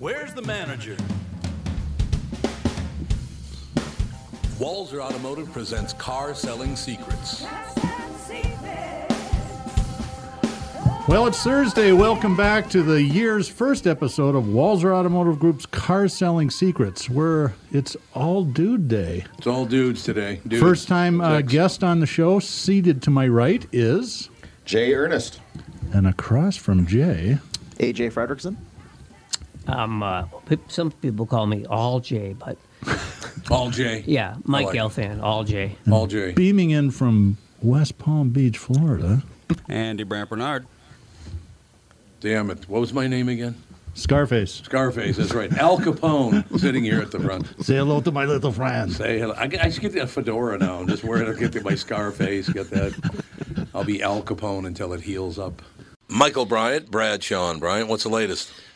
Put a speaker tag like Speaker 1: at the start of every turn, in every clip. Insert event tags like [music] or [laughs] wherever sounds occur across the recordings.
Speaker 1: Where's the manager? Walzer Automotive presents Car Selling Secrets.
Speaker 2: Well, it's Thursday. Welcome back to the year's first episode of Walzer Automotive Group's Car Selling Secrets, where it's all dude day.
Speaker 1: It's all dudes today. Dudes.
Speaker 2: First time uh,
Speaker 1: Sex.
Speaker 2: guest on the show, seated to my right is,
Speaker 3: Jay Ernest.
Speaker 2: and across from Jay,
Speaker 3: AJ Frederickson.
Speaker 4: Um, uh, pe- some people call me All J, but
Speaker 1: All Jay.
Speaker 4: yeah, Mike
Speaker 1: like it.
Speaker 4: Gelfand, All J.
Speaker 1: All Jay.
Speaker 2: beaming in from West Palm Beach, Florida,
Speaker 5: Andy Brant Bernard.
Speaker 1: Damn it. What was my name again?
Speaker 2: Scarface.
Speaker 1: Scarface. That's right. Al Capone sitting here at the front.
Speaker 2: Say hello to my little friend.
Speaker 1: Say hello. I, I should get a fedora now. I'm just worried I'll get my Scarface. Get that. I'll be Al Capone until it heals up. Michael Bryant, Brad Sean Bryant. What's the latest?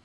Speaker 3: [laughs]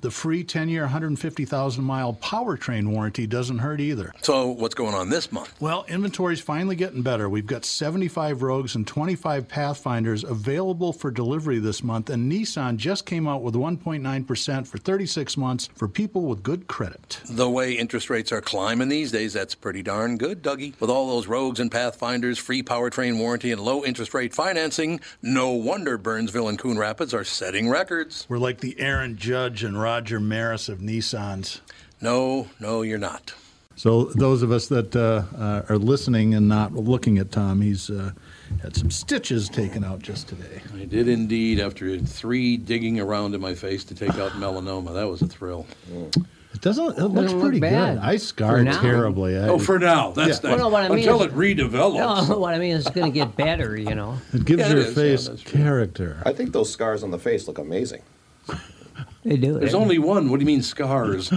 Speaker 2: the free 10 year, 150,000 mile powertrain warranty doesn't hurt either.
Speaker 1: So, what's going on this month?
Speaker 2: Well, inventory's finally getting better. We've got 75 Rogues and 25 Pathfinders available for delivery this month, and Nissan just came out with 1.9% for 36 months for people with good credit.
Speaker 1: The way interest rates are climbing these days, that's pretty darn good, Dougie. With all those rogues and pathfinders, free powertrain warranty, and low interest rate financing, no wonder Burnsville and Coon Rapids are setting records.
Speaker 2: We're like the Aaron Judge and Roger Maris of Nissans.
Speaker 1: No, no, you're not.
Speaker 2: So those of us that uh, uh, are listening and not looking at Tom, he's uh, had some stitches taken out just today.
Speaker 1: I did indeed, after three digging around in my face to take out melanoma. That was a thrill.
Speaker 2: It doesn't. Oh, It looks [laughs]
Speaker 4: look
Speaker 2: pretty
Speaker 4: bad
Speaker 2: good. I
Speaker 4: for
Speaker 2: scarred
Speaker 4: now.
Speaker 2: terribly. I,
Speaker 1: Oh, for now. That's
Speaker 2: Yeah.
Speaker 1: nice.
Speaker 4: Well, no, what I mean
Speaker 1: Until
Speaker 4: is-
Speaker 1: it redevelops.
Speaker 4: [laughs] No, what I mean is it's going to get better, you know.
Speaker 2: [laughs] it gives
Speaker 1: Yeah, it
Speaker 2: your
Speaker 1: is. Yeah,
Speaker 2: face
Speaker 1: that's true.
Speaker 2: character.
Speaker 6: I think those scars on the face look amazing.
Speaker 4: They do. eh?
Speaker 1: There's
Speaker 4: They-
Speaker 1: only one. What do you
Speaker 2: [laughs]
Speaker 1: mean
Speaker 2: Oh,
Speaker 1: scars?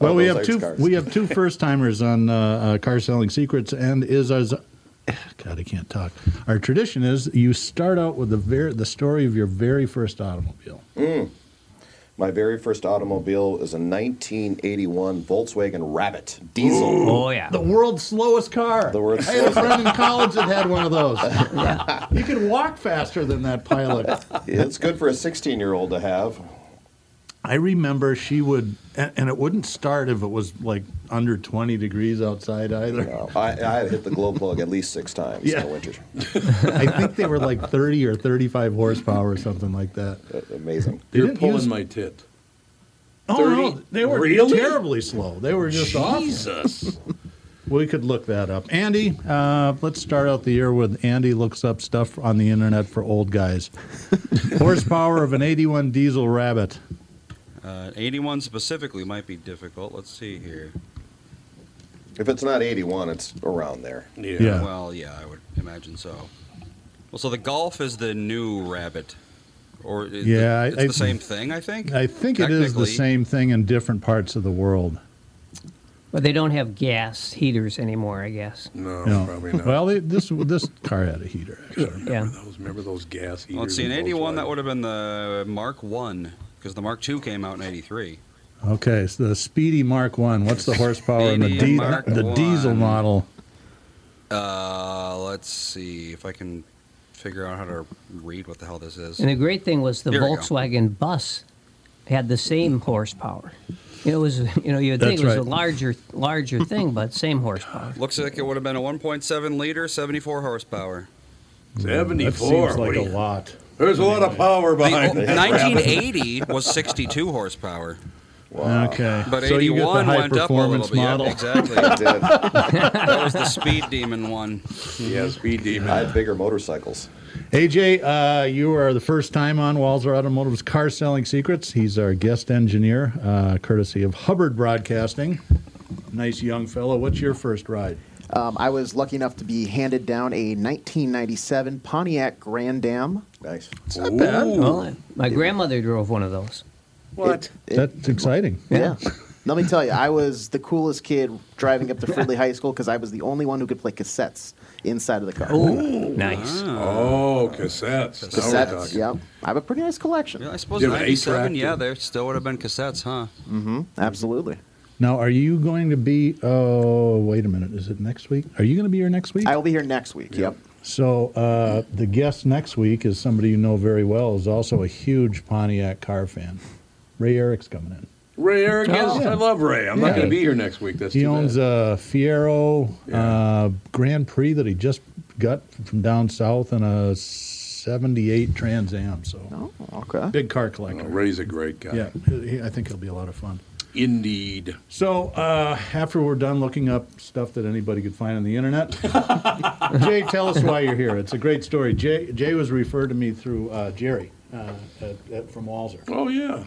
Speaker 2: Well,
Speaker 6: Oh,
Speaker 2: we
Speaker 6: those
Speaker 2: have
Speaker 6: are
Speaker 2: two.
Speaker 6: scars.
Speaker 2: We have
Speaker 1: [laughs]
Speaker 2: two first timers on uh, uh, car selling secrets, and is as. [sighs] God, I can't talk. Our tradition is you start out with the ver- the story of your very first automobile.
Speaker 6: Mm. My very first automobile is a 1981 Volkswagen Rabbit diesel.
Speaker 4: Oh yeah.
Speaker 2: The world's slowest car.
Speaker 6: The world's
Speaker 2: I had a
Speaker 6: slowest-
Speaker 2: friend in college that had one of
Speaker 6: [laughs]
Speaker 2: those. You could walk faster than that pilot.
Speaker 6: It's good for a 16 year old to have.
Speaker 2: I remember she would, and, and it wouldn't start if it was like under 20 degrees outside either.
Speaker 6: No, I, I had hit the glow plug at least six times
Speaker 2: Yeah.
Speaker 6: in the winter.
Speaker 2: [laughs] I think they were like 30 or 35 horsepower or something like that.
Speaker 6: Uh, Amazing.
Speaker 2: They
Speaker 1: You're
Speaker 2: didn't
Speaker 1: pulling
Speaker 2: use-
Speaker 1: my tit.
Speaker 2: Oh, no,
Speaker 1: 30?
Speaker 2: they were
Speaker 1: Really?
Speaker 2: terribly slow. They were just awful. [laughs]
Speaker 1: Jesus.
Speaker 2: We could look that up. Andy, uh, let's start out the year with Andy looks up stuff on the internet for old
Speaker 6: [laughs]
Speaker 2: guys. Horsepower of an 81 diesel rabbit.
Speaker 5: Uh, 81 specifically might be difficult. Let's see here.
Speaker 6: If it's not 81, it's around there.
Speaker 1: yeah.
Speaker 2: Yeah.
Speaker 5: Well, yeah, I would imagine so. Well, so the Golf is the new Rabbit, or is
Speaker 2: Yeah, I-
Speaker 5: the, it's
Speaker 2: I-
Speaker 5: the same thing, I think.
Speaker 2: I think it is the
Speaker 5: Technically.
Speaker 2: same thing in different parts of the world.
Speaker 4: But they don't have gas heaters anymore, I guess.
Speaker 1: No,
Speaker 2: No.
Speaker 1: probably not.
Speaker 2: Well, it,
Speaker 1: [laughs]
Speaker 2: this this car had a heater. Actually.
Speaker 4: Yeah.
Speaker 1: those, remember those gas heaters?
Speaker 5: Well, let's see, in
Speaker 1: and
Speaker 5: 81, that
Speaker 1: Volkswagen?
Speaker 5: would have been the Mark One, because the Mark Two came out in 83.
Speaker 2: Okay, so the Speedy Mark One. What's the horsepower in the,
Speaker 5: Speedy
Speaker 2: di-
Speaker 5: Mark
Speaker 2: the diesel
Speaker 5: One.
Speaker 2: model?
Speaker 5: Uh, let's see if I can figure out how to read what the hell this is.
Speaker 4: And the great thing was the
Speaker 5: Here we go.
Speaker 4: Volkswagen bus had the same horsepower. It was, [laughs] you know, you'd think
Speaker 2: That's
Speaker 4: it was a
Speaker 2: right.
Speaker 4: larger, larger thing, but same horsepower.
Speaker 5: Looks like it would have been a 1.7 liter, 74 horsepower.
Speaker 2: That
Speaker 1: 74.
Speaker 2: seems like
Speaker 1: what
Speaker 2: a
Speaker 1: do you-
Speaker 2: lot.
Speaker 1: There's a lot of power
Speaker 5: The-
Speaker 1: behind that.
Speaker 5: 1980 was 62 horsepower,
Speaker 6: Wow.
Speaker 2: Okay,
Speaker 5: but
Speaker 2: so you get
Speaker 5: 81
Speaker 2: the high
Speaker 5: went up a little
Speaker 2: performance
Speaker 5: bit. Yeah,
Speaker 2: model.
Speaker 1: [laughs]
Speaker 5: [laughs] exactly.
Speaker 6: I did.
Speaker 5: that was the Speed Demon one.
Speaker 1: Yeah, speed demon.
Speaker 6: I had bigger motorcycles.
Speaker 2: AJ, uh, you are the first time on Walzer Automotive's Car Selling Secrets. He's our guest engineer, uh, courtesy of Hubbard Broadcasting. Nice young fellow. What's your first ride?
Speaker 7: Um, I was lucky enough to be handed down a 1997 Pontiac Grand Dam.
Speaker 6: Nice.
Speaker 1: Ooh.
Speaker 4: Well, my grandmother drove one of those.
Speaker 1: What?
Speaker 7: It-
Speaker 2: That's exciting.
Speaker 7: Yeah. [laughs] Let me tell you, I was the coolest kid driving up to Fridley High School because I was the only one who could play cassettes inside of the car.
Speaker 5: Ah.
Speaker 4: Nice.
Speaker 1: Oh, cassettes. Now we're
Speaker 7: Cassettes,
Speaker 1: talking.
Speaker 7: yeah. I have a pretty nice collection.
Speaker 5: Yeah, I suppose
Speaker 1: Do you have an
Speaker 5: 97.
Speaker 1: eight-track?
Speaker 5: Yeah, there still would have been cassettes, huh?
Speaker 6: Mm-hmm.
Speaker 7: Absolutely.
Speaker 2: Now, are you going to be? Oh, wait a minute. Is it next week? Are you going to be here next week?
Speaker 7: I will be here next week. Yep.
Speaker 2: So uh, the guest next week is somebody you know very well. Is also a huge Pontiac car fan. Ray Eric's coming in.
Speaker 1: Ray Eric is. I love Ray. I'm not
Speaker 2: Oh, Yeah.
Speaker 1: going to be here next week. That's
Speaker 2: He
Speaker 1: too
Speaker 2: owns
Speaker 1: bad.
Speaker 2: a Fiero
Speaker 1: Yeah.
Speaker 2: uh, Grand Prix that he just got from down south and a '78 Trans Am. So
Speaker 7: Oh, okay.
Speaker 2: big car
Speaker 1: Oh,
Speaker 2: collector.
Speaker 1: Ray's a great guy.
Speaker 2: Yeah, he- I think he'll be a lot of fun.
Speaker 1: Indeed.
Speaker 2: So uh, after we're done looking up stuff that anybody could find on the
Speaker 1: [laughs]
Speaker 2: internet, Jay, tell us why you're here. It's a great story. Jay, Jay was referred to me through uh, Jerry uh, at, at, from Walzer.
Speaker 1: Oh, yeah.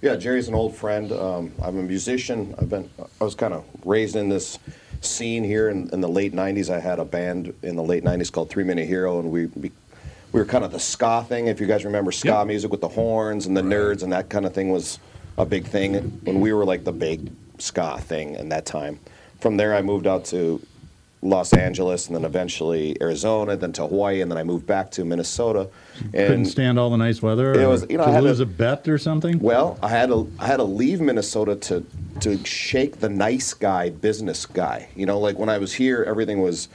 Speaker 6: Yeah, Jerry's an old friend. Um, I'm a musician. I've been. I was kind of raised in this scene here in, in the late '90s. I had a band in the late '90s called Three Minute Hero, and we we, we were kind of the ska thing. If you guys remember ska
Speaker 2: Yeah.
Speaker 6: music with the horns and the nerds and that kind of thing was a big thing when we were like the big ska thing in that time. From there, I moved out to Los Angeles, and then eventually Arizona, then to Hawaii, and then I moved back to Minnesota.
Speaker 2: Couldn't
Speaker 6: And
Speaker 2: stand all the nice weather.
Speaker 6: It
Speaker 2: or
Speaker 6: was- you know,
Speaker 2: to
Speaker 6: I had
Speaker 2: lose
Speaker 6: a-
Speaker 2: a, bet or something.
Speaker 6: well, I had to I had to leave Minnesota to to shake the nice guy business guy. You know, like when I was here, everything was.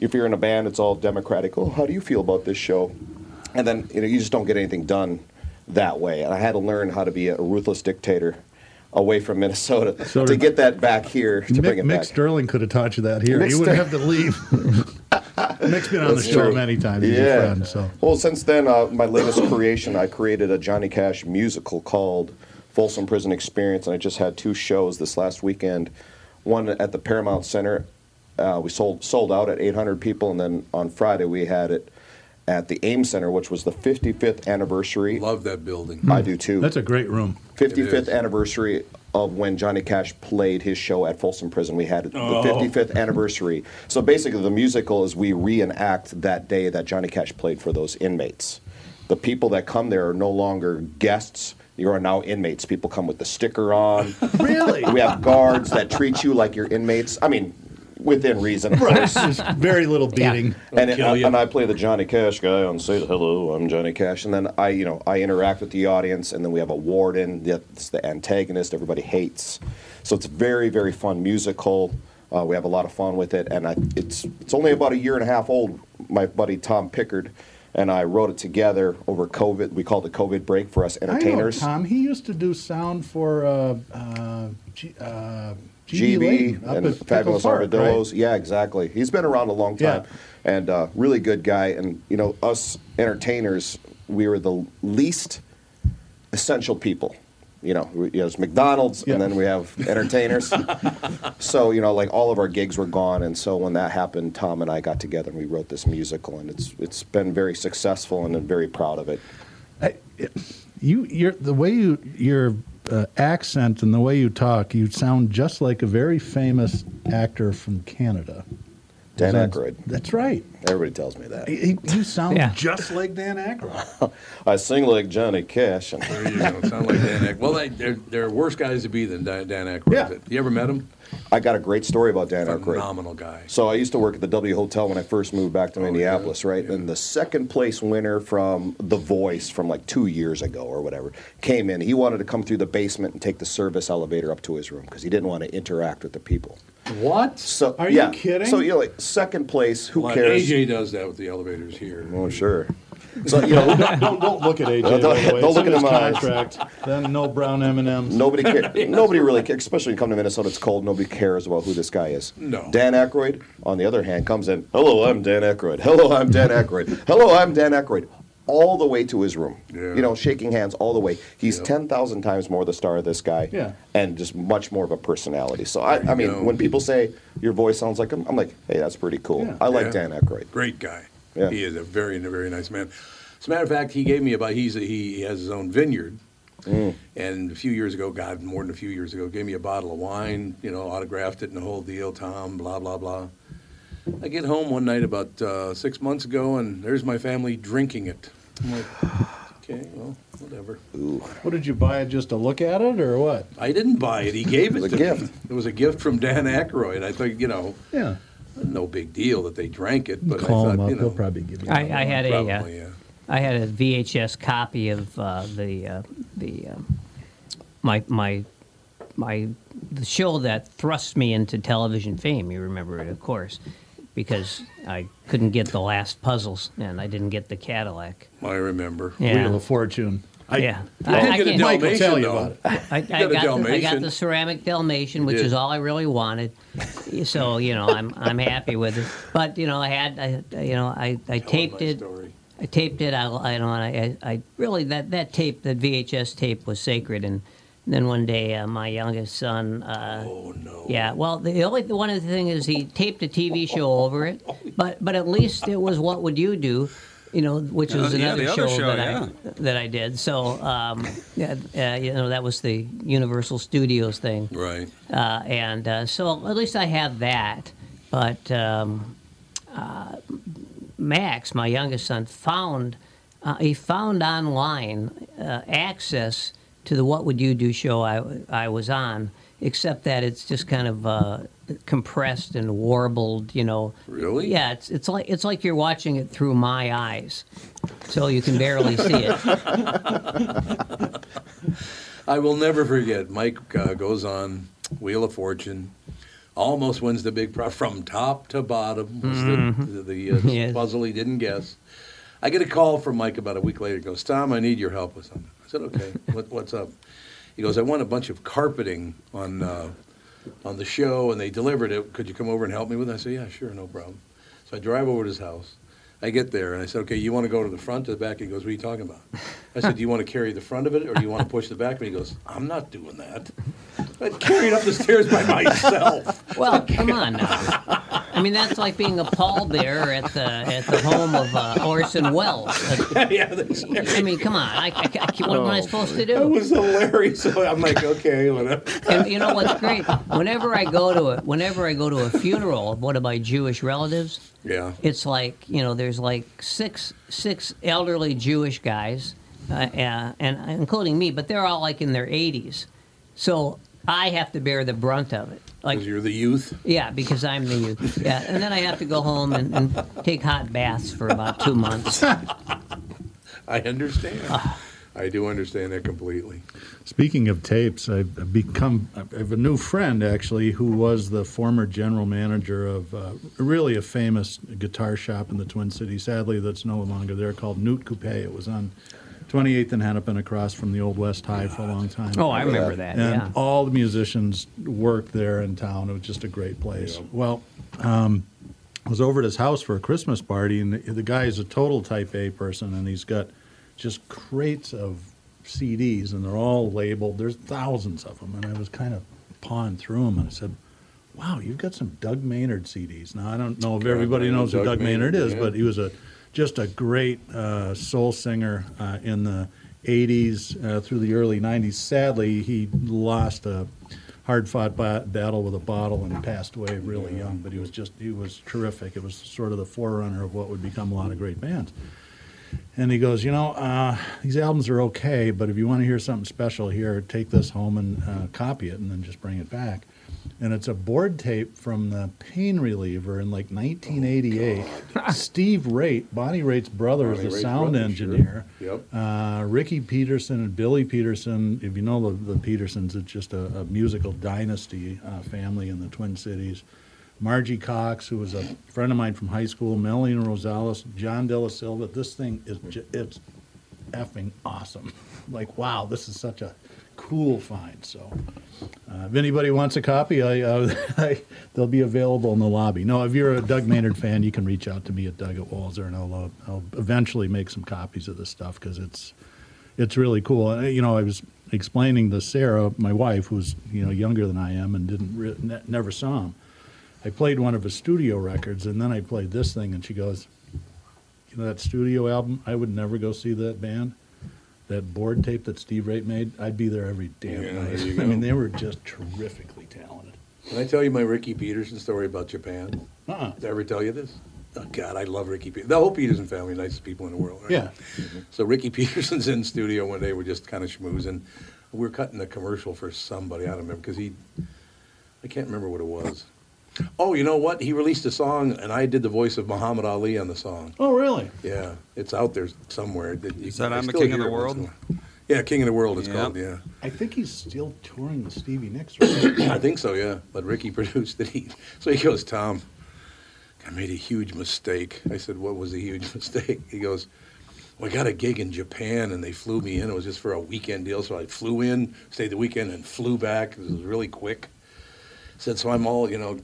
Speaker 6: If you're in a band, it's all democratic. Oh, how do you feel about this show? And then you know you just don't get anything done that way. And I had to learn how to be a ruthless dictator away from Minnesota
Speaker 2: So
Speaker 6: to
Speaker 2: did-
Speaker 6: get that back here to bring
Speaker 2: Mick,
Speaker 6: it
Speaker 2: Mick
Speaker 6: back.
Speaker 2: Sterling could have taught you that here.
Speaker 6: Mick
Speaker 2: you wouldn't have
Speaker 6: Ster-
Speaker 2: to
Speaker 6: [laughs]
Speaker 2: leave. Mick's been on the
Speaker 6: That's
Speaker 2: show
Speaker 6: true.
Speaker 2: many times. He's a friend, so.
Speaker 6: Well, since then, uh, my latest creation, I created a Johnny Cash musical called Folsom Prison Experience, and I just had two shows this last weekend. One at the Paramount Center, uh, we sold sold out at 800 people, and then on Friday we had it at the Ames Center, which was the 55th anniversary.
Speaker 1: Love that building.
Speaker 6: I do too.
Speaker 2: That's a great room.
Speaker 1: It
Speaker 6: 55th
Speaker 1: is.
Speaker 6: anniversary of when Johnny Cash played his show at Folsom Prison. We had the
Speaker 1: Oh.
Speaker 6: 55th anniversary. So basically, the musical is we reenact that day that Johnny Cash played for those inmates. The people that come there are no longer guests. You are now inmates.
Speaker 1: [laughs]
Speaker 6: People come with the sticker on.
Speaker 2: Really?
Speaker 6: we have guards that treat you like you're inmates. I mean, within reason. Of
Speaker 2: Right.
Speaker 1: [laughs]
Speaker 6: course.
Speaker 2: There's very little beating.
Speaker 6: And,
Speaker 2: It'll kill
Speaker 6: and,
Speaker 2: you.
Speaker 6: and I play the Johnny Cash guy on stage. Hello, I'm Johnny Cash, and then I, you know, I interact with the audience, and then we have a warden that's the antagonist everybody hates. So it's very, very fun musical. Uh, we have a lot of fun with it, and I, it's it's only about a year and a half old. My buddy Tom Pickard and I wrote it together over COVID. We called it COVID break for us entertainers.
Speaker 2: I know Tom. He used to do sound for uh, uh, G, uh, GB,
Speaker 6: GB
Speaker 2: Layton up
Speaker 6: and
Speaker 2: at Pickle
Speaker 6: Fabulous
Speaker 2: Park,
Speaker 6: Armadillos.
Speaker 2: right?
Speaker 6: Yeah, exactly. He's been around a long time and uh, really good guy. And, you know, us entertainers, we were the least essential people. You know, we- you know, it's McDonald's and then we have
Speaker 2: [laughs]
Speaker 6: entertainers. so, you know, like all of our gigs were gone. And so when that happened, Tom and I got together and we wrote this musical. And it's it's been very successful and I'm very proud of it.
Speaker 2: You, you're the way you your uh, accent and the way you talk. You sound just like a very famous actor from Canada.
Speaker 6: Dan
Speaker 2: Sounds-
Speaker 6: Aykroyd.
Speaker 2: That's right.
Speaker 6: Everybody tells me that.
Speaker 2: He- he- You sound
Speaker 4: Yeah.
Speaker 2: just like Dan Aykroyd.
Speaker 6: I sing like Johnny Cash. And
Speaker 1: There you go. Sound like Dan Aykroyd. Well, they, they're, they're worse guys to be than Dan, Dan Aykroyd.
Speaker 2: Yeah.
Speaker 1: You ever met him?
Speaker 6: I got a great story about Dan Aykroyd.
Speaker 1: Phenomenal guy. Oh,
Speaker 6: So I used to work at the W Hotel when I first moved back to Minneapolis, right? And the second place winner from The Voice from like two years ago or whatever came in. He wanted to come through the basement and take the service elevator up to his room because he didn't want to interact with the people.
Speaker 2: What?
Speaker 6: So
Speaker 2: Are
Speaker 6: yeah.
Speaker 2: you kidding?
Speaker 6: So you're like second place. Who
Speaker 1: Well,
Speaker 6: cares?
Speaker 1: AJ does that with the elevators here.
Speaker 6: Oh sure. So you know,
Speaker 2: don't, don't- don't look at AJ.
Speaker 6: Don't-
Speaker 2: by the way.
Speaker 6: don't
Speaker 2: It's
Speaker 6: look
Speaker 2: in
Speaker 6: at
Speaker 2: his
Speaker 6: him eyes.
Speaker 2: Contract. then no brown M and M's. [laughs]
Speaker 6: Nobody cares. nobody really cares, especially when you come to Minnesota. It's cold. Nobody cares about who this guy is.
Speaker 1: No.
Speaker 6: Dan Aykroyd, on the other hand, comes in. Hello, I'm Dan Aykroyd. Hello, I'm Dan Aykroyd. Hello, I'm Dan Aykroyd. All the way to his room.
Speaker 1: Yeah.
Speaker 6: You know, shaking hands all the way. He's
Speaker 1: Yeah.
Speaker 6: ten thousand times more the star of this guy.
Speaker 2: Yeah.
Speaker 6: And just much more of a personality. So I, I mean,
Speaker 1: go.
Speaker 6: when people say your voice sounds like him, I'm like, hey, that's pretty cool.
Speaker 2: Yeah.
Speaker 6: I like
Speaker 1: Yeah.
Speaker 6: Dan Aykroyd.
Speaker 1: Great guy.
Speaker 6: Yeah.
Speaker 1: He is a very, very nice man. As a matter of fact, he gave me about he's he has his own vineyard,
Speaker 6: Mm.
Speaker 1: and a few years ago, God, more than a few years ago, gave me a bottle of wine. You know, autographed it and the whole deal. Tom, blah blah blah. I get home one night about uh, six months ago, and there's my family drinking it. I'm like, okay, well, whatever.
Speaker 2: What did you buy it just to look at it or what?
Speaker 1: I didn't buy it. He gave it,
Speaker 6: [laughs] It was
Speaker 1: to
Speaker 6: a
Speaker 1: me.
Speaker 6: gift.
Speaker 1: It was a gift from Dan Aykroyd. I think you know,
Speaker 2: Yeah.
Speaker 1: no big deal that they drank it, but
Speaker 2: Call
Speaker 1: I
Speaker 2: him
Speaker 1: thought
Speaker 2: up.
Speaker 1: you know,
Speaker 2: He'll probably give you.
Speaker 4: I, I had a uh,
Speaker 1: probably, yeah.
Speaker 4: I had a VHS copy of uh, the uh, the um my my my the show that thrust me into television fame. You remember it, of course, because I couldn't get the last puzzles and I didn't get the Cadillac.
Speaker 1: I remember.
Speaker 4: Yeah,
Speaker 2: Wheel of Fortune. I,
Speaker 4: yeah.
Speaker 1: I
Speaker 4: I,
Speaker 1: did
Speaker 4: I,
Speaker 1: get a
Speaker 4: can't-
Speaker 2: Mike will
Speaker 1: Dalmatian,
Speaker 2: tell you
Speaker 1: though.
Speaker 2: about it.
Speaker 4: I,
Speaker 1: got
Speaker 4: I,
Speaker 1: a
Speaker 4: got the, I got
Speaker 1: Dalmatian.
Speaker 4: the ceramic Dalmatian, which
Speaker 1: did.
Speaker 4: is all I
Speaker 1: [laughs]
Speaker 4: really wanted. So you know, I'm I'm happy with it. But you know, I had I, you know I, I taped
Speaker 1: my
Speaker 4: it.
Speaker 1: story.
Speaker 4: I taped it. I, I you know, I, I I really that that tape, that VHS tape, was sacred. And then one day, uh, my youngest son. Uh,
Speaker 1: Oh no.
Speaker 4: yeah, well, the only the one of the thing is he taped a TV show over
Speaker 1: [laughs]
Speaker 4: it, but but at least it was what would you do, you know, which was
Speaker 5: Uh, yeah,
Speaker 4: another
Speaker 5: the
Speaker 4: show,
Speaker 5: other show,
Speaker 4: that
Speaker 5: yeah.
Speaker 4: I that I did. So um, yeah, uh, you know, that was the Universal Studios thing,
Speaker 1: Right.
Speaker 4: uh, and uh, so at least I have that. But um, uh, Max, my youngest son, found uh, he found online uh, access to the What Would You Do show I, I was on, except that it's just kind of uh, compressed and warbled, you know.
Speaker 1: Really?
Speaker 4: Yeah, it's it's like it's like you're watching it through my eyes, so you can barely see it.
Speaker 1: I will never forget. Mike uh, goes on Wheel of Fortune, almost wins the big prize from top to bottom. Was
Speaker 2: Mm-hmm.
Speaker 1: the, [laughs] the, the uh,
Speaker 4: Yes.
Speaker 1: puzzle he didn't guess. I get a call from Mike about a week later. He goes, Tom, I need your help with something. I said, okay, what, what's up? He goes, I want a bunch of carpeting on uh, on the show, and they delivered it. Could you come over and help me with it? I said, yeah, sure, no problem. So I drive over to his house. I get there, and I said, okay, you want to go to the front or the back? He goes, what are you talking about? I said, do you want to carry the front of it, or do you want to push the back? And he goes, I'm not doing that. I carried up the stairs by [laughs] myself.
Speaker 4: Well, Oh, come on now. I mean, that's like being a pallbearer at the at the home of uh, Orson Welles. Uh,
Speaker 1: [laughs] yeah, that's
Speaker 4: I mean, come on. I, I, I- what am I supposed to
Speaker 1: Oh, That
Speaker 4: do?
Speaker 1: was hilarious. [laughs] So I'm like, okay, whatever.
Speaker 4: [laughs] And you know what's great? Whenever I go to a, whenever I go to a funeral of one of my Jewish relatives,
Speaker 1: Yeah.
Speaker 4: it's like you know, there's like six six elderly Jewish guys, uh, uh, and including me, but they're all like in their 80s. So I have to bear the brunt of it. Like,
Speaker 1: Because you're the youth.
Speaker 4: yeah, because I'm the youth. Yeah, and then I have to go home and, and take hot baths for about
Speaker 1: [laughs]
Speaker 4: two months.
Speaker 1: I understand.
Speaker 4: Ah.
Speaker 1: I do understand that completely.
Speaker 2: Speaking of tapes, I've become I have a new friend actually who was the former general manager of uh, really a famous guitar shop in the Twin Cities. Sadly, that's no longer there. Called Newt Coupe. It was on 28th and Hennepin, across from the old West High for a long time.
Speaker 4: Oh, I remember that.
Speaker 2: and
Speaker 4: Yeah.
Speaker 2: all the musicians worked there in town. It was just a great place. Well, um, I was over at his house for a Christmas party, and the, the guy is a total type A person, and he's got just crates of CDs, and they're all labeled. There's thousands of them, and I was kind of pawing through them, and I said, "Wow, you've got some Doug Maynard CDs." Now I don't know if everybody
Speaker 1: Maynard,
Speaker 2: knows who Doug
Speaker 1: Doug
Speaker 2: Maynard,
Speaker 1: Maynard,
Speaker 2: is,
Speaker 1: yeah.
Speaker 2: but he was a just a great uh, soul singer uh, in the 80s uh, through the early 90s. Sadly, he lost a hard-fought ba- battle with a bottle and passed away really young. But he was just he was terrific. It was sort of the forerunner of what would become a lot of great bands. And he goes, you know, uh, these albums are okay, but if you want to hear something special here, take this home and uh, copy it, and then just bring it back. And it's a board tape from the Pain Reliever in like 1988. Steve Raitt, Bonnie Raitt's brother, is
Speaker 1: Oh, Bonnie
Speaker 2: the
Speaker 1: Raitt's
Speaker 2: sound
Speaker 1: brother, sure.
Speaker 2: engineer.
Speaker 1: Yep.
Speaker 2: Uh, Ricky Peterson and Billy Peterson. If you know the, the Petersons, it's just a, a musical dynasty uh, family in the Twin Cities. Margie Cox, who was a friend of mine from high school, Melanie Rosales, John De La Silva. This thing is ju- it's effing awesome. [laughs] Like, wow, this is such a cool find. So, uh, if anybody wants a copy, I, uh, [laughs] I, they'll be available in the lobby. No, if you're a Doug Maynard fan, you can reach out to me at Doug at Walzer, and I'll, uh, I'll eventually make some copies of this stuff because it's it's really cool. And, uh, you know, I was explaining to Sarah, my wife, who's you know younger than I am and didn't re- ne- never saw him. I played one of his studio records, and then I played this thing, and she goes, "You know that studio album? I would never go see that band." That board tape that Steve Raitt made, I'd be there every damn
Speaker 1: Yeah,
Speaker 2: night.
Speaker 1: there
Speaker 2: [laughs]
Speaker 1: you
Speaker 2: I mean,
Speaker 1: go.
Speaker 2: they were just terrifically talented.
Speaker 1: Can I tell you my Ricky Peterson story about Japan?
Speaker 2: Uh-uh.
Speaker 1: Did I ever tell you this? Oh, God, I love Ricky Peterson. The whole Peterson family, nicest people in the world. Right?
Speaker 2: Yeah.
Speaker 1: So Ricky [laughs] Peterson's in studio one day. We're just kind of schmoozing. We were cutting a commercial for somebody. I don't remember because he, I can't remember what it was. Oh, you know what? He released a song, and I did the voice of Muhammad Ali on the song.
Speaker 2: Oh, really?
Speaker 1: Yeah, it's out there somewhere. That you-
Speaker 5: Is that
Speaker 1: I
Speaker 5: I'm the
Speaker 1: still
Speaker 5: King of
Speaker 1: hear
Speaker 5: the
Speaker 1: it once in a
Speaker 5: World?
Speaker 1: while. Yeah, King of the World. It's
Speaker 5: Yep.
Speaker 1: called. Yeah.
Speaker 2: I think he's still touring with Stevie Nicks. Right?
Speaker 1: I think so, yeah. But Ricky [laughs] produced it. He, so he goes, Tom, I made a huge mistake. I said, What was the huge [laughs] mistake? He goes, well, I got a gig in Japan and they flew me in. It was just for a weekend deal. So I flew in, stayed the weekend, and flew back. It was really quick. Said, So I'm all, you know,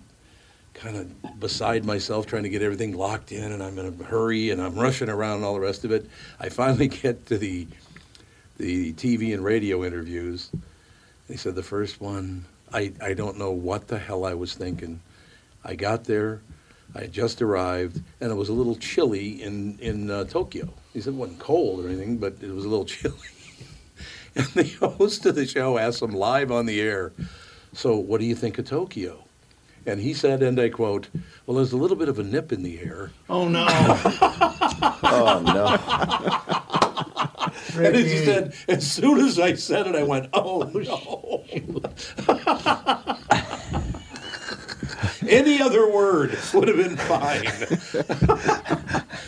Speaker 1: kind of beside myself trying to get everything locked in and I'm in a hurry and I'm rushing around and all the rest of it. I finally [laughs] get to the the TV and radio interviews. He said the first one, I, I don't know what the hell I was thinking. I got there, I had just arrived, and it was a little chilly in, in uh, Tokyo. He said it wasn't cold or anything, but it was a little [laughs] chilly. and the host of the show asked him live on the air, So, what do you think of Tokyo? And he said, and I quote, Well, there's a little bit of a nip in the air.
Speaker 2: oh no!
Speaker 6: Oh no!
Speaker 1: And he said, as soon as I said it, I went, oh no. [laughs] Any other word would have been fine.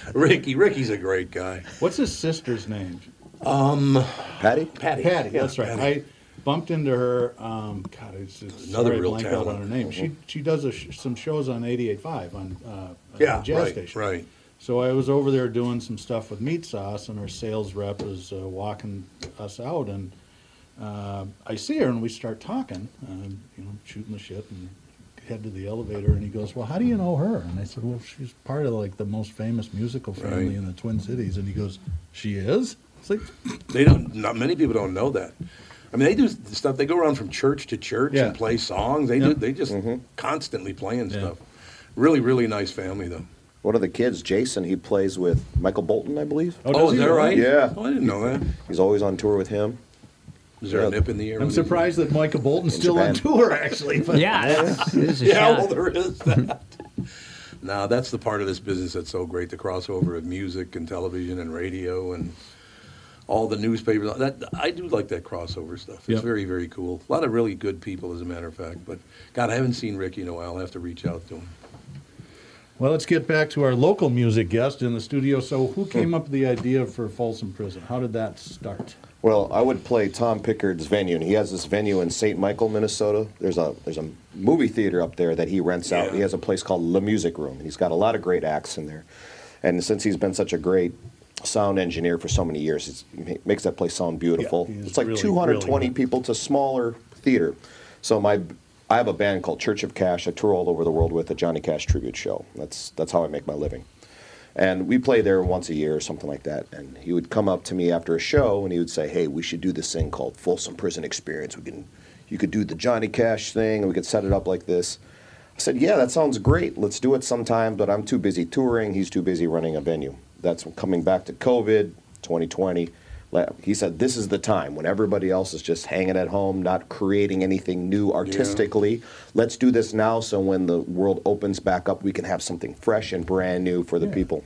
Speaker 1: [laughs] Ricky, Ricky's a great guy.
Speaker 2: [laughs] What's his sister's name?
Speaker 6: Patty?
Speaker 1: Um, Patty.
Speaker 2: Patty.
Speaker 1: Yeah,
Speaker 2: that's right.
Speaker 1: Patty.
Speaker 2: I bumped into her. Um, God, it's, it's
Speaker 1: Another
Speaker 2: sorry, I
Speaker 1: real
Speaker 2: blanked out on
Speaker 1: talent.
Speaker 2: her name. She she does a sh- some shows on 88.5 on uh, uh,
Speaker 1: yeah,
Speaker 2: jazz
Speaker 1: right,
Speaker 2: station.
Speaker 1: right.
Speaker 2: So I was over there doing some stuff with meat sauce, and our sales rep is uh, walking us out, and uh, I see her, and we start talking, uh, you know, shooting the shit, and head to the elevator, and he goes, "Well, how do you know her?" And I said, "Well, she's part of like the most famous musical family
Speaker 1: Right.
Speaker 2: in the Twin Cities," and he goes, "She is." It's like,
Speaker 1: They don't. Not many people don't know that. I mean, they do stuff. They go around from church to church
Speaker 2: Yeah.
Speaker 1: and play songs. They
Speaker 2: Yeah. Mm-hmm.
Speaker 1: do. They just constantly playing
Speaker 2: Yeah.
Speaker 1: stuff. Really, really nice family though.
Speaker 6: One of the kids, Jason, he plays with Michael Bolton, I believe.
Speaker 2: Oh, does
Speaker 1: is
Speaker 2: he
Speaker 1: that
Speaker 2: really?
Speaker 1: right?
Speaker 6: Yeah.
Speaker 1: Oh, I didn't know that.
Speaker 6: He's always on tour with him.
Speaker 1: Is there
Speaker 6: Yeah.
Speaker 1: a nip in the air?
Speaker 2: I'm
Speaker 1: when you-
Speaker 2: surprised that Micah Bolton's
Speaker 6: In
Speaker 2: still on
Speaker 6: Japan.
Speaker 2: tour, actually. But [laughs]
Speaker 4: Yeah, that's, it is a
Speaker 1: yeah,
Speaker 4: shock.
Speaker 1: well, there is that. now, that's the part of this business that's so great the crossover of music and television and radio and all the newspapers. That I do like that crossover stuff. It's
Speaker 2: Yep.
Speaker 1: very very cool. A lot of really good people, as a matter of fact. But God, I haven't seen Ricky in a while. I'll have to reach out to him.
Speaker 2: Well, let's get back to our local music guest in the studio. So, who came up with the idea for Folsom Prison? How did that start?
Speaker 6: Well, I would play Tom Pickard's venue, and he has this venue in St. Michael, Minnesota. There's a there's a movie theater up there that he rents out. He has a place called La Music Room, and he's got a lot of great acts in there. And since he's been such a great sound engineer for so many years, it's, he ma- makes that place sound beautiful.
Speaker 2: he is
Speaker 6: it's like
Speaker 2: really,
Speaker 6: 220
Speaker 2: really good.
Speaker 6: people. It's a smaller theater. So my I have a band called Church of Cash. I tour all over the world with a Johnny Cash tribute show. That's that's how I make my living. And we play there once a year or something like that. And he would come up to me after a show and he would say, Hey, we should do this thing called Folsom Prison Experience. We can you could do the Johnny Cash thing and we could set it up like this. I said, Yeah, that sounds great. Let's do it sometime, but I'm too busy touring, he's too busy running a venue. That's when coming back to COVID, twenty twenty. He said, This is the time when everybody else is just hanging at home, not creating anything new artistically. Let's do this now so when the world opens back up, we can have something fresh and brand new for the people.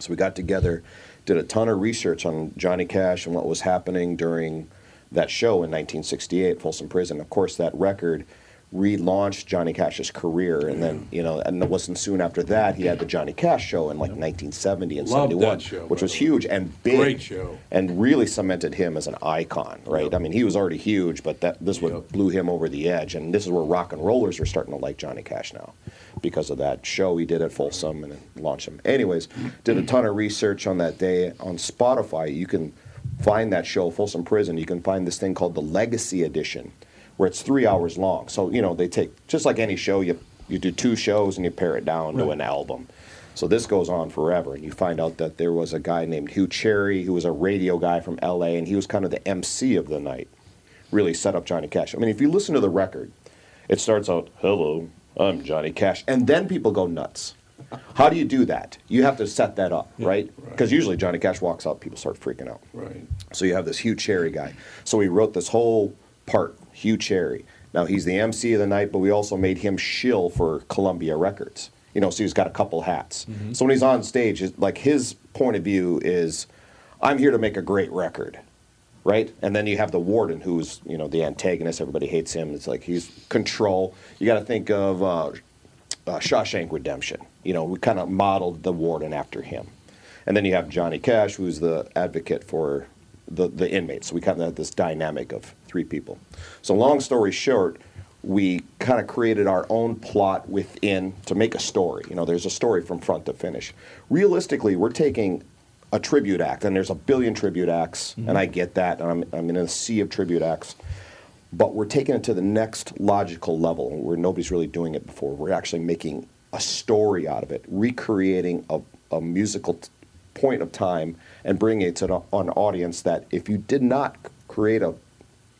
Speaker 6: So we got together, did a ton of research on Johnny Cash and what was happening during that show in 1968, Folsom Prison. Of course, that record relaunched Johnny Cash's career, and
Speaker 1: Mm.
Speaker 6: then you know, and it wasn't soon after that he had the Johnny Cash show in like 1970 and
Speaker 1: Loved that
Speaker 6: 71,
Speaker 1: show,
Speaker 6: which
Speaker 1: by
Speaker 6: was
Speaker 1: the way.
Speaker 6: huge and big,
Speaker 1: Great show.
Speaker 6: and really cemented him as an icon. Right? I mean, he was already huge, but that this what
Speaker 1: Yep.
Speaker 6: blew him over the edge, and this is where rock and rollers are starting to like Johnny Cash now because of that show he did at Folsom and it launched him. Anyways, did a ton of research on that day on Spotify. You can find that show, Folsom Prison. You can find this thing called the Legacy Edition, where it's three hours long. So you know they take just like any show, you you do two shows and you pare it down to an album. So this goes on forever, and you find out that there was a guy named Hugh Cherry who was a radio guy from L.A. and he was kind of the MC of the night really set up Johnny Cash. I mean, if you listen to the record, it starts out, "Hello, I'm Johnny Cash," and then people go nuts. How do you do that? You have to set that up, right? Because usually Johnny Cash walks out, people start freaking out.
Speaker 1: Right.
Speaker 6: So you have this Hugh Cherry guy. So he wrote this whole part, Hugh Cherry. Now he's the MC of the night, but we also made him shill for Columbia Records. You know, so he's got a couple hats. So when he's on stage, it- like his point of view is, I'm here to make a great record, right? And then you have the warden, who's you know the antagonist. Everybody hates him. It's like he's control. You got to think of uh, uh, Shawshank Redemption. You know, we kind of modeled the warden after him. And then you have Johnny Cash, who's the advocate for the, the inmates. So we kind of had this dynamic of three people. So, long story short, we kind of created our own plot within to make a story. You know, there's a story from front to finish. Realistically, we're taking a tribute act, and there's a billion tribute acts, and I get that, and I'm, I'm in a sea of tribute acts but we're taking it to the next logical level where nobody's really doing it before. We're actually making a story out of it, recreating a, a musical t- point of time and bringing it to an, an audience that if you did not c- create a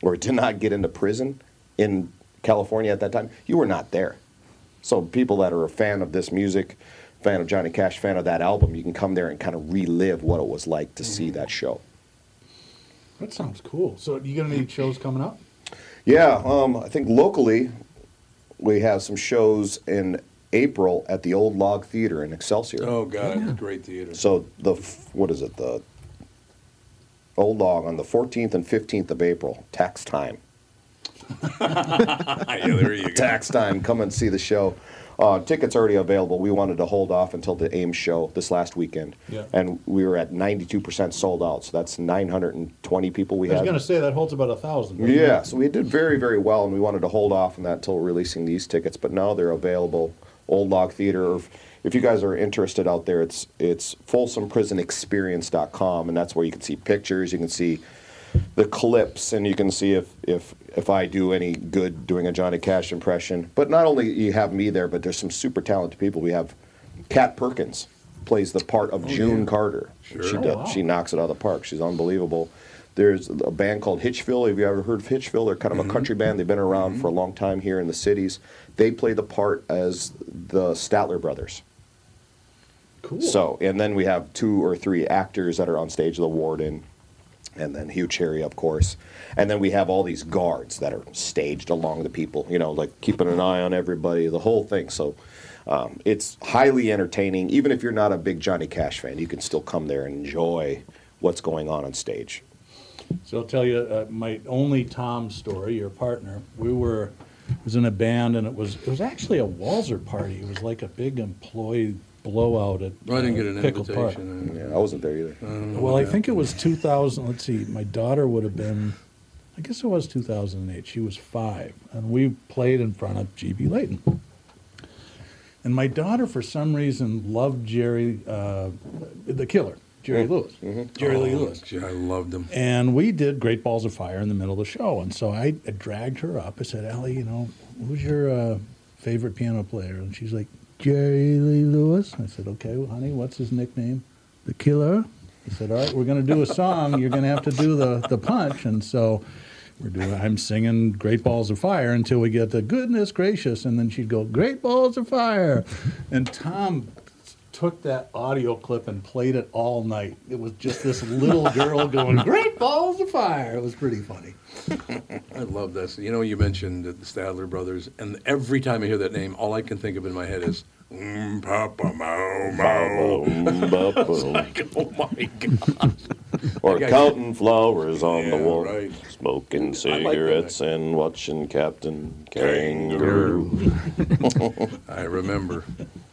Speaker 6: or did not get into prison in California at that time, you were not there. So people that are a fan of this music, fan of Johnny Cash, fan of that album, you can come there and kind of relive what it was like to see that show.
Speaker 2: That sounds cool. So, you got any shows coming up?
Speaker 6: Yeah, um, I think locally we have some shows in April at the Old Log Theater in Excelsior.
Speaker 1: Oh God, it's a great theater.
Speaker 6: So the f- what is it the Old Log on the 14th and 15th of April, tax time.
Speaker 1: [laughs] yeah, there you go.
Speaker 6: Tax time. Come and see the show. Uh, tickets already available. We wanted to hold off until the Ames show this last weekend,
Speaker 2: Yeah.
Speaker 6: and we were at 92% sold out. So that's 920 people we
Speaker 2: I was
Speaker 6: had.
Speaker 2: going to say that holds about a thousand. doesn't
Speaker 6: Yeah,
Speaker 2: it?
Speaker 6: so we did very, very well, and we wanted to hold off on that until releasing these tickets, but now they're available. Old Log Theater. or If, if you guys are interested out there, it's it's FolsomPrisonExperience.com, and that's where you can see pictures, you can see the clips, and you can see if if if I do any good doing a Johnny Cash impression. But not only you have me there, but there's some super talented people. We have Kat Perkins plays the part
Speaker 2: Oh,
Speaker 6: of June Carter. She
Speaker 1: Sure.
Speaker 6: does, she knocks it out of the park. She's unbelievable. There's a band called Hitchville. Have you ever heard of Hitchville? They're kind of a country band. They've been around for a long time here in the cities. They play the part as the Statler brothers.
Speaker 2: Cool.
Speaker 6: So, and then we have two or three actors that are on stage, the warden, and then Hugh Cherry, of course. And then we have all these guards that are staged along the people, you know, like keeping an eye on everybody, the whole thing. So um, it's highly entertaining. Even if you're not a big Johnny Cash fan, you can still come there and enjoy what's going on on stage.
Speaker 2: So I'll tell you uh, my only Tom story. Your partner, we were was in a band, and it was it was actually a Walzer party. It was like a big employee blowout at
Speaker 1: Oh, I didn't get an
Speaker 2: uh, Pickle Park.
Speaker 1: invitation.
Speaker 6: Yeah, I wasn't there either.
Speaker 2: Well, I think it was 2000. Let's see, my daughter would have been, I guess it was 2008. She was five, and we played in front of GB Layton. And my daughter, for some reason, loved Jerry, uh, the killer, Jerry Lewis. Jerry Lee
Speaker 1: Oh,
Speaker 2: Lewis.
Speaker 1: gee, I loved him.
Speaker 2: And we did Great Balls of Fire in the middle of the show. And so I, I dragged her up. I said, Ellie, you know, who's your uh, favorite piano player? And she's like, Jerry Lee Lewis. I said, okay, well, honey, what's his nickname? The Killer. I said, all right, we're going to do a song. You're going to have to do the, the punch. And so we're doing, I'm singing Great Balls of Fire until we get to goodness gracious. And then she'd go, Great Balls of Fire. And Tom took that audio clip and played it all night. It was just this little girl
Speaker 4: [laughs]
Speaker 2: going,
Speaker 1: [laughs]
Speaker 2: Great balls of fire. It was pretty funny.
Speaker 1: I love this. You know, you mentioned the Stadler brothers, and every time I hear that name, all I can think of in my head is, mm, Papa Mau Mau. [laughs] Oh my God.
Speaker 6: or
Speaker 1: Like I-
Speaker 6: counting flowers on the
Speaker 1: Yeah,
Speaker 6: wall,
Speaker 1: right.
Speaker 6: smoking
Speaker 1: I like
Speaker 6: cigarettes and watching Captain Kangaroo.
Speaker 1: [laughs] I remember.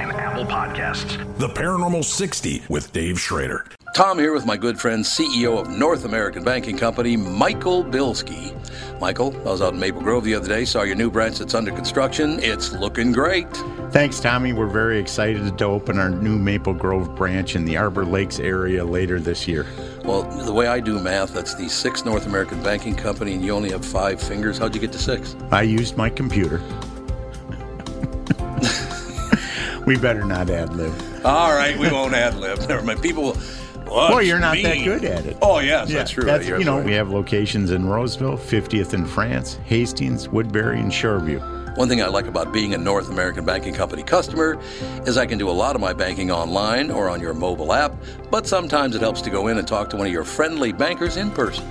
Speaker 8: and Apple Podcasts.
Speaker 9: The Paranormal 60 with Dave Schrader.
Speaker 1: Tom here with my good friend, CEO of North American Banking Company, Michael Bilski. Michael, I was out in Maple Grove the other day, saw your new branch that's under construction. It's looking great.
Speaker 10: Thanks, Tommy. We're very excited to open our new Maple Grove branch in the Arbor Lakes area later this year.
Speaker 1: Well, the way I do math, that's the sixth North American Banking Company, and you only have five fingers. How'd you get to six?
Speaker 10: I used my computer. [laughs] we better not ad lib.
Speaker 1: All right, we won't ad lib. Never mind. People will.
Speaker 10: Well, you're not that good at it.
Speaker 1: Oh, yes, that's true. You're
Speaker 10: you know,
Speaker 1: right.
Speaker 10: we have locations in Roseville, 50th in France, Hastings, Woodbury, and Shoreview.
Speaker 1: One thing I like about being a North American Banking Company customer is I can do a lot of my banking online or on your mobile app, but sometimes it helps to go in and talk to one of your friendly bankers in person.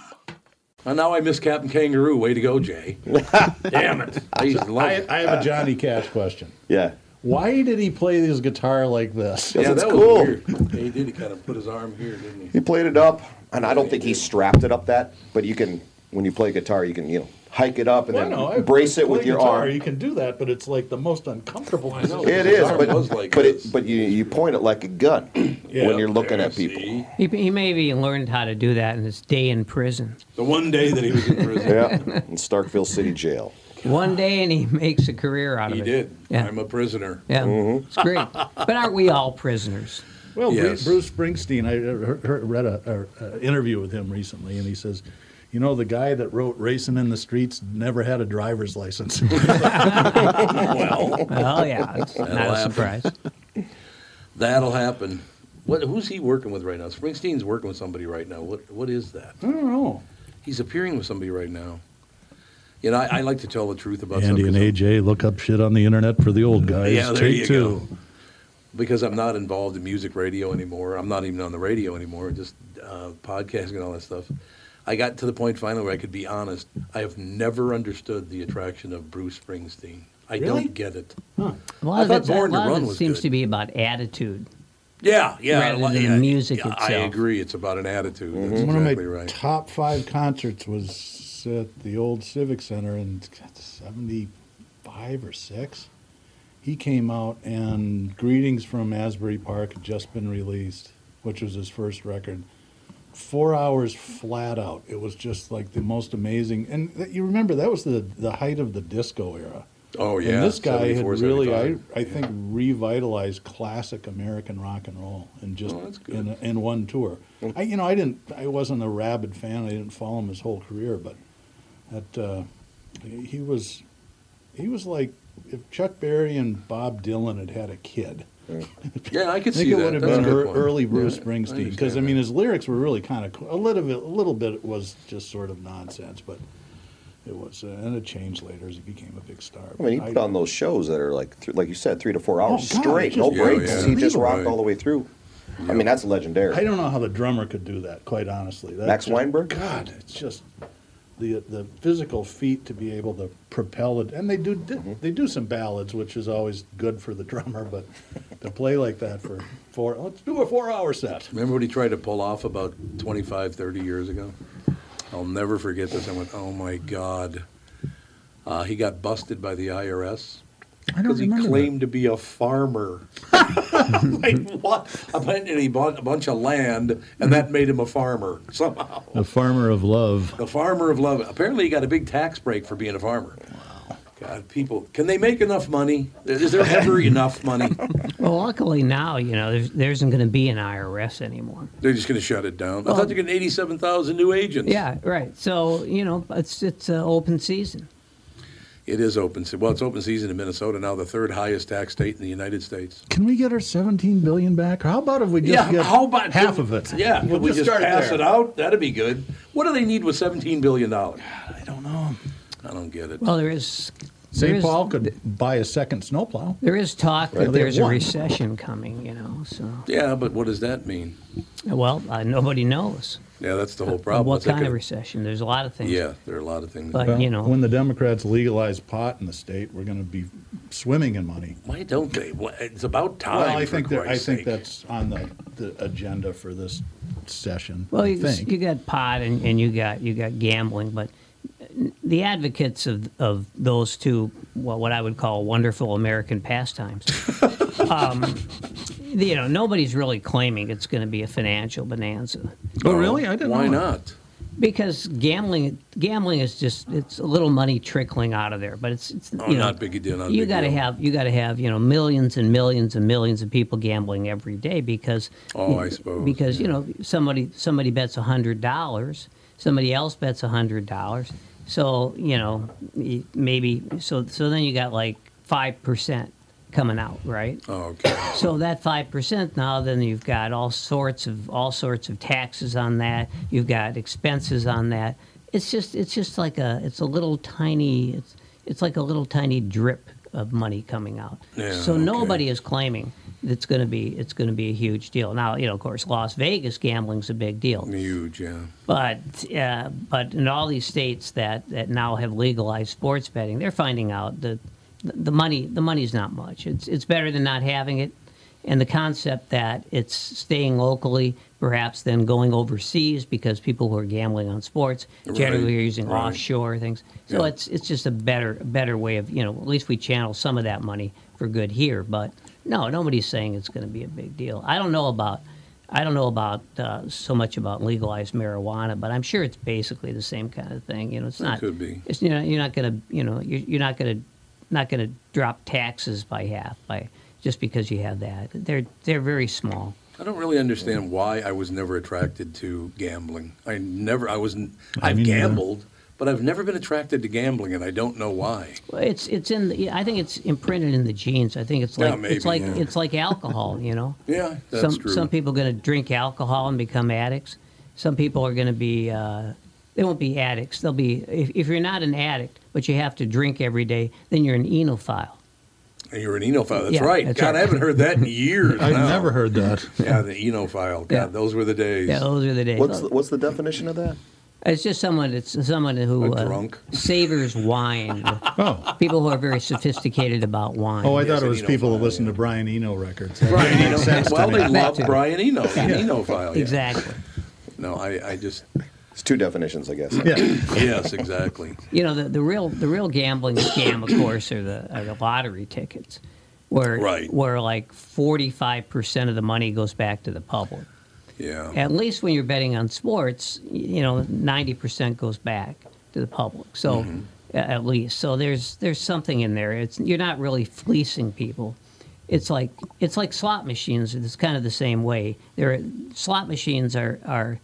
Speaker 1: And now I miss Captain Kangaroo. Way to go, Jay. Damn it. I used to love
Speaker 2: I,
Speaker 1: it.
Speaker 2: I have a Johnny Cash question.
Speaker 6: Yeah.
Speaker 2: Why did he play his guitar like this?
Speaker 6: Yeah, it's
Speaker 1: that
Speaker 6: cool.
Speaker 1: was weird. He did. He kind of put his arm here, didn't he?
Speaker 6: He played it up, and I don't think he strapped it up that, but you can, when you play guitar, you can, you know, hike it up and
Speaker 2: Well,
Speaker 6: then
Speaker 2: no, I-
Speaker 6: brace it with
Speaker 2: play
Speaker 6: your
Speaker 2: guitar,
Speaker 6: arm.
Speaker 2: You can do that, but it's like the most uncomfortable. I
Speaker 1: know.
Speaker 6: It
Speaker 1: His
Speaker 6: is,
Speaker 1: arm
Speaker 6: but
Speaker 1: was like
Speaker 6: but,
Speaker 1: this.
Speaker 6: it, but you, you point it like a gun [clears throat]
Speaker 2: Yeah,
Speaker 6: when you're looking
Speaker 1: There,
Speaker 6: at people.
Speaker 1: see?
Speaker 4: He, he maybe learned how to do that in his day in prison.
Speaker 1: The one day that he was in prison.
Speaker 6: Yeah, in Starkville City Jail.
Speaker 4: One day, and he makes a career out of
Speaker 1: He
Speaker 4: it.
Speaker 1: did.
Speaker 4: Yeah.
Speaker 1: I'm a prisoner. Mm-hmm.
Speaker 4: yeah. It's great. But aren't we all prisoners?
Speaker 2: Well, Bru-
Speaker 1: Yes.
Speaker 2: Bruce Springsteen, I heard, heard- read a, a, a interview with him recently, and he says, "You know, the guy that wrote Racing in the Streets never had a driver's [laughs] license."
Speaker 4: Well, yeah. It's not
Speaker 1: That'll
Speaker 4: a
Speaker 1: happen.
Speaker 4: surprise.
Speaker 1: That'll happen. What, who's he working with right now? Springsteen's working with somebody right now. What What is that?
Speaker 2: I don't know.
Speaker 1: He's appearing with somebody right now. You know, I, I like to tell the truth about
Speaker 2: Andy and
Speaker 1: stuff 'cause I'm-
Speaker 2: AJ look up shit on the internet for the old guys.
Speaker 1: Yeah, there
Speaker 2: Take
Speaker 1: you
Speaker 2: two.
Speaker 1: go. because I'm not involved in music radio anymore. I'm not even on the radio anymore, just uh, podcasting and all that stuff. I got to the point finally where I could be honest. I have never understood the attraction of Bruce Springsteen. I
Speaker 2: Really?
Speaker 1: don't get it.
Speaker 4: A lot
Speaker 1: I
Speaker 4: of
Speaker 1: thought
Speaker 4: it,
Speaker 1: Born
Speaker 4: a
Speaker 1: to
Speaker 4: lot of
Speaker 1: Run
Speaker 4: it
Speaker 1: was
Speaker 4: seems
Speaker 1: good.
Speaker 4: to be about attitude.
Speaker 1: Yeah, yeah.
Speaker 4: Rather
Speaker 1: I li-
Speaker 4: than
Speaker 1: yeah,
Speaker 4: music
Speaker 1: yeah, I
Speaker 4: itself.
Speaker 1: agree. It's about an attitude. That's
Speaker 2: One
Speaker 1: exactly
Speaker 2: of my
Speaker 1: right.
Speaker 2: top five concerts was at the old Civic Center in '75 five or six. He came out and Greetings from Asbury Park had just been released, which was his first record. Four hours flat out. It was just like the most amazing. And th- you remember that was the, the height of the disco era.
Speaker 1: Oh,
Speaker 2: And
Speaker 1: yeah,
Speaker 2: this guy had
Speaker 1: 74,
Speaker 2: really, I,
Speaker 1: 75.
Speaker 2: I think, revitalized classic American rock and roll in just
Speaker 1: Oh,
Speaker 2: in, in one tour. I, you know, I didn't, I wasn't a rabid fan. I didn't follow him his whole career, but that uh, he was, he was like if Chuck Berry and Bob Dylan had had a kid.
Speaker 1: Yeah,
Speaker 2: [laughs]
Speaker 1: I could
Speaker 2: think
Speaker 1: see
Speaker 2: it
Speaker 1: that.
Speaker 2: would have
Speaker 1: That's
Speaker 2: been
Speaker 1: a good
Speaker 2: ear-
Speaker 1: point.
Speaker 2: early Bruce
Speaker 1: Yeah, I
Speaker 2: Springsteen
Speaker 1: understand
Speaker 2: because I
Speaker 1: that.
Speaker 2: mean his lyrics were really kind of a little bit, a little bit was just sort of nonsense, but it was, uh, and it changed later as he became a big star.
Speaker 6: I mean, he
Speaker 2: But
Speaker 6: put on those shows that are like, th- like you said, three to four hours
Speaker 2: Oh, God,
Speaker 6: straight,
Speaker 2: just
Speaker 6: no
Speaker 2: yeah,
Speaker 6: breaks.
Speaker 2: yeah.
Speaker 6: He just rocked
Speaker 2: Unbelievable.
Speaker 6: all the way through. I mean, that's legendary.
Speaker 2: I don't know how the drummer could do that, quite honestly. That's
Speaker 6: Max
Speaker 2: just-
Speaker 6: Weinberg?
Speaker 2: God, it's just the the physical feat to be able to propel it. And they do
Speaker 6: Mm-hmm.
Speaker 2: they do some ballads, which is always good for the [laughs] drummer, but to play like that for four, let's do a four hour set.
Speaker 1: Remember what he tried to pull off about 25, 30 years ago? I'll never forget this. I went, oh my God. Uh, he got busted by the IRS
Speaker 10: I don't
Speaker 1: because he
Speaker 10: remember that.
Speaker 1: claimed to be a farmer. [laughs] like, what? And he bought a bunch of land, and that made him a farmer somehow.
Speaker 2: A farmer of love.
Speaker 1: The farmer of love. Apparently, he got a big tax break for being a farmer. God, people, can they make enough money? Is there
Speaker 10: [laughs]
Speaker 1: ever enough money?
Speaker 4: Well, luckily now, you know, there's, there isn't going to be an IRS anymore.
Speaker 1: They're just going to shut it down. I
Speaker 4: Well-
Speaker 1: thought they were getting 87,000 new agents.
Speaker 4: Yeah, right. So, you know, it's it's uh, open season.
Speaker 1: It is open. se- Well, it's open season in Minnesota now, the third highest tax state in the United States.
Speaker 2: Can we get our 17 billion back? Or how about if we just
Speaker 1: yeah,
Speaker 2: get
Speaker 1: how about
Speaker 2: half of it?
Speaker 1: Yeah,
Speaker 2: we'll
Speaker 1: we
Speaker 2: just,
Speaker 1: just,
Speaker 2: start
Speaker 1: pass
Speaker 2: there.
Speaker 1: it out. That'd be good. What do they need with 17 billion dollars? I don't know. I don't get it.
Speaker 4: Well, there is. there
Speaker 2: St.
Speaker 4: is-
Speaker 2: Paul could buy a second snowplow.
Speaker 4: There is talk
Speaker 2: Right,
Speaker 4: that
Speaker 2: they have
Speaker 4: there's a
Speaker 2: one.
Speaker 4: recession coming, you know. So,
Speaker 1: yeah, but what does that mean?
Speaker 4: well, uh, nobody knows
Speaker 1: Yeah, that's the whole
Speaker 4: uh,
Speaker 1: problem.
Speaker 4: what
Speaker 1: What's that
Speaker 4: kind of
Speaker 1: gonna-
Speaker 4: recession. There's a lot of things.
Speaker 1: Yeah, there are a lot of things.
Speaker 4: But, you know-
Speaker 2: when the Democrats legalize pot in the state, we're going to be swimming in money.
Speaker 1: why don't they? Why- It's about time.
Speaker 2: Well, I
Speaker 1: for
Speaker 2: think that, I
Speaker 1: Christ's
Speaker 2: think
Speaker 1: sake.
Speaker 2: that's on the, the agenda for this session.
Speaker 4: Well,
Speaker 2: I
Speaker 4: you,
Speaker 2: think.
Speaker 4: you got pot and, and you got you got gambling, but the advocates of of those two, well, what I would call wonderful American
Speaker 2: [laughs]
Speaker 4: pastimes, um, you know, nobody's really claiming it's going to be a financial bonanza
Speaker 2: Oh, really? I didn't
Speaker 1: Why
Speaker 2: know.
Speaker 1: not?
Speaker 4: because gambling gambling is just it's a little money trickling out of there, but it's, it's
Speaker 1: Oh,
Speaker 4: you know
Speaker 1: not big a deal. Not a
Speaker 4: you
Speaker 1: big
Speaker 4: got to
Speaker 1: deal.
Speaker 4: have you got to have you know millions and millions and millions of people gambling every day because
Speaker 1: Oh, I suppose,
Speaker 4: because you know somebody somebody bets a hundred dollars, somebody else bets a hundred dollars, so you know y- maybe so so then you got like five percent coming out, right?
Speaker 1: Oh, okay.
Speaker 4: So that five percent now, then you've got all sorts of all sorts of taxes on that. You've got expenses on that. It's just it's just like a it's a little tiny it's it's like a little tiny drip of money coming out.
Speaker 11: Yeah,
Speaker 4: so
Speaker 11: okay.
Speaker 4: nobody is claiming that's going to be it's going to be a huge deal. Now you know, of course, Las Vegas gambling's a big deal.
Speaker 1: Huge, yeah.
Speaker 4: But uh, but in all these states that, that now have legalized sports betting, they're finding out that the money the money's not much. It's it's better than not having it, and the concept that it's staying locally, perhaps than going overseas because people who are gambling on sports generally
Speaker 11: Right,
Speaker 4: are using
Speaker 11: right.
Speaker 4: offshore things. So
Speaker 11: Yeah.
Speaker 4: it's it's just a better better way of you know at least we channel some of that money for good here. But no, nobody's saying it's going to be a big deal. I don't know about I don't know about uh, so much about legalized marijuana, but I'm sure it's basically the same kind of thing. You know, it's
Speaker 1: It
Speaker 4: not.
Speaker 1: could be.
Speaker 4: It's, you know, you're not going to you know you're, you're not going to not going to drop taxes by half by just because you have that. They're they're very small.
Speaker 1: I don't really understand why I was never attracted to gambling. I never, I wasn't, I've
Speaker 4: mean, uh,
Speaker 1: gambled, but I've never been attracted to gambling, and I don't know why.
Speaker 4: Well, it's it's in. The, I think it's imprinted in the genes. I think it's
Speaker 1: Yeah,
Speaker 4: like
Speaker 1: maybe,
Speaker 4: it's like
Speaker 1: yeah.
Speaker 4: it's like alcohol. You
Speaker 1: [laughs]
Speaker 4: know.
Speaker 1: Yeah, that's
Speaker 4: some
Speaker 1: true.
Speaker 4: some people are going to drink alcohol and become addicts. Some people are going to be. Uh, they won't be addicts. They'll be if, if you're not an addict, but you have to drink every day, then you're an enophile.
Speaker 1: And you're an enophile. That's
Speaker 4: Yeah,
Speaker 1: right.
Speaker 4: that's
Speaker 1: God,
Speaker 4: right.
Speaker 1: I haven't heard
Speaker 4: [laughs]
Speaker 1: that in years.
Speaker 4: I've
Speaker 1: now.
Speaker 4: never
Speaker 2: heard that.
Speaker 1: [laughs] Yeah, the enophile. God,
Speaker 4: Yeah.
Speaker 1: those were the days.
Speaker 4: Yeah, those are the days.
Speaker 6: What's the, what's the definition of that?
Speaker 4: It's just someone. It's someone who
Speaker 6: A
Speaker 4: uh,
Speaker 6: drunk?
Speaker 4: savors
Speaker 6: [laughs]
Speaker 4: wine. oh. People who are very sophisticated about wine.
Speaker 2: Oh, I thought it was people that listen to Brian Eno records. [laughs] That
Speaker 4: Brian
Speaker 2: makes
Speaker 4: Eno.
Speaker 2: sense to
Speaker 1: well,
Speaker 2: me.
Speaker 1: they love Brian Eno,
Speaker 2: Yeah.
Speaker 1: enophile. yeah.
Speaker 4: Exactly.
Speaker 1: No, I, I just,
Speaker 6: It's two definitions, I guess.
Speaker 1: Yeah. [coughs] Yes, exactly.
Speaker 4: You know, the, the real the real gambling scam, of course, are the are the lottery tickets, where where like forty five percent of the money goes back to the public.
Speaker 1: Yeah.
Speaker 4: At least when you're betting on sports, y- you know, ninety percent goes back to the public. So
Speaker 11: Mhm.
Speaker 1: Mm-hmm.
Speaker 4: a- at least, so there's there's something in there. It's you're not really fleecing people. It's like it's like slot machines. It's kind of the same way. They're slot machines are are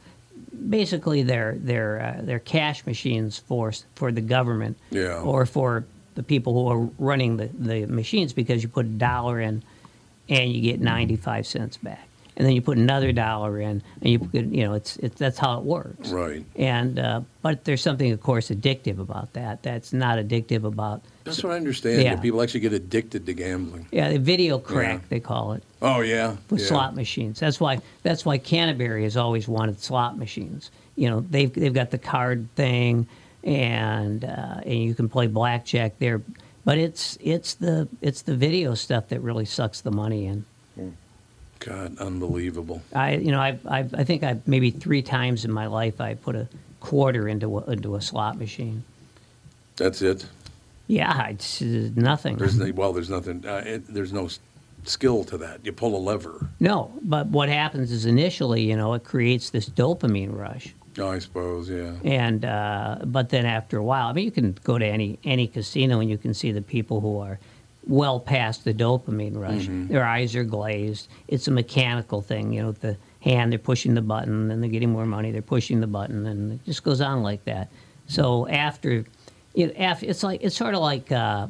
Speaker 4: basically they're they're uh, they're cash machines for s- for the government
Speaker 1: Yeah.
Speaker 4: or for the people who are running the, the machines because you put a dollar in and you get 95 cents back and then you put another dollar in and you put, you know it's it, that's how it works
Speaker 1: Right.
Speaker 4: and uh, but there's something of course addictive about that that's not addictive about
Speaker 1: That's what I understand.
Speaker 4: Yeah.
Speaker 1: That people actually get addicted to gambling.
Speaker 4: yeah the video crack
Speaker 1: Yeah.
Speaker 4: they call it
Speaker 1: Oh yeah.
Speaker 4: with
Speaker 1: yeah.
Speaker 4: slot machines. That's why that's why Canterbury has always wanted slot machines. You know, they've they've got the card thing, and uh, and you can play blackjack there. But it's it's the it's the video stuff that really sucks the money in.
Speaker 1: God, unbelievable.
Speaker 4: I you know I I I think I maybe three times in my life I put a quarter into a, into a slot machine.
Speaker 1: That's it.
Speaker 4: Yeah, it's uh, nothing.
Speaker 1: There's no- well, there's nothing. Uh, it, there's no s- skill to that. You pull a lever.
Speaker 4: No, but what happens is initially, you know, it creates this dopamine rush.
Speaker 1: Oh, I suppose. Yeah.
Speaker 4: and uh, but then after a while, I mean, you can go to any any casino and you can see the people who are well past the dopamine rush.
Speaker 1: Mm-hmm.
Speaker 11: Mhm.
Speaker 4: Their eyes are glazed. It's a mechanical thing, you know. With the hand, they're pushing the button, and they're getting more money. They're pushing the button, and it just goes on like that. So after, you know, after it's like it's sort of like uh,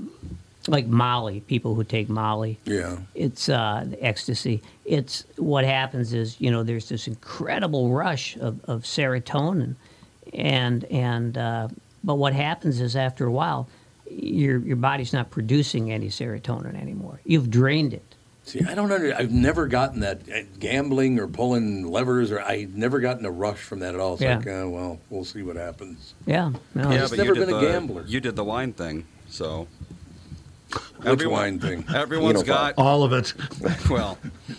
Speaker 4: like Molly. People who take Molly,
Speaker 1: Yeah.
Speaker 4: it's uh, the ecstasy. It's what happens is you know there's this incredible rush of, of serotonin, and and uh, but what happens is after a while, your your body's not producing any serotonin anymore. You've drained it.
Speaker 1: See, I don't under. I've never gotten that uh, gambling or pulling levers, or I've never gotten a rush from that at all. It's
Speaker 4: Yeah.
Speaker 1: like, uh, well, we'll see what happens.
Speaker 4: Yeah, no,
Speaker 5: yeah,
Speaker 4: it's-
Speaker 5: but
Speaker 1: never
Speaker 5: you did
Speaker 1: been a
Speaker 5: the-
Speaker 1: gambler.
Speaker 5: You did the wine thing, so.
Speaker 1: Which wine thing?
Speaker 5: [laughs] Everyone's got
Speaker 2: all of it.
Speaker 5: [laughs] well,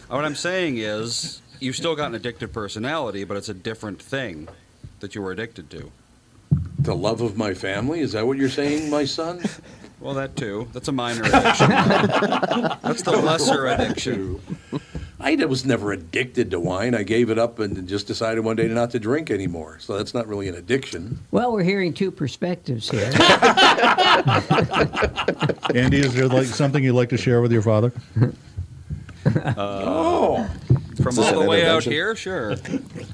Speaker 5: what I'm saying is you've still got an addictive personality, but it's a different thing that you were addicted to.
Speaker 1: The love of my family? Is that what you're saying, my son?
Speaker 5: [laughs] Well, that too. That's a minor
Speaker 1: [laughs]
Speaker 5: addiction. That's the lesser addiction.
Speaker 1: I was never addicted to wine. I gave it up and just decided one day not to drink anymore. So that's not really an addiction.
Speaker 4: Well, we're hearing two perspectives
Speaker 6: [laughs]
Speaker 4: here.
Speaker 2: Andy, is there like something you'd like to share with your father?
Speaker 1: oh.
Speaker 5: Uh, From
Speaker 2: all the
Speaker 5: way out here? Sure.
Speaker 1: [laughs]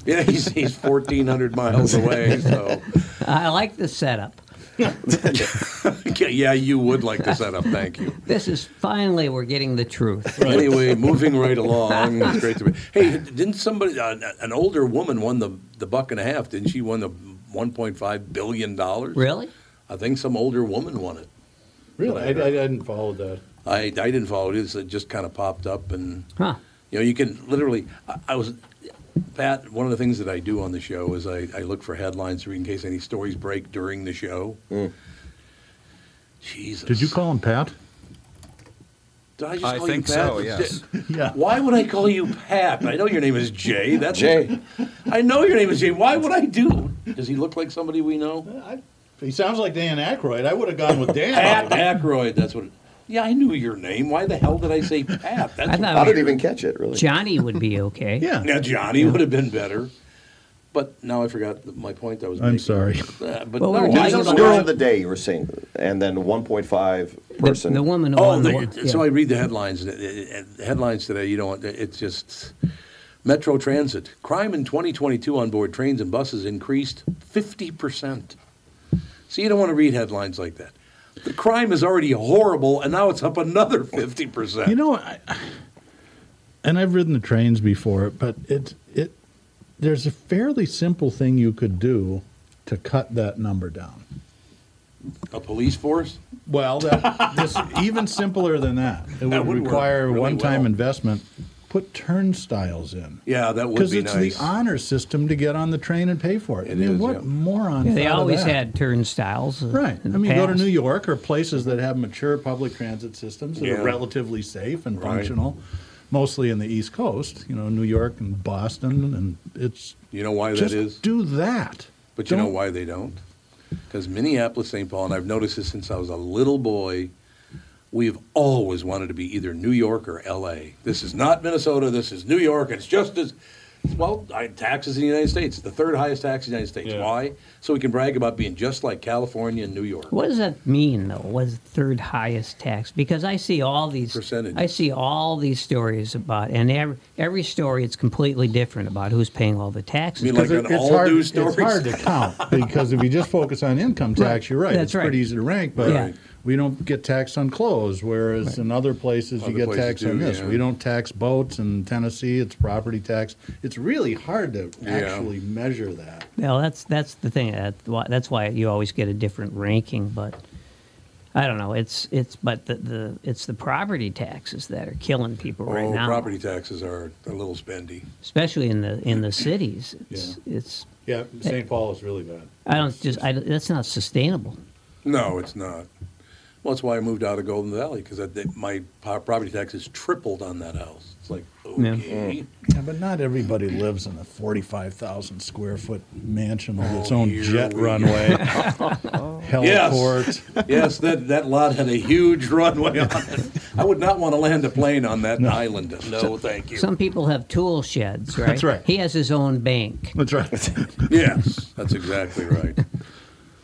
Speaker 1: Yeah, he's, he's 1,400 miles away. So, [laughs]
Speaker 4: I like the setup.
Speaker 1: yeah, you would like the setup. Thank
Speaker 5: [laughs]
Speaker 1: you.
Speaker 4: This is finally we're getting the truth.
Speaker 1: Anyway, moving right
Speaker 4: [laughs]
Speaker 1: along. It's great to be. Hey, didn't somebody, uh, an older woman, won the the buck and a half? Didn't she win the 1.5 billion dollars?
Speaker 4: Really?
Speaker 1: I think some older woman won it.
Speaker 2: Really? I, I didn't follow that.
Speaker 1: I I didn't follow it. It's- It just kind of popped up and.
Speaker 4: Huh.
Speaker 1: You know, you can literally. I, I was Pat. One of the things that I do on the show is I, I look for headlines in case any stories break during the show. Jesus.
Speaker 2: Did you call him Pat?
Speaker 1: Did I just
Speaker 5: I
Speaker 1: call
Speaker 5: think
Speaker 1: you Pat?
Speaker 5: so, yes.
Speaker 2: Yeah.
Speaker 1: Why would I call you Pat? I know your name is Jay. That's
Speaker 2: Jay.
Speaker 1: I know your name is Jay. Why would I do? Does he look like somebody we know?
Speaker 2: Uh, He sounds like Dan Aykroyd. I would have gone with Dan.
Speaker 1: Pat Aykroyd. That's what. It, yeah, I knew your name. Why the hell did I say Pat? That's
Speaker 4: I thought
Speaker 1: weird.
Speaker 4: we-
Speaker 6: catch it, really.
Speaker 4: Johnny would be okay.
Speaker 2: Yeah.
Speaker 1: Now Johnny would have been better. But now I forgot th- my point. I was.
Speaker 6: I'm
Speaker 1: making.
Speaker 6: sorry.
Speaker 1: Uh, but
Speaker 6: Well,
Speaker 1: no,
Speaker 6: we
Speaker 1: I don't know.
Speaker 6: of the day you were saying, and then 1.5 person.
Speaker 4: the woman who
Speaker 1: Oh,
Speaker 4: won the
Speaker 1: the,
Speaker 4: one-
Speaker 1: so
Speaker 4: yeah.
Speaker 1: I read the headlines. and it- it- Headlines today, you know, it's just Metro Transit crime in 2022 on board trains and buses increased 50 percent. So you don't want to read headlines like that. The crime is already horrible, and now it's up another 50 percent.
Speaker 2: You know, I, and I've ridden the trains before, but it it there's a fairly simple thing you could do to cut that number
Speaker 1: [laughs]
Speaker 2: down.
Speaker 1: a police force.
Speaker 2: Well, that, this, even simpler than that, it
Speaker 1: That
Speaker 2: would,
Speaker 1: would work
Speaker 2: require
Speaker 1: really
Speaker 2: one-time
Speaker 1: well.
Speaker 2: investment. Put turnstiles in.
Speaker 1: Yeah, that would
Speaker 2: Because
Speaker 1: be
Speaker 2: it's
Speaker 1: nice.
Speaker 2: the honor system to get on the train and pay for it. I mean,
Speaker 4: is,
Speaker 2: what
Speaker 4: yeah.
Speaker 2: moron?
Speaker 4: Yeah, they
Speaker 2: thought of
Speaker 4: always
Speaker 2: that?
Speaker 4: had turnstiles. uh,
Speaker 2: Right. I
Speaker 4: in the
Speaker 2: mean, go to
Speaker 4: past.
Speaker 2: New York or places that have mature public transit systems that
Speaker 4: Yeah.
Speaker 2: are relatively safe and
Speaker 1: Right.
Speaker 2: functional, mostly in the East Coast, you know, New York and Boston. And it's
Speaker 1: You know why
Speaker 2: just
Speaker 1: that is?
Speaker 2: do that.
Speaker 1: But you know
Speaker 12: Don't-
Speaker 1: why they don't? Because Minneapolis, St. Paul, and I've noticed this since I was a little boy, we've always wanted to be either New York or LA. This is not Minnesota, this is New York, it's just as well, I, taxes in the United States, the third highest tax in the United States. Why? So we can brag about being just like California and New York.
Speaker 4: What does that mean, though? Was third highest tax? Because I see all these I see all these stories about, and every, every story it's completely different about who's paying all the taxes.
Speaker 1: You mean like
Speaker 4: 'Cause
Speaker 1: an all
Speaker 2: hard,
Speaker 1: due
Speaker 2: it's
Speaker 1: stories.
Speaker 2: hard to
Speaker 4: [laughs]
Speaker 2: count
Speaker 1: [laughs]
Speaker 2: because if you just focus on income tax,
Speaker 4: Right.
Speaker 2: you're right.
Speaker 4: That's
Speaker 2: it's
Speaker 4: right.
Speaker 2: pretty easy to rank, but
Speaker 4: Yeah.
Speaker 2: we don't get taxed on clothes, whereas in other places
Speaker 1: Other
Speaker 2: you get
Speaker 1: places
Speaker 2: taxed
Speaker 1: do,
Speaker 2: on this.
Speaker 1: yeah.
Speaker 2: We don't tax boats in Tennessee; it's property tax. It's really hard to
Speaker 4: Yeah.
Speaker 2: actually measure that.
Speaker 4: No, that's that's the thing. That- why- That's why you always get a different ranking. But I don't know. It's it's but the, the it's the property taxes that are killing people right
Speaker 1: oh,
Speaker 4: now,
Speaker 1: property taxes are a little spendy.
Speaker 4: especially in the in the cities. It's it's
Speaker 2: Yeah, St. Paul is really bad.
Speaker 4: I don't just I, that's not sustainable.
Speaker 1: No, it's not. Well, that's why I moved out of Golden Valley because my po- property taxes tripled on that house. It's like okay.
Speaker 2: Yeah, but not everybody lives in a forty-five thousand square foot mansion with its
Speaker 1: Oh,
Speaker 2: own
Speaker 1: here
Speaker 2: jet
Speaker 1: we
Speaker 2: runway,
Speaker 1: go.
Speaker 2: [laughs] heliport.
Speaker 1: Yes, [laughs] yes that, that lot had a huge runway on it. I would not want to land a plane on that island. No, thank you.
Speaker 4: Some people have tool sheds, right?
Speaker 1: That's right.
Speaker 4: He has his own bank.
Speaker 2: That's
Speaker 6: [laughs]
Speaker 2: right.
Speaker 1: yes, that's exactly right.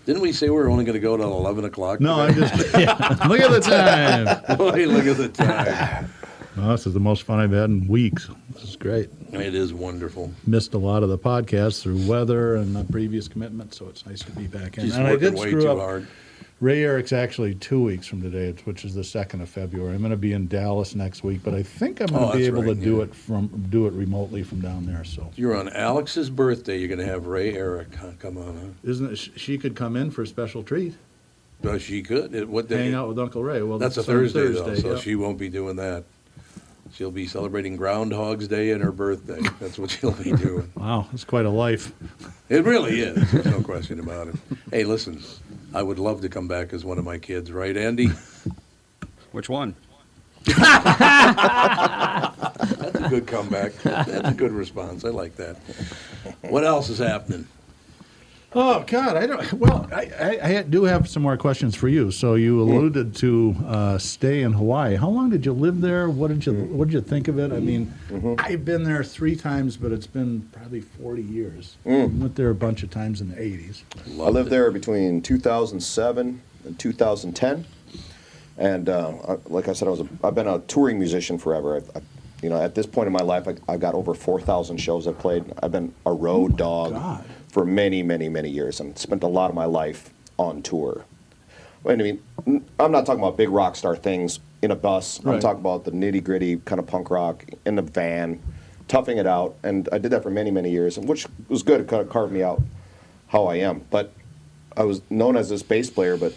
Speaker 1: Didn't we say we were only going to go till 11 o'clock?
Speaker 2: No, I'm just
Speaker 1: [laughs]
Speaker 2: kidding. [laughs] Look at the time.
Speaker 1: Boy, look at the time.
Speaker 2: Well, this is the most fun I've had in weeks. This is great.
Speaker 1: It is wonderful.
Speaker 2: Missed a lot of the podcasts through weather and a previous commitment, so it's nice to be back in.
Speaker 1: He's
Speaker 2: and I
Speaker 1: working
Speaker 2: did
Speaker 1: way
Speaker 2: screw
Speaker 1: too
Speaker 2: up.
Speaker 1: hard.
Speaker 2: Ray Eric's actually two weeks from today, which is the second of February. I'm going to be in Dallas next week, but I think I'm going
Speaker 1: Oh,
Speaker 2: to be
Speaker 1: that's
Speaker 2: able
Speaker 1: right,
Speaker 2: to do
Speaker 1: yeah.
Speaker 2: it from do it remotely from down there. So
Speaker 1: You're on Alex's birthday. You're going to have Ray Eric huh? come on.
Speaker 2: isn't it, sh- she could come in for a special treat,
Speaker 1: Huh? Uh, she could. It, what day?
Speaker 2: hang out with Uncle Ray? Well,
Speaker 1: that's,
Speaker 2: that's
Speaker 1: a
Speaker 2: on
Speaker 1: Thursday, though, so
Speaker 2: yeah.
Speaker 1: she won't be doing that. She'll be celebrating Groundhog's Day and her birthday. That's what she'll be doing.
Speaker 2: wow, it's quite a life.
Speaker 1: It really is. There's no question about it. Hey, listen, I would love to come back as one of my kids, right, Andy?
Speaker 5: Which one?
Speaker 1: That's a good comeback. That's a good response. I like that. What else is happening?
Speaker 2: [laughs] Oh God, I don't. Well, I, I, I do have some more questions for you. So you alluded to uh, stay in Hawaii. How long did you live there? What did you
Speaker 1: Mm-hmm.
Speaker 2: What did you think of it? I mean, I've been there three times, but it's been probably forty years.
Speaker 1: Mm.
Speaker 2: Went there a bunch of times in the eighties.
Speaker 6: I lived there between 2007 and 2010, and uh, I, like I said, I was a, I've been a touring musician forever. I've, i you know, at this point in my life, I, I've got over 4,000 shows I've played. I've been a road dog for many, many, many years, and spent a lot of my life on tour. I mean, n- I'm not talking about big rock star things in a bus. I'm
Speaker 11: Right.
Speaker 6: talking about the nitty gritty kind of punk rock in the van, toughing it out. And I did that for many, many years, and which was good. It kind of carved me out how I am. But I was known as this bass player, but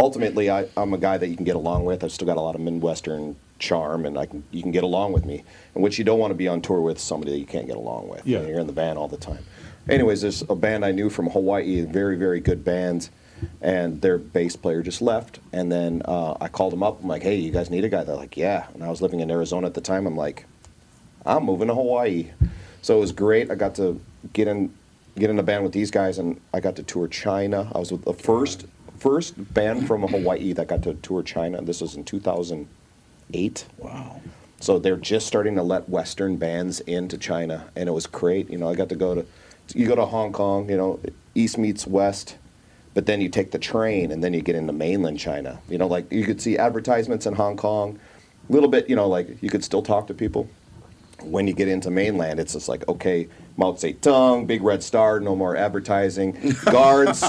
Speaker 6: ultimately, I, I'm a guy that you can get along with. I've still got a lot of Midwestern charm, and I can you can get along with me. And which you don't want to be on tour with somebody that you can't get along with.
Speaker 2: Yeah.
Speaker 6: you're in the van all the time. Anyways, there's a band I knew from Hawaii, a very very good band, and their bass player just left. And then uh, I called them up. I'm like, hey, you guys need a guy? They're like, yeah. And I was living in Arizona at the time. I'm like, I'm moving to Hawaii. So it was great. I got to get in get in a band with these guys and I got to tour China. I was with the first first band from Hawaii that got to tour China. This was in 2008. Wow. So they're just starting to let western bands into China and it was great. You know, I got to go to you go to Hong Kong, you know, east meets west. But then you take the train and then you get into mainland China. You know, like you could see advertisements in Hong Kong. A little bit, you know, like you could still talk to people when you get into mainland, it's just like, okay, Mao Zedong, big red star, no more advertising, guards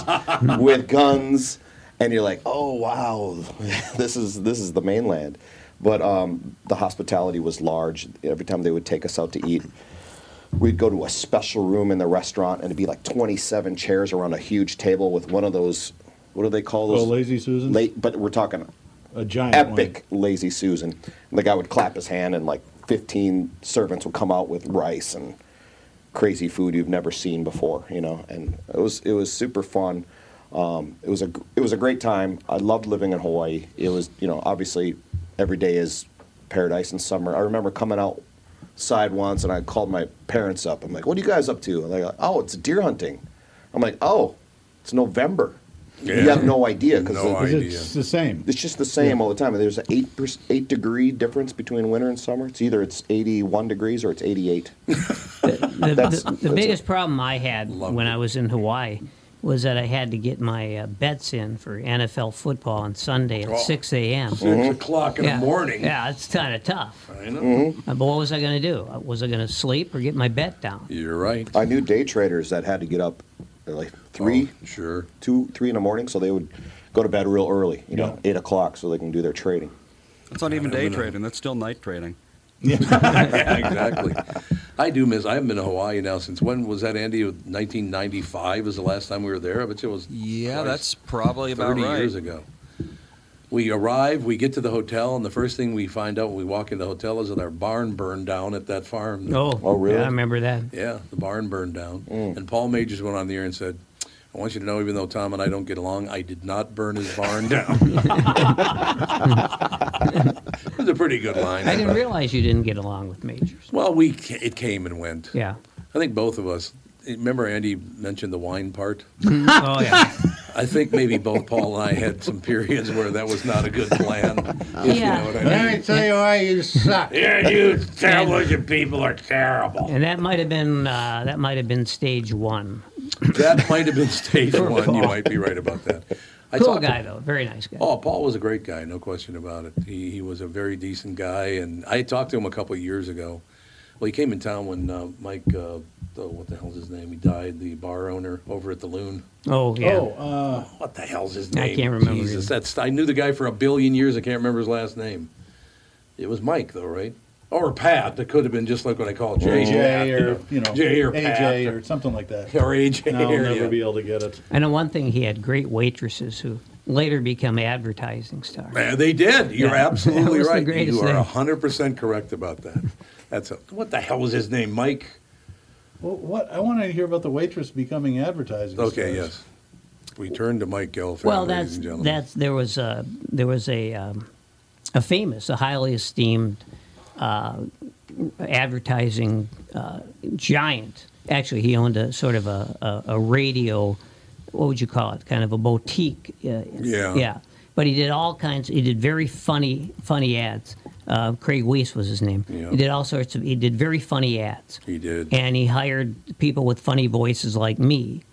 Speaker 6: with guns, and you're like, oh wow, [laughs] this is this is the mainland. But um, the hospitality was large. Every time they would take us out to eat, we'd go to a special room in the restaurant, and it'd be like 27 chairs around a huge table with one of those. What do they call those?
Speaker 2: Oh, lazy Susan.
Speaker 6: Late, but we're talking
Speaker 2: A giant
Speaker 6: epic lazy susan And the guy would clap his hand and like 15 servants would come out with rice and crazy food you've never seen before you know and it was it was super fun um, it was a gr- it was a great time i loved living in hawaii it was you know obviously every day is paradise in summer i remember coming outside once and i called my parents up i'm like what are you guys up to and they're like oh it's deer hunting I'm like, oh, it's November. You
Speaker 2: Yeah.
Speaker 6: have no idea because
Speaker 2: No It's the
Speaker 6: [laughs]
Speaker 2: same.
Speaker 6: It's just the same all the time. There's an eight per, eight degree difference between winter and summer. It's either it's 81 degrees or it's 88.
Speaker 4: the,
Speaker 6: That's-
Speaker 4: the,
Speaker 6: that's
Speaker 4: the
Speaker 6: it.
Speaker 4: biggest problem I had when I was in Hawaii was that I had to get my uh, bets in for NFL football on Sunday at
Speaker 1: Oh.
Speaker 4: 6 a.m.
Speaker 1: Six
Speaker 6: Mm-hmm.
Speaker 1: Mhm. o'clock in the
Speaker 4: Yeah.
Speaker 1: morning.
Speaker 4: Yeah, it's kind of tough.
Speaker 1: I know.
Speaker 6: Mm-hmm.
Speaker 4: Uh, But what was I going to do? Uh, Was I going to sleep or get my bet down?
Speaker 1: You're right.
Speaker 6: I knew day traders that had to get up at like three,
Speaker 1: Oh, sure,
Speaker 6: two, three in the morning, so they would go to bed real early. You know, eight o'clock, so they can do their trading.
Speaker 5: That's not even day
Speaker 1: uh,
Speaker 5: trading. That's still night trading.
Speaker 1: [laughs] yeah, exactly. I do miss. I haven't been to Hawaii now since when was that, Andy? 1995 is the last time we were there. I bet you it was.
Speaker 5: Yeah,
Speaker 1: Christ,
Speaker 5: that's probably about
Speaker 1: 30 years
Speaker 5: right.
Speaker 1: ago. We arrive, we get to the hotel, and the first thing we find out when we walk in the hotel is that our barn burned down at that farm.
Speaker 4: Oh, Yeah, I remember that.
Speaker 1: Yeah, the barn burned down.
Speaker 4: Mm.
Speaker 1: And Paul Majors went on the air and said, I want you to know, even though Tom and I don't get along, I did not burn his barn
Speaker 4: [laughs]
Speaker 1: down. [laughs] it was a pretty good line.
Speaker 4: I didn't
Speaker 1: thought.
Speaker 4: realize you didn't get along with Majors.
Speaker 1: Well, we ca- it came and went.
Speaker 4: Yeah.
Speaker 1: I think both of us. Remember, Andy mentioned the wine part.
Speaker 4: oh [laughs] yeah.
Speaker 1: [laughs] I think maybe both Paul and I had some periods where that was not a good plan. If
Speaker 4: Yeah.
Speaker 1: you know what I
Speaker 2: Let
Speaker 1: mean.
Speaker 2: me tell you why you suck.
Speaker 1: Yeah, [laughs] you terrible. You people are terrible.
Speaker 4: And that might have been uh, that might have been stage one.
Speaker 1: That might have been stage
Speaker 4: Poor
Speaker 1: one. You
Speaker 4: Paul.
Speaker 1: might be right about that.
Speaker 4: cool
Speaker 1: talked to-
Speaker 4: guy though, very nice guy.
Speaker 1: Oh, Paul was a great guy, no question about it. He, he was a very decent guy, and I talked to him a couple of years ago. Well, he came in town when uh, Mike, uh, oh, what the hell's his name? He died, the bar owner over at the Loon.
Speaker 4: Oh yeah.
Speaker 2: Oh, uh,
Speaker 1: what the hell's his
Speaker 4: I
Speaker 1: name?
Speaker 4: can't remember
Speaker 1: Jesus,
Speaker 4: either.
Speaker 1: that's I knew the guy for a billion years. I can't remember his last name. It was Mike, though, right? Or Pat. That could have been just like what I call Jay,
Speaker 2: Jay
Speaker 1: Pat,
Speaker 2: or you know
Speaker 1: Jay or Pat
Speaker 2: AJ or something like that.
Speaker 1: or AJ.
Speaker 2: And I'll
Speaker 1: or,
Speaker 2: never
Speaker 1: yeah.
Speaker 2: be able to get it.
Speaker 4: I know one thing. He had great waitresses who later become advertising stars.
Speaker 1: Yeah, Uh, they did. You're
Speaker 4: Yeah. [laughs] That
Speaker 1: absolutely
Speaker 4: was the
Speaker 1: right.
Speaker 4: greatest
Speaker 1: you are
Speaker 4: thing.
Speaker 1: 100% correct about that. That's a, what the hell was his name, Mike?
Speaker 2: Well, what I want to hear about the waitress becoming advertising.
Speaker 1: Okay,
Speaker 2: stars.
Speaker 1: yes. We turn to Mike Gelfand,
Speaker 4: Well,
Speaker 1: ladies
Speaker 4: that's
Speaker 1: and gentlemen.
Speaker 4: that's there was a there was a um, a famous, a highly esteemed uh, advertising uh, giant. Actually, he owned a sort of a, a, a radio. What would you call it? Kind of a boutique. Uh,
Speaker 1: Yeah.
Speaker 4: Yeah. But he did all kinds. He did very funny, funny ads. Uh, Craig Weiss was his name.
Speaker 1: Yeah.
Speaker 4: He did all sorts of. He did very funny ads.
Speaker 1: he did.
Speaker 4: and he hired people with funny voices like me.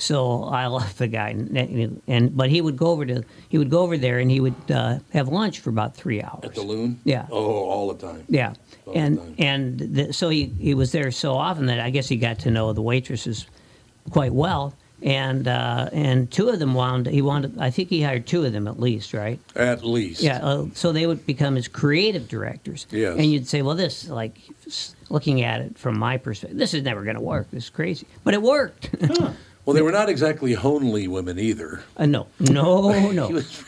Speaker 4: So I left the guy, and, and but he would go over to he would go over there and he would uh, have lunch for about three hours.
Speaker 1: At the Loon?
Speaker 4: Yeah.
Speaker 1: Oh, all the time.
Speaker 4: Yeah,
Speaker 1: All the
Speaker 4: and
Speaker 1: time.
Speaker 4: and the, so he, he was there so often that I guess he got to know the waitresses quite well, and uh, and two of them wound he wound up, I think he hired two of them at least, right?
Speaker 1: At least.
Speaker 4: Yeah, uh, so they would become his creative directors.
Speaker 1: Yes.
Speaker 4: And you'd say, well, this, like, s- looking at it from my perspective, this is never going to work. This is crazy. But it worked.
Speaker 1: Well, they were not exactly homely women either.
Speaker 4: Uh, no,
Speaker 1: [laughs]
Speaker 4: no,
Speaker 1: He
Speaker 4: no.
Speaker 1: was-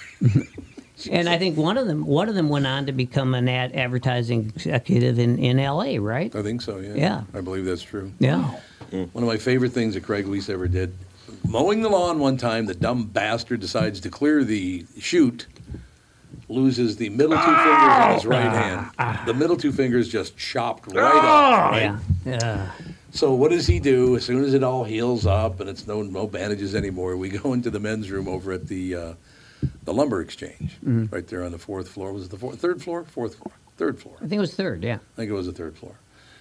Speaker 4: and I think one of them, one of them went on to become an ad advertising executive in, in L.A., right?
Speaker 1: I think so, yeah.
Speaker 4: Yeah.
Speaker 1: I believe that's true.
Speaker 4: Yeah.
Speaker 1: Mm. One of my favorite things that Craig Weiss ever did mowing the lawn one time, the dumb bastard decides to clear the chute, loses the middle two fingers on his right hand. the middle two fingers just chopped right off. right?
Speaker 4: Yeah. Yeah.
Speaker 1: So what does he do? As soon as it all heals up and it's no no bandages anymore, we [laughs] go into the men's room over at the uh, the lumber exchange,
Speaker 4: Mm-hmm.
Speaker 1: right there on the fourth floor. Was it the fourth, third floor, fourth floor, third floor?
Speaker 4: I think it was third. Yeah.
Speaker 1: I think it was the third floor.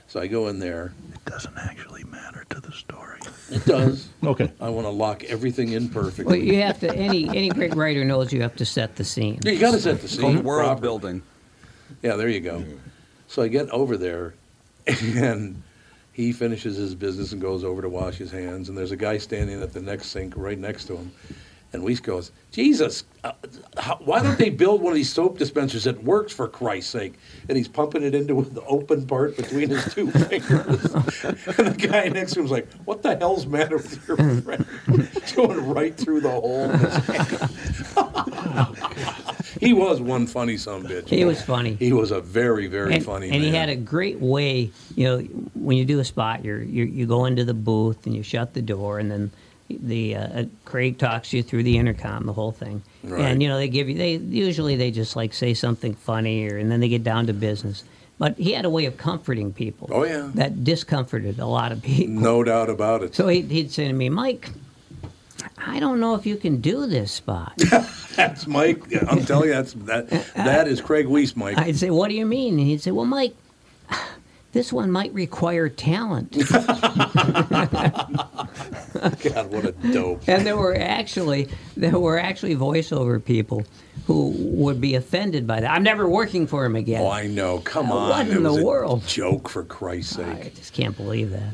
Speaker 1: So I go in there. It doesn't actually matter to the story. It does.
Speaker 2: Okay.
Speaker 1: I want to lock everything in perfectly.
Speaker 4: Well, you have to.
Speaker 1: [laughs]
Speaker 4: Any any great writer knows you have to set the scene.
Speaker 1: Yeah, you got to set the
Speaker 5: It's
Speaker 1: scene.
Speaker 5: called world
Speaker 1: properly.
Speaker 5: building.
Speaker 1: Yeah, there you go. So I get over there, [laughs] and he finishes his business and goes over to wash his hands. And there's a guy standing at the next sink right next to him. And Weiss goes, Jesus, uh, how, why don't they build one of these soap dispensers that works for Christ's sake? And he's pumping it into the open part between his two [laughs] fingers. and the guy next to him's like, What the hell's the matter with your friend? [laughs] it's going right through the hole. in his hand. [laughs] he was one funny son of a bitch.
Speaker 4: He was funny.
Speaker 1: He was a very, very
Speaker 4: and,
Speaker 1: funny man.
Speaker 4: and he had a great way you know when you do a spot you're, you you go into the booth and you shut the door and then the uh, craig talks you through the intercom the whole thing
Speaker 1: Right.
Speaker 4: and you know they give you they usually they just like say something funny or and then they get down to business but he had a way of comforting people
Speaker 1: Oh, yeah.
Speaker 4: that discomforted a lot of people
Speaker 1: no doubt about it.
Speaker 4: so he'd, he'd say to me mike I don't know if you can do this spot.
Speaker 1: That's Mike. I'm telling you, that's that. That is Craig Weiss,
Speaker 4: [laughs]
Speaker 1: Mike.
Speaker 4: I'd say, what do you mean? And he'd say, well, Mike, [sighs] this one might
Speaker 1: [laughs]
Speaker 4: require talent.
Speaker 1: God, what a dope.
Speaker 4: and there were actually there were actually voiceover people who would be offended by that. I'm never working for him again.
Speaker 1: Oh, I know. Come
Speaker 4: Uh,
Speaker 1: on.
Speaker 4: What
Speaker 1: It
Speaker 4: in the
Speaker 1: was a
Speaker 4: world?
Speaker 1: Joke for Christ's sake. I
Speaker 4: just can't believe that.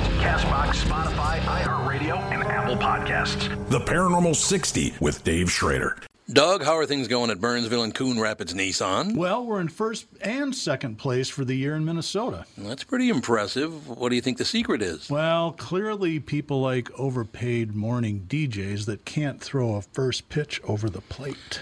Speaker 8: Castbox, Spotify, iHeartRadio, and Apple Podcasts.
Speaker 9: The Paranormal 60 with Dave Schrader.
Speaker 1: Doug, how are things going at Burnsville and Coon Rapids Nissan?
Speaker 12: Well, we're in first and second place for the year in Minnesota.
Speaker 1: That's pretty impressive. What do you think the secret is?
Speaker 12: Well, clearly, people like overpaid morning DJs that can't throw a first pitch over the plate.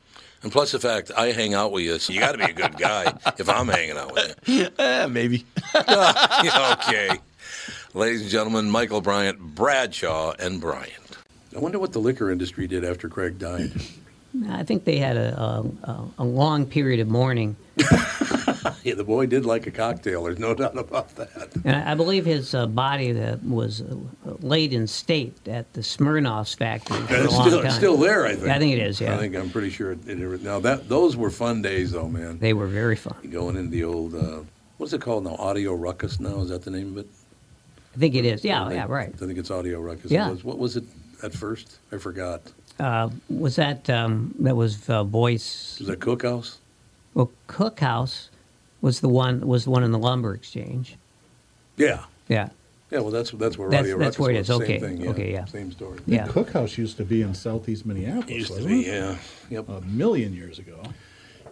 Speaker 1: And plus the fact I hang out with you, so you got to be a good [laughs] guy if I'm hanging out with
Speaker 3: Eh, [laughs]
Speaker 1: you.
Speaker 3: maybe.
Speaker 1: [laughs] okay. Ladies and gentlemen, Michael Bryant, Bradshaw, and Bryant. I wonder what the liquor industry did after Craig died. [laughs]
Speaker 4: I think they had a a, a, a long period of mourning,
Speaker 1: yeah, the boy did like a cocktail. There's no doubt about that.
Speaker 4: and I, I believe his uh, body that was uh, laid in state at the Smirnoff's factory for a
Speaker 1: It's
Speaker 4: long
Speaker 1: still,
Speaker 4: time.
Speaker 1: it's still there, I think.
Speaker 4: I think it is. Yeah,
Speaker 1: I think uh, I'm pretty sure it, it Now that those were fun days, though, man.
Speaker 4: They were very fun.
Speaker 1: Going into the old, uh, what's it called now? Audio Ruckus now is that the name of it?
Speaker 4: I think it is. Yeah, oh,
Speaker 1: I think,
Speaker 4: yeah, right.
Speaker 1: I think it's Audio Ruckus.
Speaker 4: Yeah.
Speaker 1: It was, what was it at first? I forgot.
Speaker 4: Uh, was that um, that was uh, voice?
Speaker 1: Was that Cookhouse?
Speaker 4: Well, Cookhouse was the one was the one in the lumber exchange.
Speaker 1: Yeah.
Speaker 4: Yeah.
Speaker 1: Yeah. Well, that's that's where
Speaker 4: That's-
Speaker 1: Audio
Speaker 4: that's
Speaker 1: Ruckus
Speaker 4: where it
Speaker 1: was.
Speaker 4: is.
Speaker 1: Same
Speaker 4: Okay.
Speaker 1: Thing, yeah.
Speaker 4: Okay, yeah.
Speaker 1: Same story.
Speaker 4: Yeah.
Speaker 2: The cookhouse used to be in southeast Minneapolis.
Speaker 1: Used to
Speaker 2: wasn't
Speaker 1: be.
Speaker 2: it?
Speaker 1: Yeah. Yep.
Speaker 2: A million years ago.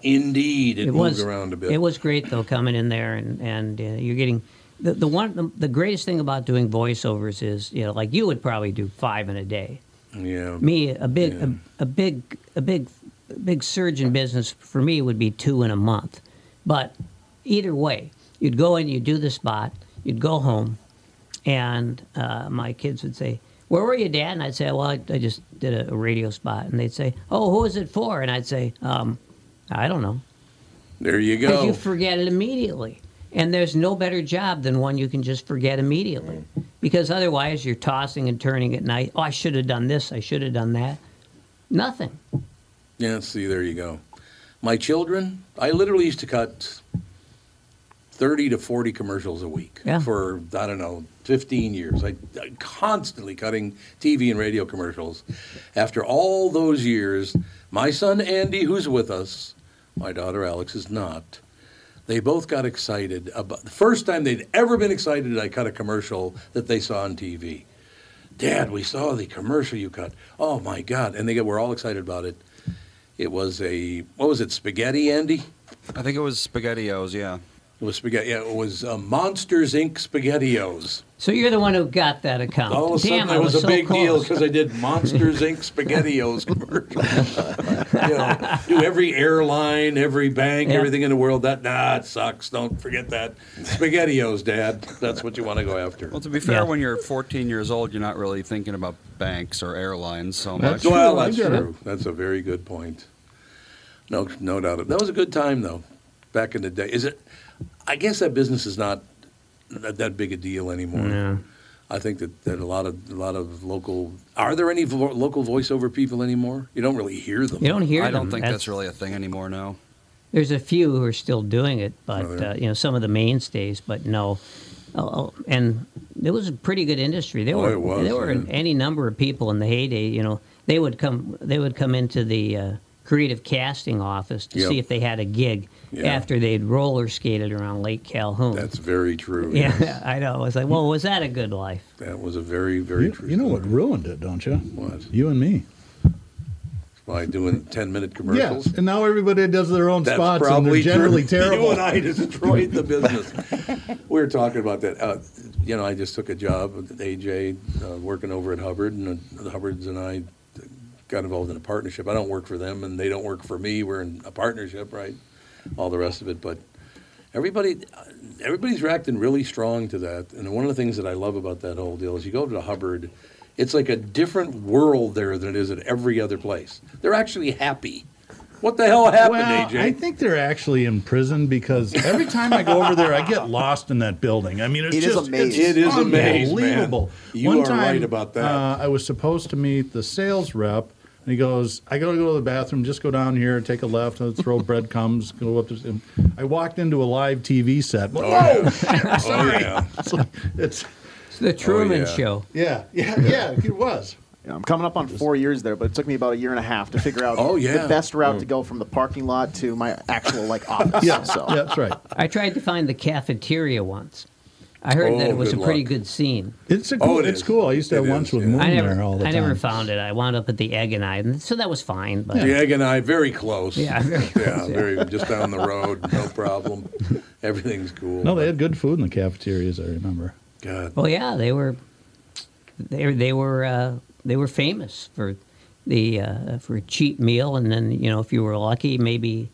Speaker 1: Indeed, it, moved
Speaker 4: was
Speaker 1: around a bit.
Speaker 4: It was great though coming in there and and uh, you're getting the the one the, the greatest thing about doing voiceovers is you know like you would probably do five in a day.
Speaker 1: Yeah.
Speaker 4: Me a big a, a big a big a big surge in business for me would be two in a month, but either way you'd go in you'd do the spot you'd go home, and uh, my kids would say. Where were you, Dad? And I'd say, Well, I, I just did a, a radio spot. And they'd say, Oh, who is it for? And I'd say, um, I don't know.
Speaker 1: There you
Speaker 4: Because
Speaker 1: go.
Speaker 4: you forget it immediately. And there's no better job than one you can just forget immediately. Because otherwise, you're tossing and turning at night. Oh, I should have done this. I should have done that. Nothing.
Speaker 1: Yeah, see, there you go. My children, I literally used to cut 30 to 40 commercials a week
Speaker 4: Yeah.
Speaker 1: for, I don't know, 15 years. I, I constantly cutting TV and radio commercials. After all those years, my son Andy, who's with us, my daughter Alex is not, They both got excited about the first time they'd ever been excited. I cut a commercial that they saw on TV. Dad, we saw the commercial you cut. Oh my God! And they got, were all excited about it. It was a what was it? Spaghetti, Andy? I think it was Spaghettios. Yeah, it was spaghetti. Yeah, it was uh, Monsters Inc. Spaghettios.
Speaker 4: So you're the one who got that account.
Speaker 1: All of a
Speaker 4: Oh, Damn,
Speaker 1: sudden,
Speaker 4: I
Speaker 1: it was, a
Speaker 4: so
Speaker 1: big deal
Speaker 4: close.
Speaker 1: because I did Monsters Inc. Spaghettios commercial. you know, do every airline, every bank,
Speaker 8: Yeah.
Speaker 1: everything in the world. That nah, it sucks. Don't forget that Spaghettios, Dad. That's what you want to go after.
Speaker 5: Well, to be fair, when you're 14 years old, you're not really thinking about banks or airlines so much.
Speaker 1: well, that's true. That's a very good point. No, no doubt. That was a good time though, back in the day. Is it? I guess that business is not that, that big a deal anymore. I think that, that a lot of a lot of local are there any vo- local voiceover people anymore? You don't really hear them.
Speaker 4: You don't hear
Speaker 5: I don't
Speaker 4: them.
Speaker 5: think
Speaker 4: That's-
Speaker 5: that's, really a thing anymore now.
Speaker 4: There's a few who are still doing it, but
Speaker 1: Oh,
Speaker 5: Are there?
Speaker 4: uh, you know some of the mainstays, but no. Oh, oh, and it was a pretty good industry. There
Speaker 1: Oh,
Speaker 4: were
Speaker 1: it was,
Speaker 4: there were
Speaker 1: yeah.
Speaker 4: any number of people in the heyday. You know, they would come they would come into the uh, creative casting office to
Speaker 1: Yep.
Speaker 4: see if they had a gig
Speaker 1: Yeah.
Speaker 4: after they'd roller skated around Lake Calhoun.
Speaker 1: That's very
Speaker 4: [laughs]
Speaker 1: true.
Speaker 4: yeah,
Speaker 1: yes.
Speaker 4: I know. I was like, well, was that a good life?
Speaker 1: [laughs] That was a very very
Speaker 2: you,
Speaker 1: true.
Speaker 2: you know what ruined it, don't you?
Speaker 1: What?
Speaker 2: You and me.
Speaker 1: By doing ten minute commercials.
Speaker 2: Yeah, and now everybody does their own spots, and they're
Speaker 12: [laughs]
Speaker 2: generally
Speaker 1: true.
Speaker 2: terrible.
Speaker 1: [laughs] You and I
Speaker 2: [laughs]
Speaker 1: destroyed the business. we were talking about that. Uh, you know, I just took a job with AJ uh, working over at Hubbard, and uh, the Hubbards and I got involved in a partnership. I don't work for them, and they don't work for me. We're in a partnership, right? All the rest of it, but everybody, uh, everybody's reacting really strong to that. And one of the things that I love about that whole deal is you go to Hubbard. It's like a different world there than it is at every other place. They're actually happy. What the hell happened,
Speaker 2: well,
Speaker 1: AJ?
Speaker 2: I think they're actually in prison because every time I go [laughs] over there, I get lost in that building. I mean, it's
Speaker 12: It is
Speaker 2: just
Speaker 12: a maze.
Speaker 2: It's
Speaker 12: It is a maze, man.
Speaker 2: unbelievable.
Speaker 12: You
Speaker 2: One
Speaker 12: are
Speaker 2: time,
Speaker 12: right about that.
Speaker 2: Uh, I was supposed to meet the sales rep. And he goes, I gotta go to the bathroom. Just go down here, take a left, and
Speaker 12: [laughs]
Speaker 2: throw breadcrumbs. Go up. To, and I walked into a live TV set.
Speaker 12: Oh,
Speaker 2: Whoa! [laughs] Sorry. It's, like- [laughs] it's-
Speaker 4: the
Speaker 12: Oh,
Speaker 7: Truman Show.
Speaker 2: Oh, Yeah, yeah, yeah. It was.
Speaker 7: Yeah, I'm coming up on four years there, but it took me about a year and a half to figure out
Speaker 2: [laughs] Oh, yeah.
Speaker 7: the best route
Speaker 2: Mm.
Speaker 7: to go from the parking lot to my actual
Speaker 2: [laughs]
Speaker 7: like office.
Speaker 4: Yeah,
Speaker 7: so.
Speaker 4: yeah,
Speaker 2: that's right.
Speaker 4: I tried to find the cafeteria once. I heard that
Speaker 2: Oh,
Speaker 4: it was a
Speaker 2: good
Speaker 4: pretty
Speaker 2: luck.
Speaker 4: good scene.
Speaker 2: It's a
Speaker 12: Oh,
Speaker 2: cool. it's cool. I used to have lunch with Moon
Speaker 4: I never,
Speaker 2: there all the
Speaker 4: I
Speaker 2: time.
Speaker 4: never found it. I wound up at the Egg and I, and so that was fine. But
Speaker 1: The egg and I, very close.
Speaker 4: Yeah, very
Speaker 1: yeah, very just down the road, no problem. Everything's cool.
Speaker 2: No, they had good food in the cafeterias. I remember.
Speaker 1: God.
Speaker 4: Well, yeah, they were, they they were uh, they were famous for the uh, for a cheap meal, and then you know if you were lucky, maybe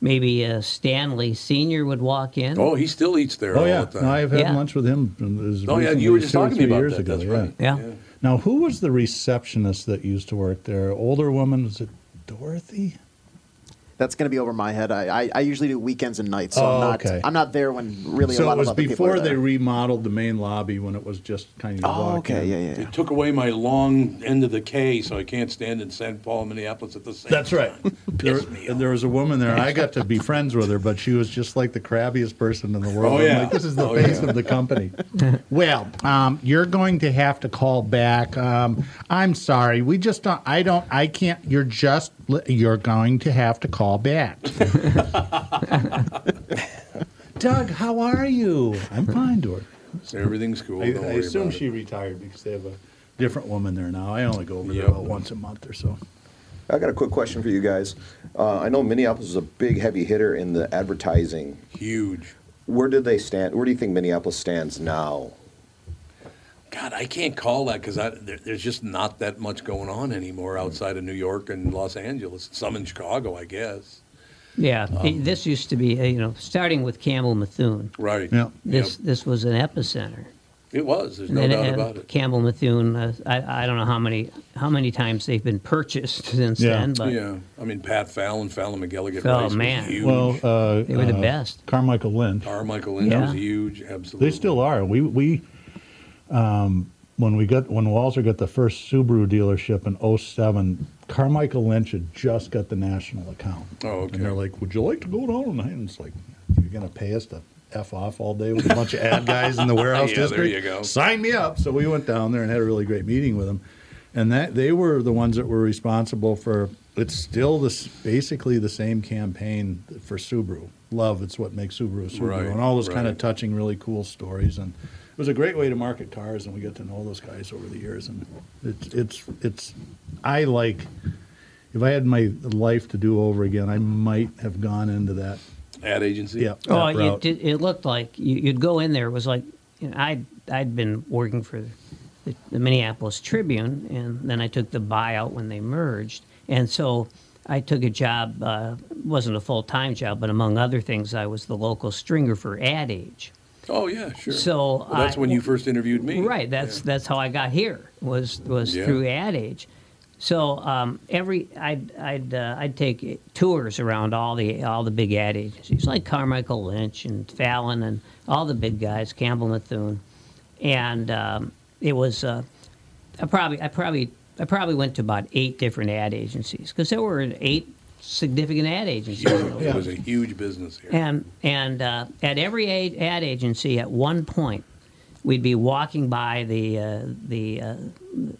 Speaker 4: maybe uh, Stanley Senior would walk in.
Speaker 1: Oh, he still eats there
Speaker 2: Oh
Speaker 1: all
Speaker 2: yeah,
Speaker 1: the time.
Speaker 2: No, I've had
Speaker 4: Yeah.
Speaker 2: lunch with him. um, as
Speaker 1: Oh, yeah,
Speaker 2: recently
Speaker 1: you were
Speaker 2: as
Speaker 1: just
Speaker 2: two or
Speaker 1: talking to me
Speaker 2: three
Speaker 1: about
Speaker 2: years
Speaker 1: that,
Speaker 2: ago,
Speaker 1: that's right.
Speaker 4: Yeah.
Speaker 2: Now, who was the receptionist that used to work there? Older woman? Was it Dorothy?
Speaker 7: That's going to be over my head. I, I, I usually do weekends and nights, so
Speaker 2: Oh,
Speaker 7: I'm not
Speaker 2: okay.
Speaker 7: I'm not there when really
Speaker 2: so
Speaker 7: a lot
Speaker 2: it was
Speaker 7: of other people
Speaker 2: before
Speaker 7: are
Speaker 2: they
Speaker 7: there.
Speaker 2: remodeled the main lobby when it was just kind of.
Speaker 7: Oh, okay, yeah,
Speaker 1: They took away my long end of the K, so I can't stand in San Paul, Minneapolis at the same.
Speaker 2: [laughs] That's
Speaker 1: [laughs]
Speaker 2: right. There, there was a woman there. I got to be friends with her, but she was just like the crabbiest person in the world.
Speaker 1: Oh,
Speaker 2: I'm
Speaker 1: yeah.
Speaker 2: like, this is the
Speaker 1: Oh,
Speaker 2: face
Speaker 1: yeah.
Speaker 2: of the company. well, um, you're going to have to call back. Um, I'm sorry. We just don't. I don't. I can't. You're just. li- You're going to have to call back. [laughs] Doug, how are you? I'm fine, Dorothy.
Speaker 1: So everything's cool.
Speaker 2: I,
Speaker 1: don't
Speaker 2: I
Speaker 1: worry
Speaker 2: assume
Speaker 1: about it.
Speaker 2: she retired because they have a different woman there now. I only go over there
Speaker 6: Yep.
Speaker 2: about once a month or so.
Speaker 6: I got a quick question for you guys. Uh, I know Minneapolis is a big heavy hitter in the advertising.
Speaker 1: Huge.
Speaker 6: Where do they stand? Where do you think Minneapolis stands now?
Speaker 1: God, I can't call that because there, there's just not that much going on anymore outside of New York and Los Angeles. Some in Chicago, I guess.
Speaker 4: Yeah,
Speaker 2: Um,
Speaker 4: it- this used to be uh, you know starting with Campbell Methuen.
Speaker 1: Right.
Speaker 2: Yeah.
Speaker 4: This this was an epicenter.
Speaker 1: It was. There's no
Speaker 4: And-
Speaker 1: doubt
Speaker 4: and
Speaker 1: about it.
Speaker 4: Campbell Methuen. Uh, I I don't know how many how many times they've been purchased [laughs] since then, but
Speaker 1: yeah. I mean, Pat Fallon, Fallon McGilligan.
Speaker 4: Oh,
Speaker 1: Rice was
Speaker 4: man.
Speaker 1: huge.
Speaker 2: Well, uh,
Speaker 4: They were the
Speaker 2: uh,
Speaker 4: best.
Speaker 2: Carmichael Lind.
Speaker 1: Carmichael Lynch was huge. Absolutely.
Speaker 2: They still are. We we um, when we got when Walzer got the first Subaru dealership in 07, Carmichael Lynch had just got the national account.
Speaker 1: Oh,
Speaker 2: okay. And they're like, "Would you like to go down?" And it's like, "You're gonna pay us to f off all day with a bunch of ad guys
Speaker 1: [laughs]
Speaker 2: in the warehouse
Speaker 1: Yeah, there
Speaker 2: district?
Speaker 1: you go.
Speaker 2: Sign me up." So we went down there and had a really great meeting with them, and that they were the ones that were responsible for. It's still this basically the same campaign for Subaru. love. It's what makes Subaru Subaru,
Speaker 12: Right,
Speaker 2: and all those kind of
Speaker 12: right.
Speaker 2: touching, really cool stories. And it was a great way to market cars, and we got to know those guys over the years. And it's it's it's I like. If I had my life to do over again, I might have gone into that.
Speaker 1: Ad agency.
Speaker 2: Yeah.
Speaker 4: Oh,
Speaker 2: that
Speaker 4: you
Speaker 2: route.
Speaker 4: did, it looked like you, you'd go in there. It was like you know, I'd I'd been working for the, the Minneapolis Tribune, and then I took the buyout when they merged, and so I took a job. Uh, wasn't a full time job, but among other things, I was the local stringer for Ad Age.
Speaker 1: Oh yeah, sure.
Speaker 4: So
Speaker 1: Well, that's
Speaker 4: I-
Speaker 1: when you first interviewed me.
Speaker 4: Right. That's that's how I got here. Was was
Speaker 1: Yeah.
Speaker 4: through Ad Age. So um, every I'd I'd uh, I'd take tours around all the all the big ad agencies like Carmichael Lynch and Fallon and all the big guys Campbell Methuen, and um, it was uh, I probably I probably I probably went to about eight different ad agencies because there were eight significant ad agencies.
Speaker 1: Huge. It was a huge business here.
Speaker 4: And and uh, at every ad, ad agency, at one point, we'd be walking by the uh, the uh,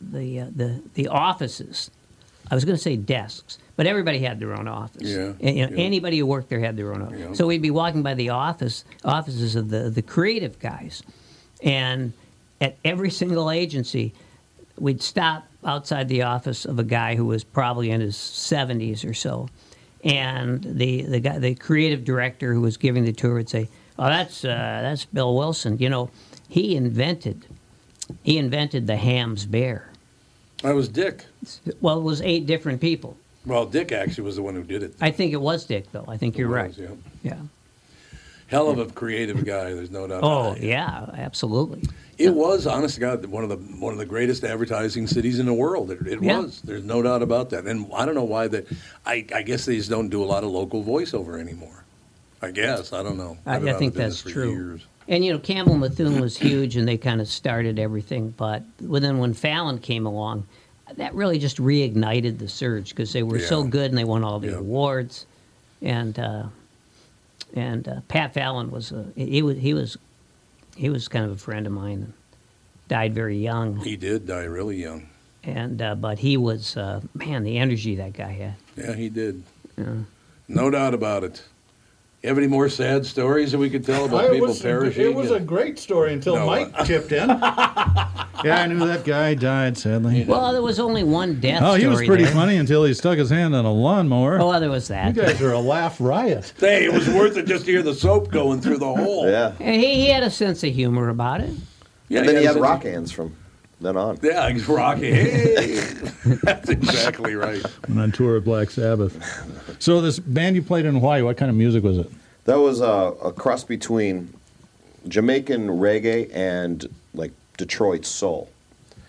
Speaker 4: the uh, the the offices. I was going to say desks, but everybody had their own office.
Speaker 1: Yeah,
Speaker 4: And, you know,
Speaker 1: yeah.
Speaker 4: Anybody who worked there had their own office.
Speaker 1: Yeah.
Speaker 4: So we'd be walking by the office offices of the the creative guys, and at every single agency, we'd stop outside the office of a guy who was probably in his 70s or so. And the, the guy, the creative director who was giving the tour would say, "Oh, that's uh, that's Bill Wilson. You know, he invented he invented the Ham's bear.
Speaker 1: I was Dick.
Speaker 4: Well, it was eight different people.
Speaker 1: Well, Dick actually was the one who did it.
Speaker 4: I think it was Dick, though. I think you're
Speaker 1: It
Speaker 4: right.
Speaker 1: was, yeah.
Speaker 4: Yeah.
Speaker 1: Hell of a creative guy. There's no doubt. about
Speaker 4: Oh, yeah, absolutely.
Speaker 1: It was, honest to God, one of the one of the greatest advertising cities in the world. It, it
Speaker 4: Yeah.
Speaker 1: was. There's no doubt about that. And I don't know why that. I, I guess they just don't do a lot of local voiceover anymore. I guess I don't know.
Speaker 4: I,
Speaker 1: I've been
Speaker 4: I
Speaker 1: out of
Speaker 4: think
Speaker 1: business
Speaker 4: that's
Speaker 1: for
Speaker 4: true.
Speaker 1: years.
Speaker 4: And you know, Campbell Methuen was huge, and they kind of started everything. But then when Fallon came along, that really just reignited the surge because they were so
Speaker 11: Yeah.
Speaker 4: good and they won all the
Speaker 11: Yeah.
Speaker 4: awards. And uh, and uh, Pat Fallon was a, he was he was he was kind of a friend of mine. and Died very young,
Speaker 1: He did die really young.
Speaker 4: and uh, but he was uh, man the energy that guy had.
Speaker 1: Yeah, he did. No doubt about it. You have any more sad stories that we could tell about
Speaker 2: I
Speaker 1: people
Speaker 2: was-
Speaker 1: perishing?
Speaker 2: It was a great story until
Speaker 1: No,
Speaker 2: Mike chipped in. [laughs] yeah, I knew that guy died sadly.
Speaker 4: Well, there was only one death.
Speaker 2: oh, he was
Speaker 4: story
Speaker 2: pretty
Speaker 4: there.
Speaker 2: funny until he stuck his hand on a lawnmower.
Speaker 4: Oh, there was that.
Speaker 2: You guys are a laugh riot.
Speaker 1: Hey, it was [laughs] worth it just to hear the soap going through the hole.
Speaker 6: Yeah.
Speaker 4: And [laughs] He, he had a sense of humor about it.
Speaker 6: and then he had rock hands from then on.
Speaker 1: Yeah, he's Rocky. Hey.
Speaker 6: [laughs]
Speaker 1: That's exactly right.
Speaker 2: Went on tour of Black Sabbath. So this band you played in Hawaii, what kind of music was it?
Speaker 6: That was a, a cross between Jamaican reggae and like Detroit soul.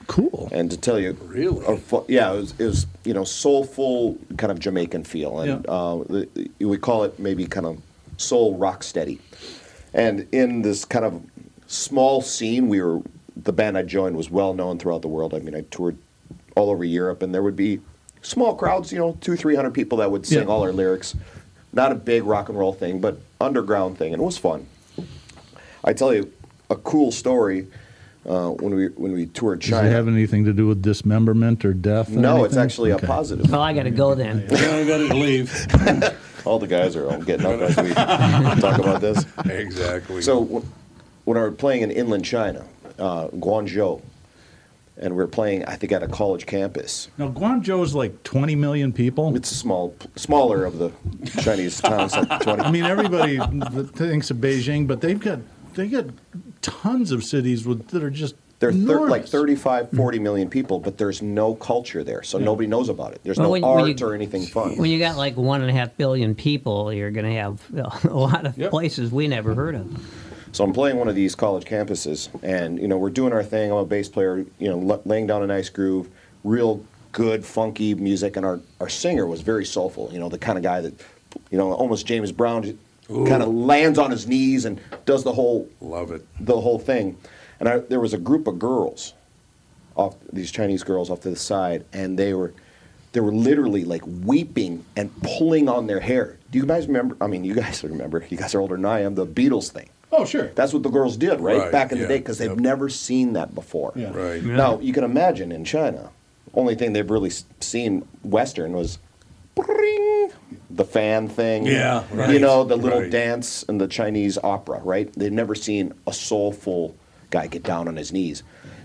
Speaker 2: Cool.
Speaker 6: And to tell you,
Speaker 1: really,
Speaker 6: yeah, it was, it was you know soulful kind of Jamaican feel, and
Speaker 2: Yeah.
Speaker 6: uh, the, we call it maybe kind of soul rock steady. And in this kind of small scene, we were the band I joined was well known throughout the world. I mean, I toured all over Europe, and there would be small crowds, you know, two, three hundred people that would sing all our lyrics. Not a big rock and roll thing, but underground thing, and it was fun. I tell you a cool story uh, when we when we toured
Speaker 2: Does it
Speaker 6: China.
Speaker 2: have anything to do with dismemberment or death? or
Speaker 6: No, it's
Speaker 2: anything?
Speaker 6: actually a positive.
Speaker 4: Well, I got to go then.
Speaker 1: I got to leave.
Speaker 6: [laughs] all the guys are all getting up as we talk about this.
Speaker 1: Exactly.
Speaker 6: So w- when I was playing in inland China, uh, Guangzhou, and we were playing, I think, at a college campus.
Speaker 2: Now Guangzhou's like 20 million people.
Speaker 6: It's a small, smaller of the Chinese towns, like 20.
Speaker 2: I mean, everybody [laughs] th- thinks of Beijing, but they've got they got tons of cities with, that are just
Speaker 6: There are thir- like
Speaker 2: enormous.
Speaker 6: 35, 40 million people, but there's no culture there, so nobody knows about it. There's
Speaker 4: Well,
Speaker 6: no
Speaker 4: when- when
Speaker 6: art
Speaker 4: you-
Speaker 6: or anything fun.
Speaker 4: When you got like one and a half billion people, you're going to have [laughs] you know, a lot of places we never heard of.
Speaker 6: So I'm playing one of these college campuses, and you know we're doing our thing. I'm a bass player, you know, la- laying down a nice groove, real good funky music, and our our singer was very soulful. You know, the kind of guy that, you know, almost James Brown, kind of lands on his knees and does the whole
Speaker 1: love it,
Speaker 6: the whole thing. And I, there was a group of girls, off these Chinese girls off to the side, and they were they were literally like weeping and pulling on their hair. Do you guys remember? I mean, you guys [laughs] remember. You guys are older than I am. The Beatles thing.
Speaker 2: Oh, sure.
Speaker 6: That's what the girls did, right?
Speaker 2: Right,
Speaker 6: Back in
Speaker 2: yeah,
Speaker 6: the day, because they've never seen that before.
Speaker 2: Yeah.
Speaker 1: Right.
Speaker 2: Yeah.
Speaker 6: Now, you can imagine in China, only thing they've really s- seen Western was the fan thing.
Speaker 1: Yeah,
Speaker 6: you
Speaker 1: right,
Speaker 6: know the little
Speaker 1: right.
Speaker 6: dance and the Chinese opera. Right? They've never seen a soulful guy get down on his knees.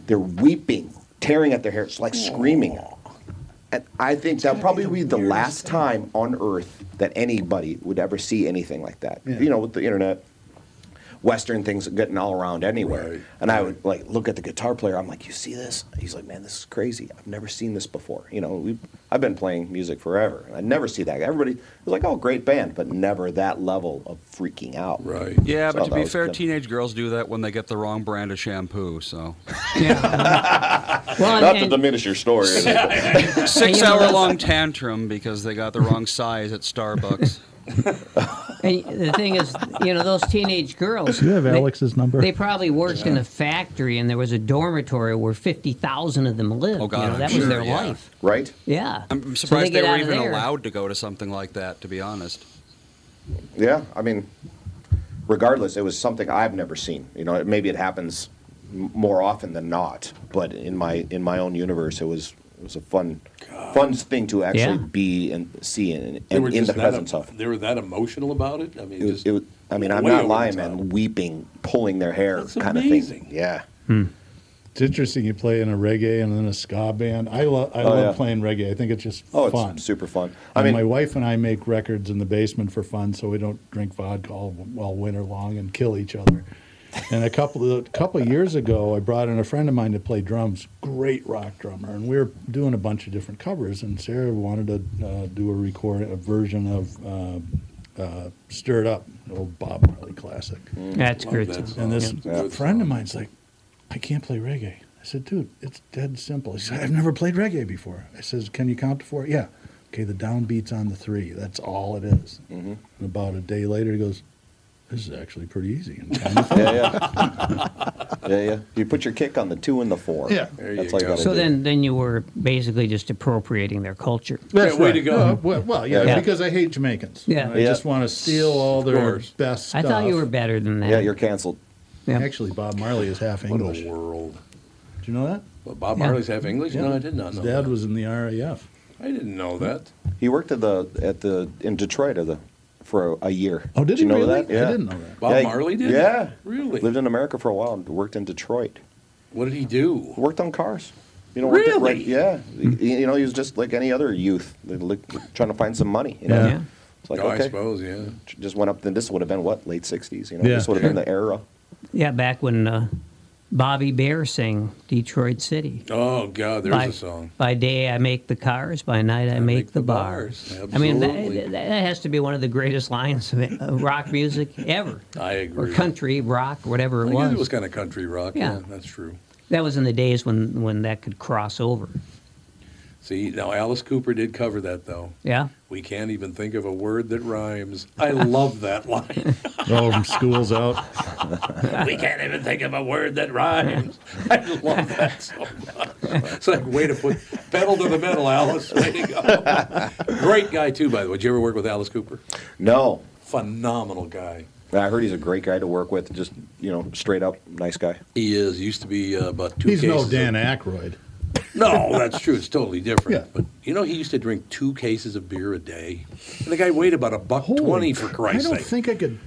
Speaker 6: They're weeping, tearing at their hair. It's like screaming. And I think that probably be the last time on Earth that anybody would ever see anything like that.
Speaker 1: Yeah.
Speaker 6: You know, with the internet, Western things are getting all around anywhere. and I would like look at the guitar player. I'm like, you see this? He's like, man, this is crazy. I've never seen this before. You know, we I've been playing music forever. and I never see that. Everybody was like, oh, great band, but never that level of freaking out. Right.
Speaker 5: Yeah, but to be fair, teenage girls do that when they get the wrong brand of shampoo.
Speaker 4: [laughs]
Speaker 5: So
Speaker 6: not to diminish your
Speaker 4: [laughs]
Speaker 6: story.
Speaker 5: [laughs] six hour long tantrum because they got the wrong size
Speaker 4: [laughs]
Speaker 5: at Starbucks.
Speaker 4: And the thing is, you know, those teenage girls.
Speaker 2: Do you have
Speaker 4: they-
Speaker 2: Alex's number?
Speaker 4: They probably worked in a factory, and there was a dormitory where fifty thousand of them lived.
Speaker 5: Oh God,
Speaker 4: you know,
Speaker 5: I'm
Speaker 4: that
Speaker 5: sure,
Speaker 4: was their
Speaker 5: yeah.
Speaker 4: life.
Speaker 6: Right?
Speaker 4: Yeah.
Speaker 5: I'm
Speaker 4: So
Speaker 5: surprised
Speaker 4: get
Speaker 5: they, were
Speaker 4: out of
Speaker 5: even
Speaker 4: there.
Speaker 5: allowed to go to something like that. To be honest,
Speaker 6: Yeah, I mean, regardless, it was something I've never seen. You know, maybe it happens m- more often than not, but in my in my own universe, it was it was a fun fun thing to actually
Speaker 1: Yeah.
Speaker 6: be and see and,
Speaker 1: They
Speaker 6: and
Speaker 1: were
Speaker 6: in
Speaker 1: just
Speaker 6: the
Speaker 1: that
Speaker 6: presence
Speaker 1: em-
Speaker 6: of.
Speaker 1: They were that emotional about it. I mean,
Speaker 6: It was,
Speaker 1: just
Speaker 6: it was, I mean, I'm
Speaker 1: way over
Speaker 6: not
Speaker 1: the
Speaker 6: lying, man. Weeping, pulling their hair,
Speaker 1: That's
Speaker 6: kind of
Speaker 1: amazing.
Speaker 6: thing. Yeah.
Speaker 2: It's interesting. You play in a reggae and then a ska band. I love I
Speaker 6: Oh,
Speaker 2: love
Speaker 6: yeah.
Speaker 2: playing reggae. I think it's just
Speaker 6: Oh, it's
Speaker 2: fun.
Speaker 6: super fun.
Speaker 2: I
Speaker 6: I
Speaker 2: mean,
Speaker 6: [laughs] mean-
Speaker 2: my wife and I make records in the basement for fun, so we don't drink vodka all, all winter long and kill each other. And a couple of, a couple of years ago, I brought in a friend of mine to play drums, great rock drummer, and we were doing a bunch of different covers. And Sarah wanted to uh, do a record, a version of uh, uh, "Stir It Up," an old Bob Marley classic.
Speaker 4: Mm. That's Love great that song.
Speaker 2: And this
Speaker 4: Yeah.
Speaker 2: friend of mine's like, I can't play reggae. I said, dude, it's dead simple. He said, I've never played reggae before. I says, can you count to four? Yeah. Okay, the downbeat's on the three. That's all it is.
Speaker 4: Mm-hmm.
Speaker 2: And about a day later, he goes, this is actually pretty easy.
Speaker 4: [laughs]
Speaker 2: And kinda fun.
Speaker 6: Yeah, [laughs] yeah. yeah, yeah. You put your kick on the two and the four.
Speaker 2: Yeah.
Speaker 6: That's all you gotta
Speaker 4: So
Speaker 6: do.
Speaker 4: then, then you were basically just appropriating their culture.
Speaker 2: That's right. No, well, well, yeah, because I hate Jamaicans.
Speaker 4: Yeah.
Speaker 2: I just want to steal all their best
Speaker 4: I
Speaker 2: stuff.
Speaker 4: thought you were better than that.
Speaker 6: Yeah, you're canceled.
Speaker 2: Actually, Bob Marley is half
Speaker 4: What a
Speaker 2: English. world. Did you know that?
Speaker 1: Well, Bob Yeah. Marley's half English? No, I did not
Speaker 2: His
Speaker 1: know
Speaker 2: dad
Speaker 1: that.
Speaker 2: was in the RAF.
Speaker 1: I didn't know that.
Speaker 6: Hmm. He worked at the at the in Detroit at the for a, a year.
Speaker 2: Oh, did
Speaker 6: Did you
Speaker 2: he
Speaker 6: know
Speaker 2: really?
Speaker 6: that?
Speaker 2: I
Speaker 6: Yeah.
Speaker 2: didn't know that.
Speaker 1: Bob
Speaker 6: Yeah, he-
Speaker 1: Marley did?
Speaker 6: Yeah,
Speaker 1: Really?
Speaker 6: Lived in America for a while and worked in Detroit.
Speaker 1: What did he do?
Speaker 6: Worked on cars. You know, worked at-
Speaker 1: Really?
Speaker 6: right- yeah.
Speaker 2: Hmm.
Speaker 6: You you know, he was just like any other youth, like, look- trying to find some money. You know?
Speaker 1: Yeah. Yeah.
Speaker 6: It's like
Speaker 1: Oh, I
Speaker 6: okay,
Speaker 1: suppose, yeah.
Speaker 6: Just went up. Then this would have been what late '60s. You know,
Speaker 4: Yeah.
Speaker 6: this would have been the era.
Speaker 4: Yeah, back when uh, Bobby Bear sang "Detroit City."
Speaker 1: Oh God, there's
Speaker 4: by,
Speaker 1: a song.
Speaker 4: By day I make the cars, by night I, make, the, bars. I mean,
Speaker 1: Absolutely.
Speaker 4: that, that has to be one of the greatest lines of uh, rock music ever,
Speaker 1: I
Speaker 4: or
Speaker 1: agree.
Speaker 4: country rock, whatever
Speaker 1: I
Speaker 4: it
Speaker 1: guess
Speaker 4: was.
Speaker 1: it was kind of country rock. Yeah.
Speaker 4: Yeah.
Speaker 1: that's true.
Speaker 4: That was in the days when when that could cross over.
Speaker 1: See, now Alice Cooper did cover that though.
Speaker 4: Yeah.
Speaker 1: We can't even think of a word that rhymes. I love
Speaker 4: [laughs]
Speaker 1: that line.
Speaker 2: Oh, from school's out.
Speaker 1: [laughs] we can't even think of a word that rhymes. I love that so much. It's like way to put pedal to the metal, Alice. Way to go. Great guy too, by the way. Did you ever work with Alice Cooper?
Speaker 6: No,
Speaker 1: Phenomenal guy.
Speaker 6: I heard he's a great guy to work with. Just you know, straight up nice guy.
Speaker 1: He is. Used to be uh, about two
Speaker 2: He's
Speaker 1: cases.
Speaker 2: no Dan Aykroyd.
Speaker 1: Of, no, that's true. It's totally different. But you know, he used to drink two cases of beer a day, and the guy weighed about a buck twenty for Christ's
Speaker 2: I don't
Speaker 1: sake.
Speaker 2: think I could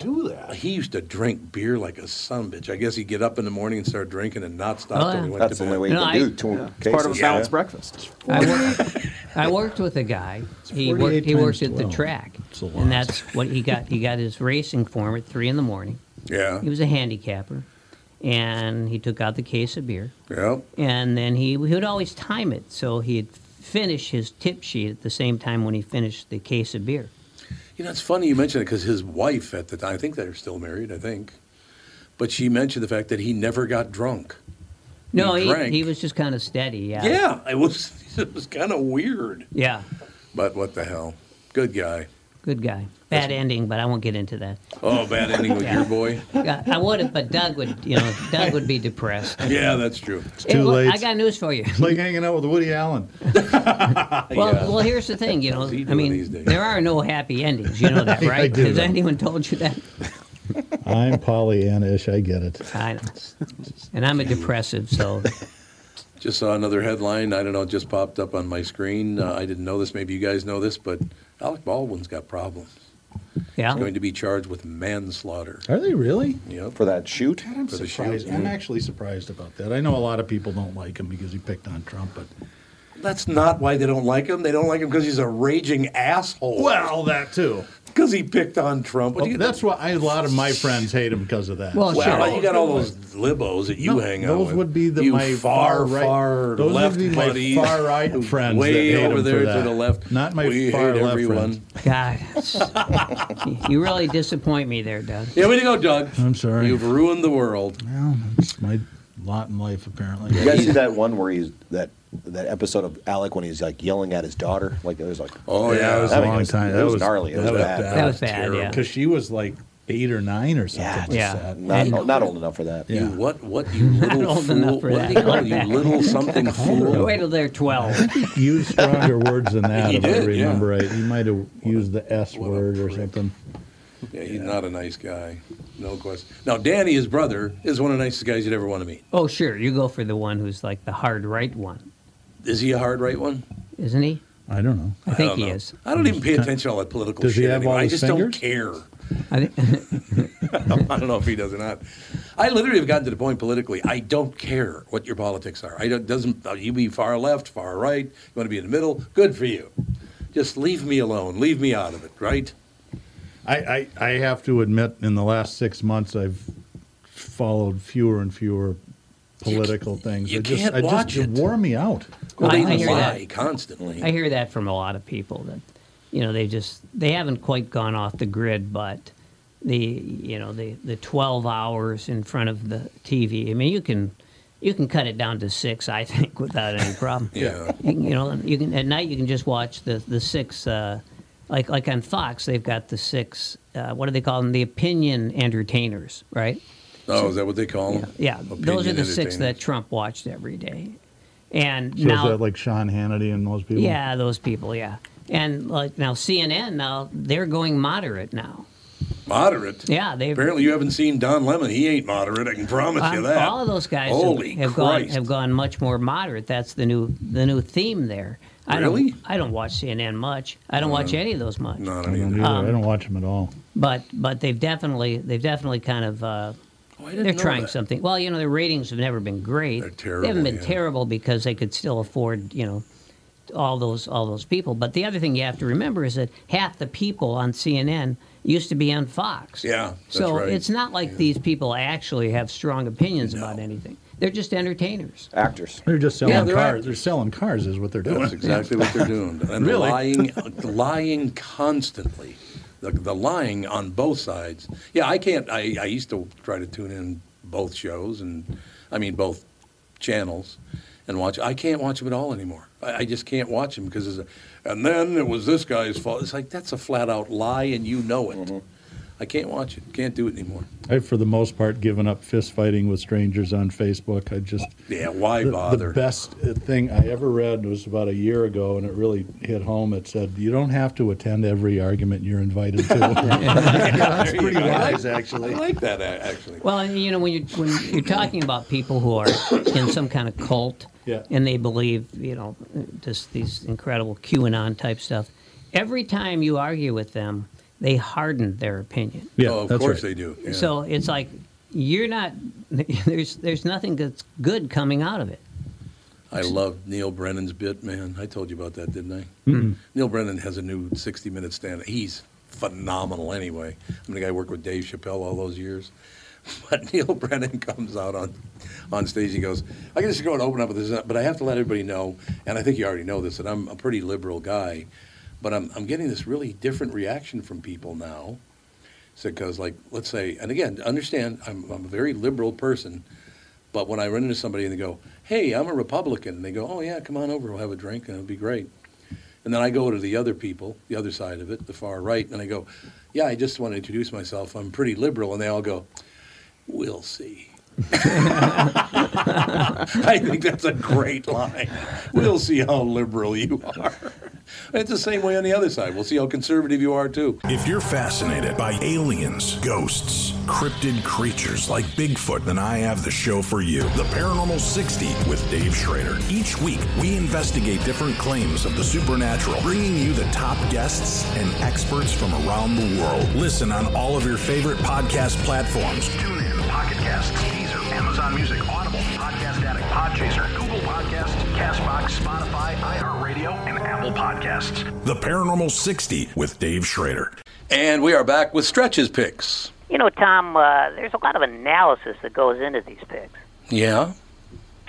Speaker 2: do that.
Speaker 1: He used to drink beer like a son bitch. I guess he'd get up in the morning and start drinking and not stop
Speaker 4: Oh,
Speaker 1: till he
Speaker 4: yeah.
Speaker 1: went
Speaker 6: That's
Speaker 1: to
Speaker 6: the
Speaker 1: bed.
Speaker 6: only way you can do two
Speaker 7: It's part of a
Speaker 6: cases,
Speaker 7: balanced
Speaker 6: yeah.
Speaker 7: breakfast.
Speaker 4: I worked, I worked with a guy. He worked.
Speaker 7: 48
Speaker 4: He worked
Speaker 7: times
Speaker 4: at the
Speaker 7: 12.
Speaker 4: track,
Speaker 7: It's a lot.
Speaker 4: and that's what he got. He got his racing form at three in the morning.
Speaker 1: Yeah.
Speaker 4: He was a handicapper, and he took out the case of beer.
Speaker 1: Yep.
Speaker 4: And then he, he would always time it, so he'd finish his tip sheet at the same time when he finished the case of beer.
Speaker 1: You know, it's funny you mention it because his wife at the time, I think they're still married, I think, but she mentioned the fact that he never got drunk.
Speaker 4: No, he,
Speaker 1: drank.
Speaker 4: he, was just kind of steady. Yeah.
Speaker 1: Yeah, it
Speaker 13: [laughs]
Speaker 1: was it was kind of weird.
Speaker 4: Yeah.
Speaker 1: But what the hell? Good guy.
Speaker 4: Good guy. Bad ending, but I won't get into that.
Speaker 1: Oh, bad ending with
Speaker 4: Yeah.
Speaker 1: your boy.
Speaker 4: Yeah, I would have, but Doug would, you know, Doug would be
Speaker 13: [laughs]
Speaker 4: depressed.
Speaker 1: Yeah, that's true. It's
Speaker 4: Hey, look, I got news for you.
Speaker 2: It's like hanging out with Woody
Speaker 4: [laughs]
Speaker 2: Allen.
Speaker 4: Well, well, here's the thing, you know.
Speaker 2: he
Speaker 4: I
Speaker 2: doing
Speaker 4: mean,
Speaker 2: these days?
Speaker 4: there are no happy endings. You know that,
Speaker 2: I
Speaker 4: right?
Speaker 2: do
Speaker 4: Has
Speaker 2: know.
Speaker 4: anyone told you that?
Speaker 2: I'm Pollyannish. I get it.
Speaker 4: I know. And I'm a depressive, so
Speaker 13: Just saw another headline. I don't know. It just popped up on my screen. Uh, I didn't know this. Maybe you guys know this, but Alec Baldwin's got problems.
Speaker 4: Yeah.
Speaker 13: He's going to be charged with manslaughter.
Speaker 2: Are they really?
Speaker 13: Yep.
Speaker 6: For that shoot?
Speaker 2: I'm surprised. I'm actually surprised about that. I know a lot of people don't like him because he picked on Trump, but
Speaker 1: That's not why they don't like him. They don't like him because he's a raging asshole.
Speaker 2: Well, that too.
Speaker 1: Because he picked on Trump.
Speaker 2: Well, Oh, that's why I, a lot of my friends hate him because of that.
Speaker 1: Well, you got all those libos that you
Speaker 2: No,
Speaker 1: hang out
Speaker 2: those
Speaker 1: with.
Speaker 2: would be the
Speaker 1: you
Speaker 2: my far
Speaker 1: far,
Speaker 2: right-
Speaker 1: far
Speaker 2: those would
Speaker 1: left
Speaker 2: be my
Speaker 1: buddies,
Speaker 2: far right
Speaker 1: who-
Speaker 2: friends that
Speaker 1: way
Speaker 2: hate
Speaker 1: over
Speaker 2: him for
Speaker 1: there to
Speaker 2: that.
Speaker 1: the left.
Speaker 2: Not my
Speaker 1: we
Speaker 2: far
Speaker 1: hate
Speaker 2: left
Speaker 1: everyone.
Speaker 2: friends.
Speaker 4: God, [laughs] it's- you really disappoint me there, Doug.
Speaker 1: Yeah, [laughs] way to go, Doug.
Speaker 2: I'm sorry.
Speaker 1: You've ruined the world.
Speaker 2: Well, that's my lot in life, apparently.
Speaker 6: You guys see that one where he's that that episode of Alec when he's like yelling at his daughter? Like it was like
Speaker 1: Oh, yeah, it was
Speaker 6: I
Speaker 2: a
Speaker 6: mean,
Speaker 2: long
Speaker 6: it was,
Speaker 2: time.
Speaker 6: It
Speaker 2: That
Speaker 6: was,
Speaker 2: was-
Speaker 6: gnarly. It
Speaker 2: that
Speaker 6: was,
Speaker 2: was
Speaker 6: bad.
Speaker 2: bad. That
Speaker 4: was bad, yeah.
Speaker 2: Because she was like eight or nine or something.
Speaker 4: Yeah.
Speaker 2: Like that.
Speaker 6: Not, not old enough for that.
Speaker 2: Yeah.
Speaker 1: You what? What?
Speaker 4: [laughs]
Speaker 2: [laughs]
Speaker 1: You
Speaker 4: Not
Speaker 1: little
Speaker 4: old
Speaker 1: fool.
Speaker 4: enough for
Speaker 1: What
Speaker 4: that.
Speaker 1: do you call
Speaker 4: Like
Speaker 1: it?
Speaker 4: that.
Speaker 1: You little something fool.
Speaker 4: [laughs] Wait till they're 12.
Speaker 2: used stronger words than that,
Speaker 1: He
Speaker 2: if I
Speaker 1: did, yeah.
Speaker 2: remember right. He might have used the S word or something.
Speaker 1: Yeah, he's not a nice guy. No question. Now, Danny, his brother, is one of the nicest guys you'd ever want to meet.
Speaker 4: Oh, sure. You go for the one who's like the hard right one,
Speaker 1: Is he a hard right one?
Speaker 4: isn't he?
Speaker 2: I don't know.
Speaker 4: I think he is.
Speaker 1: I don't even pay attention to all that political
Speaker 2: Does he
Speaker 1: shit
Speaker 2: have
Speaker 1: anymore.
Speaker 2: all
Speaker 1: I
Speaker 2: his
Speaker 1: just
Speaker 2: fingers?
Speaker 1: don't care.
Speaker 4: I think,
Speaker 1: [laughs] I don't know if he does or not. I literally have gotten to the point politically. I don't care what your politics are. I don't doesn't uh, you be far left, far right. You want to be in the middle? Good for you. Just leave me alone. Leave me out of it. Right?
Speaker 2: I, I, I have to admit, in the last six months, I've followed fewer and fewer political things.
Speaker 1: you
Speaker 2: it just,
Speaker 1: can't
Speaker 2: I
Speaker 1: watch
Speaker 2: just,
Speaker 1: it.
Speaker 2: wore me out.
Speaker 1: Well,
Speaker 4: I-
Speaker 1: they
Speaker 4: I hear
Speaker 1: lie
Speaker 4: that.
Speaker 1: constantly.
Speaker 4: I hear that from a lot of people that, you know, they just they haven't quite gone off the grid, but the you know the the 12 hours in front of the TV. I mean, you can you can cut it down to six, I think, [laughs] without any problem.
Speaker 1: Yeah.
Speaker 4: You, can- you know, you can at night you can just watch the the six. Uh, like like on Fox, they've got the six. Uh, what do they call them? The opinion entertainers, right?
Speaker 1: Oh, is that what they call them?
Speaker 4: Yeah, those are
Speaker 1: Opinion
Speaker 4: the six that
Speaker 1: entertainers.
Speaker 4: Trump watched every day. And
Speaker 2: So
Speaker 4: now,
Speaker 2: is that like Sean Hannity and those people?
Speaker 4: yeah, those people, yeah. And like now, CNN now they're going moderate now.
Speaker 1: moderate.
Speaker 4: Yeah, they
Speaker 1: Apparently, you haven't seen Don Lemon. He ain't moderate. I can promise you
Speaker 4: um,
Speaker 1: that.
Speaker 4: all of those guys have-
Speaker 1: Holy
Speaker 4: have, gone
Speaker 1: Christ!
Speaker 4: have gone much more moderate. That's the new the new theme there. I
Speaker 1: Really?
Speaker 4: don't I don't watch CNN much. I don't watch any of those much. Um,
Speaker 1: Not
Speaker 2: I don't,
Speaker 1: either.
Speaker 2: either. I don't watch them at all.
Speaker 4: But but they've definitely they've definitely kind of. Uh,
Speaker 1: Oh, I didn't
Speaker 4: they're
Speaker 1: know
Speaker 4: trying
Speaker 1: that.
Speaker 4: something. Well, you know, their ratings have never been great.
Speaker 1: They're terrible,
Speaker 4: They haven't been
Speaker 1: yeah.
Speaker 4: terrible because they could still afford, you know, all those all those people. But the other thing you have to remember is that half the people on CNN used to be on Fox.
Speaker 1: Yeah, that's
Speaker 4: so
Speaker 1: right.
Speaker 4: it's not like these people actually have strong opinions about anything. They're just entertainers.
Speaker 6: Actors.
Speaker 2: They're just selling
Speaker 1: they're
Speaker 2: cars.
Speaker 1: act-
Speaker 2: They're selling cars, is what they're doing.
Speaker 1: That's exactly what they're doing. And
Speaker 2: Really?
Speaker 1: lying, lying constantly. The, the lying on both sides. Yeah, I can't. I, I used to try to tune in both shows and, I mean, both channels and watch. I can't watch them at all anymore. I, I just can't watch them because it's a, and then it was this guy's fault. It's like, that's a flat out lie and you know it. I can't watch it. Can't do it anymore.
Speaker 2: [laughs] I've, for the most part, given up fist fighting with strangers on Facebook. I just.
Speaker 1: Yeah, why
Speaker 2: the,
Speaker 1: bother?
Speaker 2: the best uh, thing I ever read was about a year ago, and it really hit home. It said, "You don't have to attend every argument you're invited
Speaker 1: [laughs]
Speaker 2: to."
Speaker 1: That's pretty
Speaker 2: wise, actually.
Speaker 1: I like that, a- actually.
Speaker 4: Well, and, you know, when you're when you're talking about people who are in some kind of cult,
Speaker 2: Yeah.
Speaker 4: and they believe, you know, just these incredible QAnon type stuff. Every time you argue with them, they harden their opinion.
Speaker 2: yeah,
Speaker 1: oh, of
Speaker 2: that's
Speaker 1: course
Speaker 2: right.
Speaker 1: they do. Yeah.
Speaker 4: So it's like you're not [laughs] there's there's nothing that's good coming out of it.
Speaker 1: I love Neil Brennan's bit, man. I told you about that, didn't I? Neil Brennan has a new 60 minute stand. He's phenomenal anyway. I mean, the guy worked with Dave Chappelle all those years. [laughs] But Neil Brennan comes out on, on stage. He goes, I can just go and open up with this, but I have to let everybody know, and I think you already know this, that I'm a pretty liberal guy, but I'm, I'm getting this really different reaction from people now. So, because, like, let's say, and again, understand, I'm, I'm a very liberal person, but when I run into somebody and they go, "Hey, I'm a Republican," and they go, "Oh yeah, come on over, we'll have a drink, and it'll be great." And then I go to the other people, the other side of it, the far right, and I go, "Yeah, I just want to introduce myself. I'm pretty liberal," and they all go, "We'll see." [laughs] I think that's a great line. We'll see how liberal you are.
Speaker 11: It's the same way on the other side. We'll see how conservative you are, too.
Speaker 9: If you're fascinated by aliens, ghosts, cryptid creatures like Bigfoot, then I have the show for you The Paranormal 60 with Dave Schrader. Each week, we investigate different claims of the supernatural, bringing you the top guests and experts from around the world. Listen on all of your favorite podcast platforms.
Speaker 8: TuneIn, Pocket Casts, Deezer, Amazon Music, Audible, Podcast Addict, Podchaser, Google Podcast, Castbox, Spotify, iHeartRadio, and Apple Podcasts.
Speaker 9: The Paranormal 60 with Dave Schrader.
Speaker 1: And we are back with stretches picks.
Speaker 14: You know, Tom, uh, there's a lot of analysis that goes into these picks.
Speaker 1: Yeah.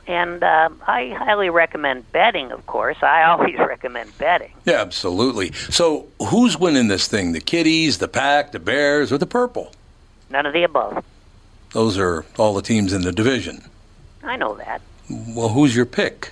Speaker 14: And uh, I highly recommend betting, of course. I [laughs] always recommend betting.
Speaker 1: Yeah, absolutely. So who's winning this thing? The Kitties, the Pack, the Bears, or the Purple?
Speaker 14: None of the above.
Speaker 1: Those are all the teams in the division.
Speaker 14: I know that.
Speaker 1: Well, who's your pick?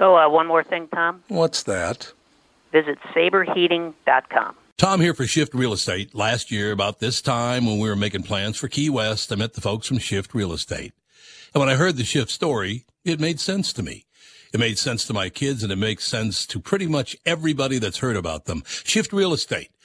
Speaker 14: Oh, uh, one more thing, Tom.
Speaker 1: What's that?
Speaker 14: Visit saberheating.com.
Speaker 1: Tom here for Shift Real Estate. Last year, about this time when we were making plans for Key West, I met the folks from Shift Real Estate. And when I heard the Shift story, it made sense to me. It made sense to my kids and it makes sense to pretty much everybody that's heard about them. Shift Real Estate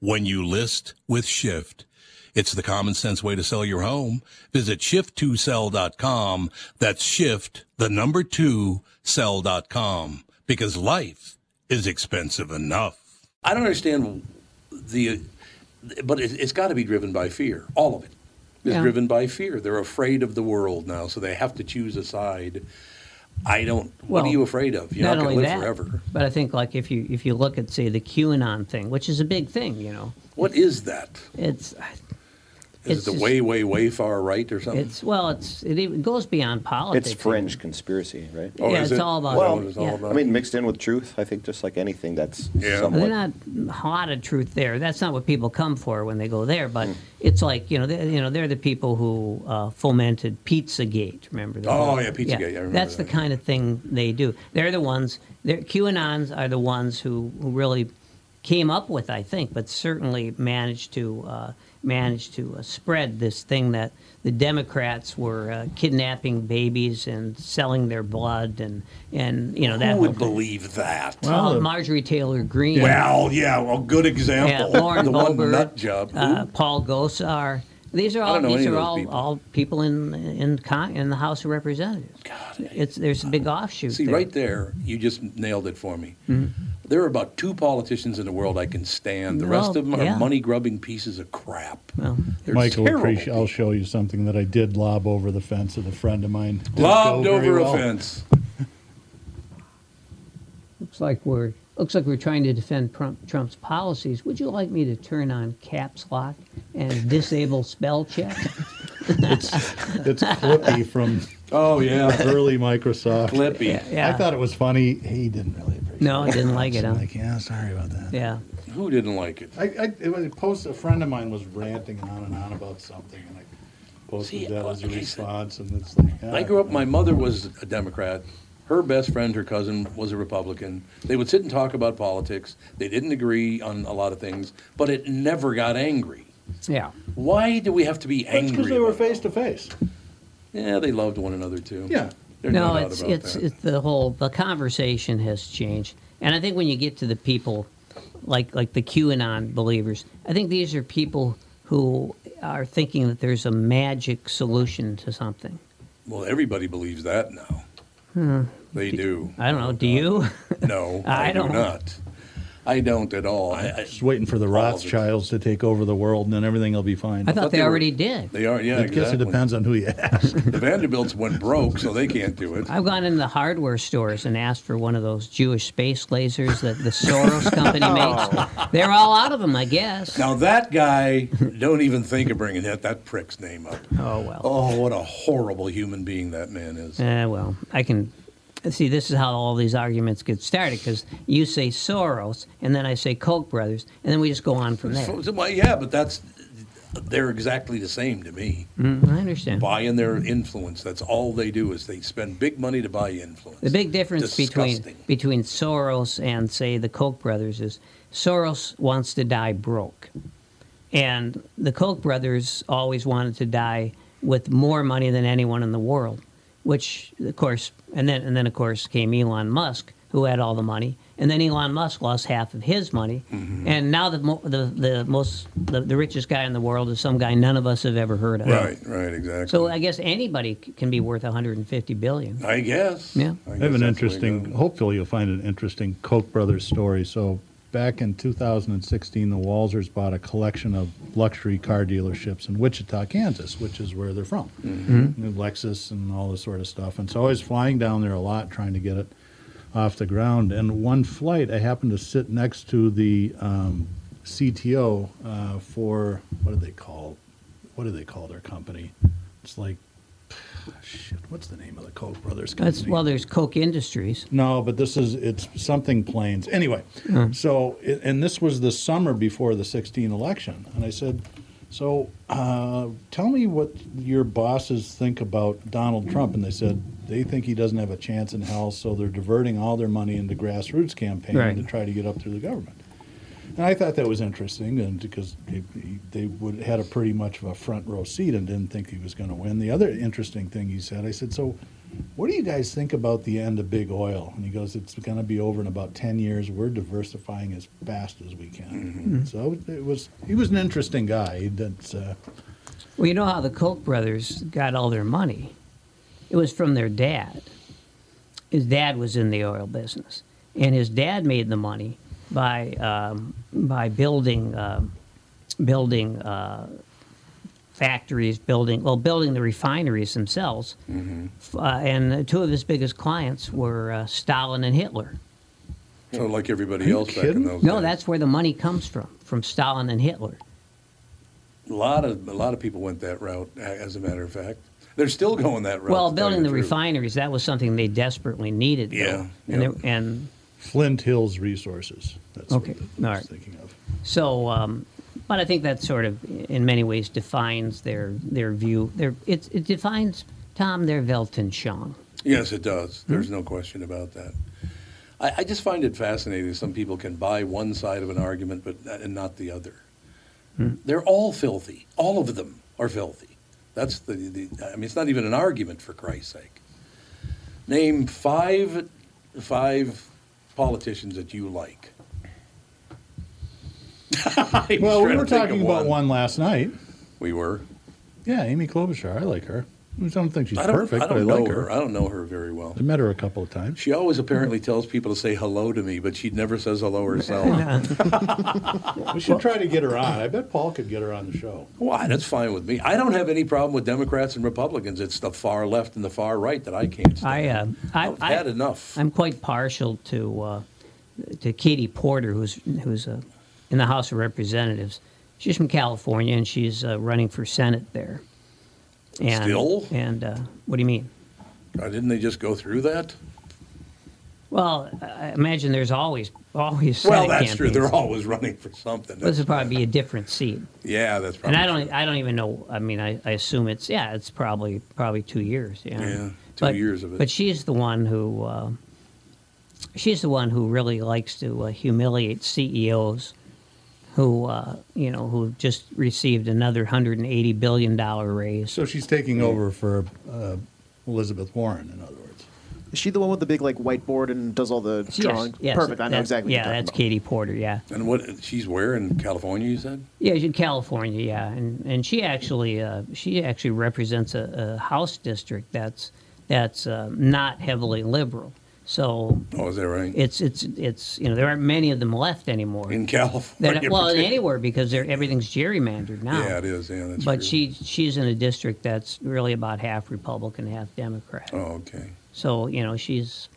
Speaker 1: when you list with Shift. It's the common sense way to sell your home. Visit shift2sell.com. That's shift, the number two, sell.com. Because life is expensive enough. I don't understand the, but it, it's got to be driven by fear, all of it is
Speaker 11: Yeah.
Speaker 1: driven by fear. They're afraid of the world now, so they have to choose a side. I don't. what
Speaker 4: Well,
Speaker 1: are you afraid of? You're not, going to live forever.
Speaker 4: But I think like if you if you look at say the QAnon thing, which is a big thing, you know,
Speaker 1: What is that?
Speaker 4: it's
Speaker 1: Is
Speaker 4: It's
Speaker 1: it the
Speaker 4: just-
Speaker 1: way, way, way far right or something?
Speaker 4: it's well, it's it even goes beyond politics.
Speaker 6: It's fringe conspiracy, right?
Speaker 4: Oh, Yeah, is it's it? all about- Is
Speaker 6: well,
Speaker 4: that what it's all yeah. about?
Speaker 6: I mean, mixed in with truth. I think just like anything, that's
Speaker 4: They're
Speaker 6: somewhat.
Speaker 4: not hot of truth there. That's not what people come for when they go there. But it's like you know, they, you know, they're the people who uh, fomented PizzaGate. Remember? the
Speaker 11: Oh,
Speaker 4: whole-
Speaker 11: yeah, PizzaGate, I remember
Speaker 4: that's
Speaker 11: that.
Speaker 4: the kind of thing they do. They're the ones. They're, QAnons are the ones who, who really came up with, I think, but certainly managed to uh, managed to uh, spread this thing that the Democrats were uh, kidnapping babies and selling their blood and and you know that
Speaker 11: Who would
Speaker 4: whole thing.
Speaker 11: believe that?
Speaker 4: Well, Marjorie Taylor Greene.
Speaker 11: Well, yeah, well, good example.
Speaker 4: Yeah, Lauren
Speaker 11: the one
Speaker 4: Boebert,
Speaker 11: nut job.
Speaker 4: Uh,
Speaker 11: Who?
Speaker 4: Paul Gosar. These are
Speaker 11: I
Speaker 4: all
Speaker 11: don't know any
Speaker 4: these
Speaker 11: of
Speaker 4: are
Speaker 11: those
Speaker 4: all
Speaker 11: people.
Speaker 4: all people in in con, in the House of Representatives. God, it's there's a big offshoot.
Speaker 11: See,
Speaker 4: there.
Speaker 11: right there, you just nailed it for me.
Speaker 4: Mhm.
Speaker 11: There are about two politicians in the world I can stand. The rest
Speaker 4: Well,
Speaker 11: of them are
Speaker 4: yeah.
Speaker 11: money grubbing pieces of crap.
Speaker 4: Well,
Speaker 11: They're
Speaker 2: Michael,
Speaker 11: terrible.
Speaker 2: appreciate- I'll show you something that I did lob over the fence with a friend of mine. Didn't
Speaker 11: Lobbed
Speaker 2: go very
Speaker 11: over
Speaker 2: well.
Speaker 11: a fence.
Speaker 4: Looks like we're looks like we're trying to defend Trump, Trump's policies. Would you like me to turn on caps lock and disable spell check?
Speaker 2: It's Clippy from
Speaker 11: [laughs] oh yeah
Speaker 2: early Microsoft.
Speaker 11: Clippy.
Speaker 4: Yeah, yeah.
Speaker 2: I thought it was funny. He didn't really.
Speaker 4: no, I didn't like it.
Speaker 2: So
Speaker 4: Huh?
Speaker 2: like, yeah, sorry about that.
Speaker 4: Yeah.
Speaker 11: Who didn't like it?
Speaker 2: I, I it was a post. A friend of mine was ranting on and on about something, and I posted that as a response, and it's like.
Speaker 11: I grew up, my mother was a Democrat. Her best friend, her cousin, was a Republican. They would sit and talk about politics. They didn't agree on a lot of things, but it never got angry.
Speaker 4: Yeah.
Speaker 11: Why do we have to be angry?
Speaker 2: because they were face to face.
Speaker 11: Yeah, they loved one another too.
Speaker 2: Yeah.
Speaker 11: There's no,
Speaker 4: no,
Speaker 11: doubt
Speaker 4: it's
Speaker 11: about
Speaker 4: it's
Speaker 11: that.
Speaker 4: it's the whole the conversation has changed, and I think when you get to the people, like like the QAnon believers, I think these are people who are thinking that there's a magic solution to something.
Speaker 11: well, everybody believes that now.
Speaker 4: Hmm.
Speaker 11: They do.
Speaker 4: I don't know. Do you? [laughs]
Speaker 11: No,
Speaker 4: I
Speaker 11: I, do
Speaker 4: don't.
Speaker 11: not.
Speaker 1: I don't at all. I, I-
Speaker 2: Just waiting for the Rothschilds to take over the world, and then everything will be fine.
Speaker 4: I thought they already did.
Speaker 1: They are, yeah,
Speaker 2: I guess it
Speaker 1: exactly.
Speaker 2: depends on who you ask.
Speaker 1: the Vanderbilts went broke, so they can't do it.
Speaker 4: I've gone into the hardware stores and asked for one of those Jewish space lasers that the Soros [laughs] company makes. They're all out of them, I guess.
Speaker 1: Now that guy, don't even think of bringing that that prick's name up.
Speaker 4: Oh well.
Speaker 1: Oh, what a horrible human being that man is.
Speaker 4: Eh, well, I can see this is how all these arguments get started because you say Soros and then I say Koch brothers and then we just go on from there.
Speaker 1: So- so, well, yeah, but that's they're exactly the same to me.
Speaker 4: Mm, I understand.
Speaker 1: Buying their influence. That's all they do is they spend big money to buy influence.
Speaker 4: The big difference
Speaker 1: Disgusting.
Speaker 4: between between Soros and say the Koch brothers is Soros wants to die broke, and the Koch brothers always wanted to die with more money than anyone in the world, which of course, and then and then of course came Elon Musk who had all the money, and then Elon Musk lost half of his money,
Speaker 1: Mm-hmm.
Speaker 4: and now the mo- the the most the, the richest guy in the world is some guy none of us have ever heard of.
Speaker 1: Right, right, exactly.
Speaker 4: So I guess anybody c- can be worth 150 billion.
Speaker 1: I guess.
Speaker 4: Yeah.
Speaker 2: I have an interesting, hopefully, you'll find an interesting Koch brothers story. So, back in 2016, the Walzers bought a collection of luxury car dealerships in Wichita, Kansas, which is where they're from.
Speaker 5: Mhm.
Speaker 2: And Lexus and all this sort of stuff. And so, I was flying down there a lot trying to get it off the ground. And one flight, I happened to sit next to the um, CTO uh, for what do they call? What do they call their company? It's like, ah, shit, what's the name of the Koch brothers company?
Speaker 4: That's, well, there's Koch Industries.
Speaker 2: No, but this is it's something planes. Anyway,
Speaker 4: Hmm.
Speaker 2: so a- and this was the summer before the 16 election, and I said, "So, uh, tell me what your bosses think about Donald Trump." And they said they think he doesn't have a chance in hell, so they're diverting all their money into grassroots campaign
Speaker 5: Right.
Speaker 2: to try to get up through the government. And I thought that was interesting, and because he- he- they would had a pretty much of a front row seat and didn't think he was going to win. The other interesting thing he said, I said, "So, what do you guys think about the end of big oil?" And he goes, "It's going to be over in about ten years. We're diversifying as fast as we
Speaker 1: Mm-hmm.
Speaker 2: can." So it was. He was an interesting guy. That's
Speaker 1: [laughs]
Speaker 2: uh,
Speaker 4: Well, you know how the Koch brothers got all their money? It was from their dad. His dad was in the oil business, and his dad made the money by um, by building um building uh, factories, building well, building the refineries themselves.
Speaker 1: Mm-hmm.
Speaker 4: F- Uh, and two of his biggest clients were uh, Stalin and Hitler.
Speaker 1: So like everybody else back in those
Speaker 4: No,
Speaker 1: days.
Speaker 4: that's where the money comes from, from Stalin and Hitler.
Speaker 1: A lot of a lot of people went that route. a- As a matter of fact, they're still going that route.
Speaker 4: Well,
Speaker 1: to tell you
Speaker 4: building the
Speaker 1: truth.
Speaker 4: refineries, that was something they desperately needed. though.
Speaker 1: Yeah,
Speaker 4: And,
Speaker 1: yeah.
Speaker 4: there- and
Speaker 2: Flint Hills Resources. That's
Speaker 4: okay.
Speaker 2: what I
Speaker 4: All
Speaker 2: was
Speaker 4: right.
Speaker 2: thinking of.
Speaker 4: So, um, but I think that sort of, in many ways, defines their their view. Their it, it defines Tom their Weltanschauung.
Speaker 1: Yes, it
Speaker 2: Hmm?
Speaker 1: does. There's no question about that. I, I just find it fascinating. Some people can buy one side of an argument, but and not the other.
Speaker 5: Hmm.
Speaker 1: They're all filthy. All of them are filthy. That's the, the. I mean, it's not even an argument for Christ's sake. Name five, five politicians that you like. I'm
Speaker 2: Well, we
Speaker 1: trying to
Speaker 2: were
Speaker 1: think of
Speaker 2: talking about
Speaker 1: one.
Speaker 2: one last night.
Speaker 1: We were.
Speaker 2: Yeah, Amy Klobuchar. I like her. I don't think she's
Speaker 1: I don't,
Speaker 2: perfect,
Speaker 1: I don't
Speaker 2: but I
Speaker 1: know
Speaker 2: like her.
Speaker 1: I don't know her very well.
Speaker 2: I met her a couple of
Speaker 1: [laughs]
Speaker 2: times.
Speaker 1: She always apparently tells people to say hello to me, but she never says
Speaker 2: [laughs]
Speaker 1: hello herself.
Speaker 2: We should try to get her on. I bet Paul could get her on the show.
Speaker 1: Why? That's fine with me. I don't have any problem with Democrats and Republicans. It's the far left and the far right that I can't. stand.
Speaker 4: I, uh, I,
Speaker 1: I've
Speaker 4: I
Speaker 1: had enough.
Speaker 4: I'm quite partial to uh, to Katie Porter, who's who's uh, in the House of Representatives. She's from California, and she's uh, running for Senate there. And,
Speaker 1: Still?
Speaker 4: And uh, what do you mean?
Speaker 1: Uh, didn't they just go through that?
Speaker 4: Well, I imagine there's always always Senate
Speaker 1: well, that's true.
Speaker 4: campaigns.
Speaker 1: They're always running for something.
Speaker 4: This would probably be a different seat.
Speaker 1: yeah, that's probably.
Speaker 4: And I don't, I don't even know. I mean, I, I assume it's yeah, it's probably probably two years. Yeah,
Speaker 1: Yeah, two
Speaker 4: But-
Speaker 1: years of it.
Speaker 4: But she's the one who, uh, she's the one who really likes to uh, humiliate CEOs, who uh, you know who just received another hundred and eighty billion dollar raise.
Speaker 2: So she's taking over for uh, Elizabeth Warren, in other words.
Speaker 7: Is she the one with the big like whiteboard and does all the drawing?
Speaker 4: yes,
Speaker 7: Perfect. I know
Speaker 4: that's-
Speaker 7: exactly.
Speaker 4: yeah, that's Katie Porter. Yeah.
Speaker 1: And what? She's where in California? You said.
Speaker 4: Yeah, she's in California. Yeah, and and she actually uh, she actually represents a, a House district that's that's uh, not heavily liberal. So
Speaker 11: Oh, is that right?
Speaker 4: it's it's it's you know there aren't many of them left anymore
Speaker 11: In California,
Speaker 4: That- well,
Speaker 11: particularly.
Speaker 4: anywhere because they're, everything's gerrymandered now.
Speaker 11: Yeah, it is. Yeah, that's
Speaker 4: but
Speaker 11: true.
Speaker 4: she she's in a district that's really about half Republican, half Democrat.
Speaker 11: Oh, okay.
Speaker 4: So you know she's,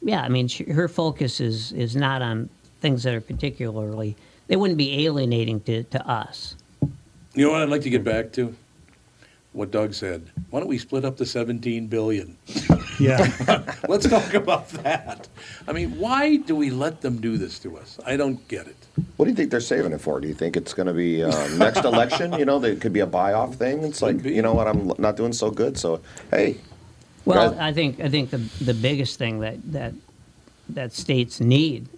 Speaker 4: yeah. I mean, she, her focus is is not on things that are particularly they wouldn't be alienating to, to us.
Speaker 11: You know what I'd like to get back to? What Doug said. Why don't we split up the 17 billion?
Speaker 2: [laughs]
Speaker 11: Yeah. [laughs] Let's talk about that. I mean, why do we let them do this to us? I don't get it.
Speaker 6: What do you think they're saving it for? Do you think it's going to be um, next election? You know, there could be a buy-off thing. It's like, you know what, I'm l- not doing so good. So, hey,
Speaker 4: Well, I think I think the the biggest thing that that that states need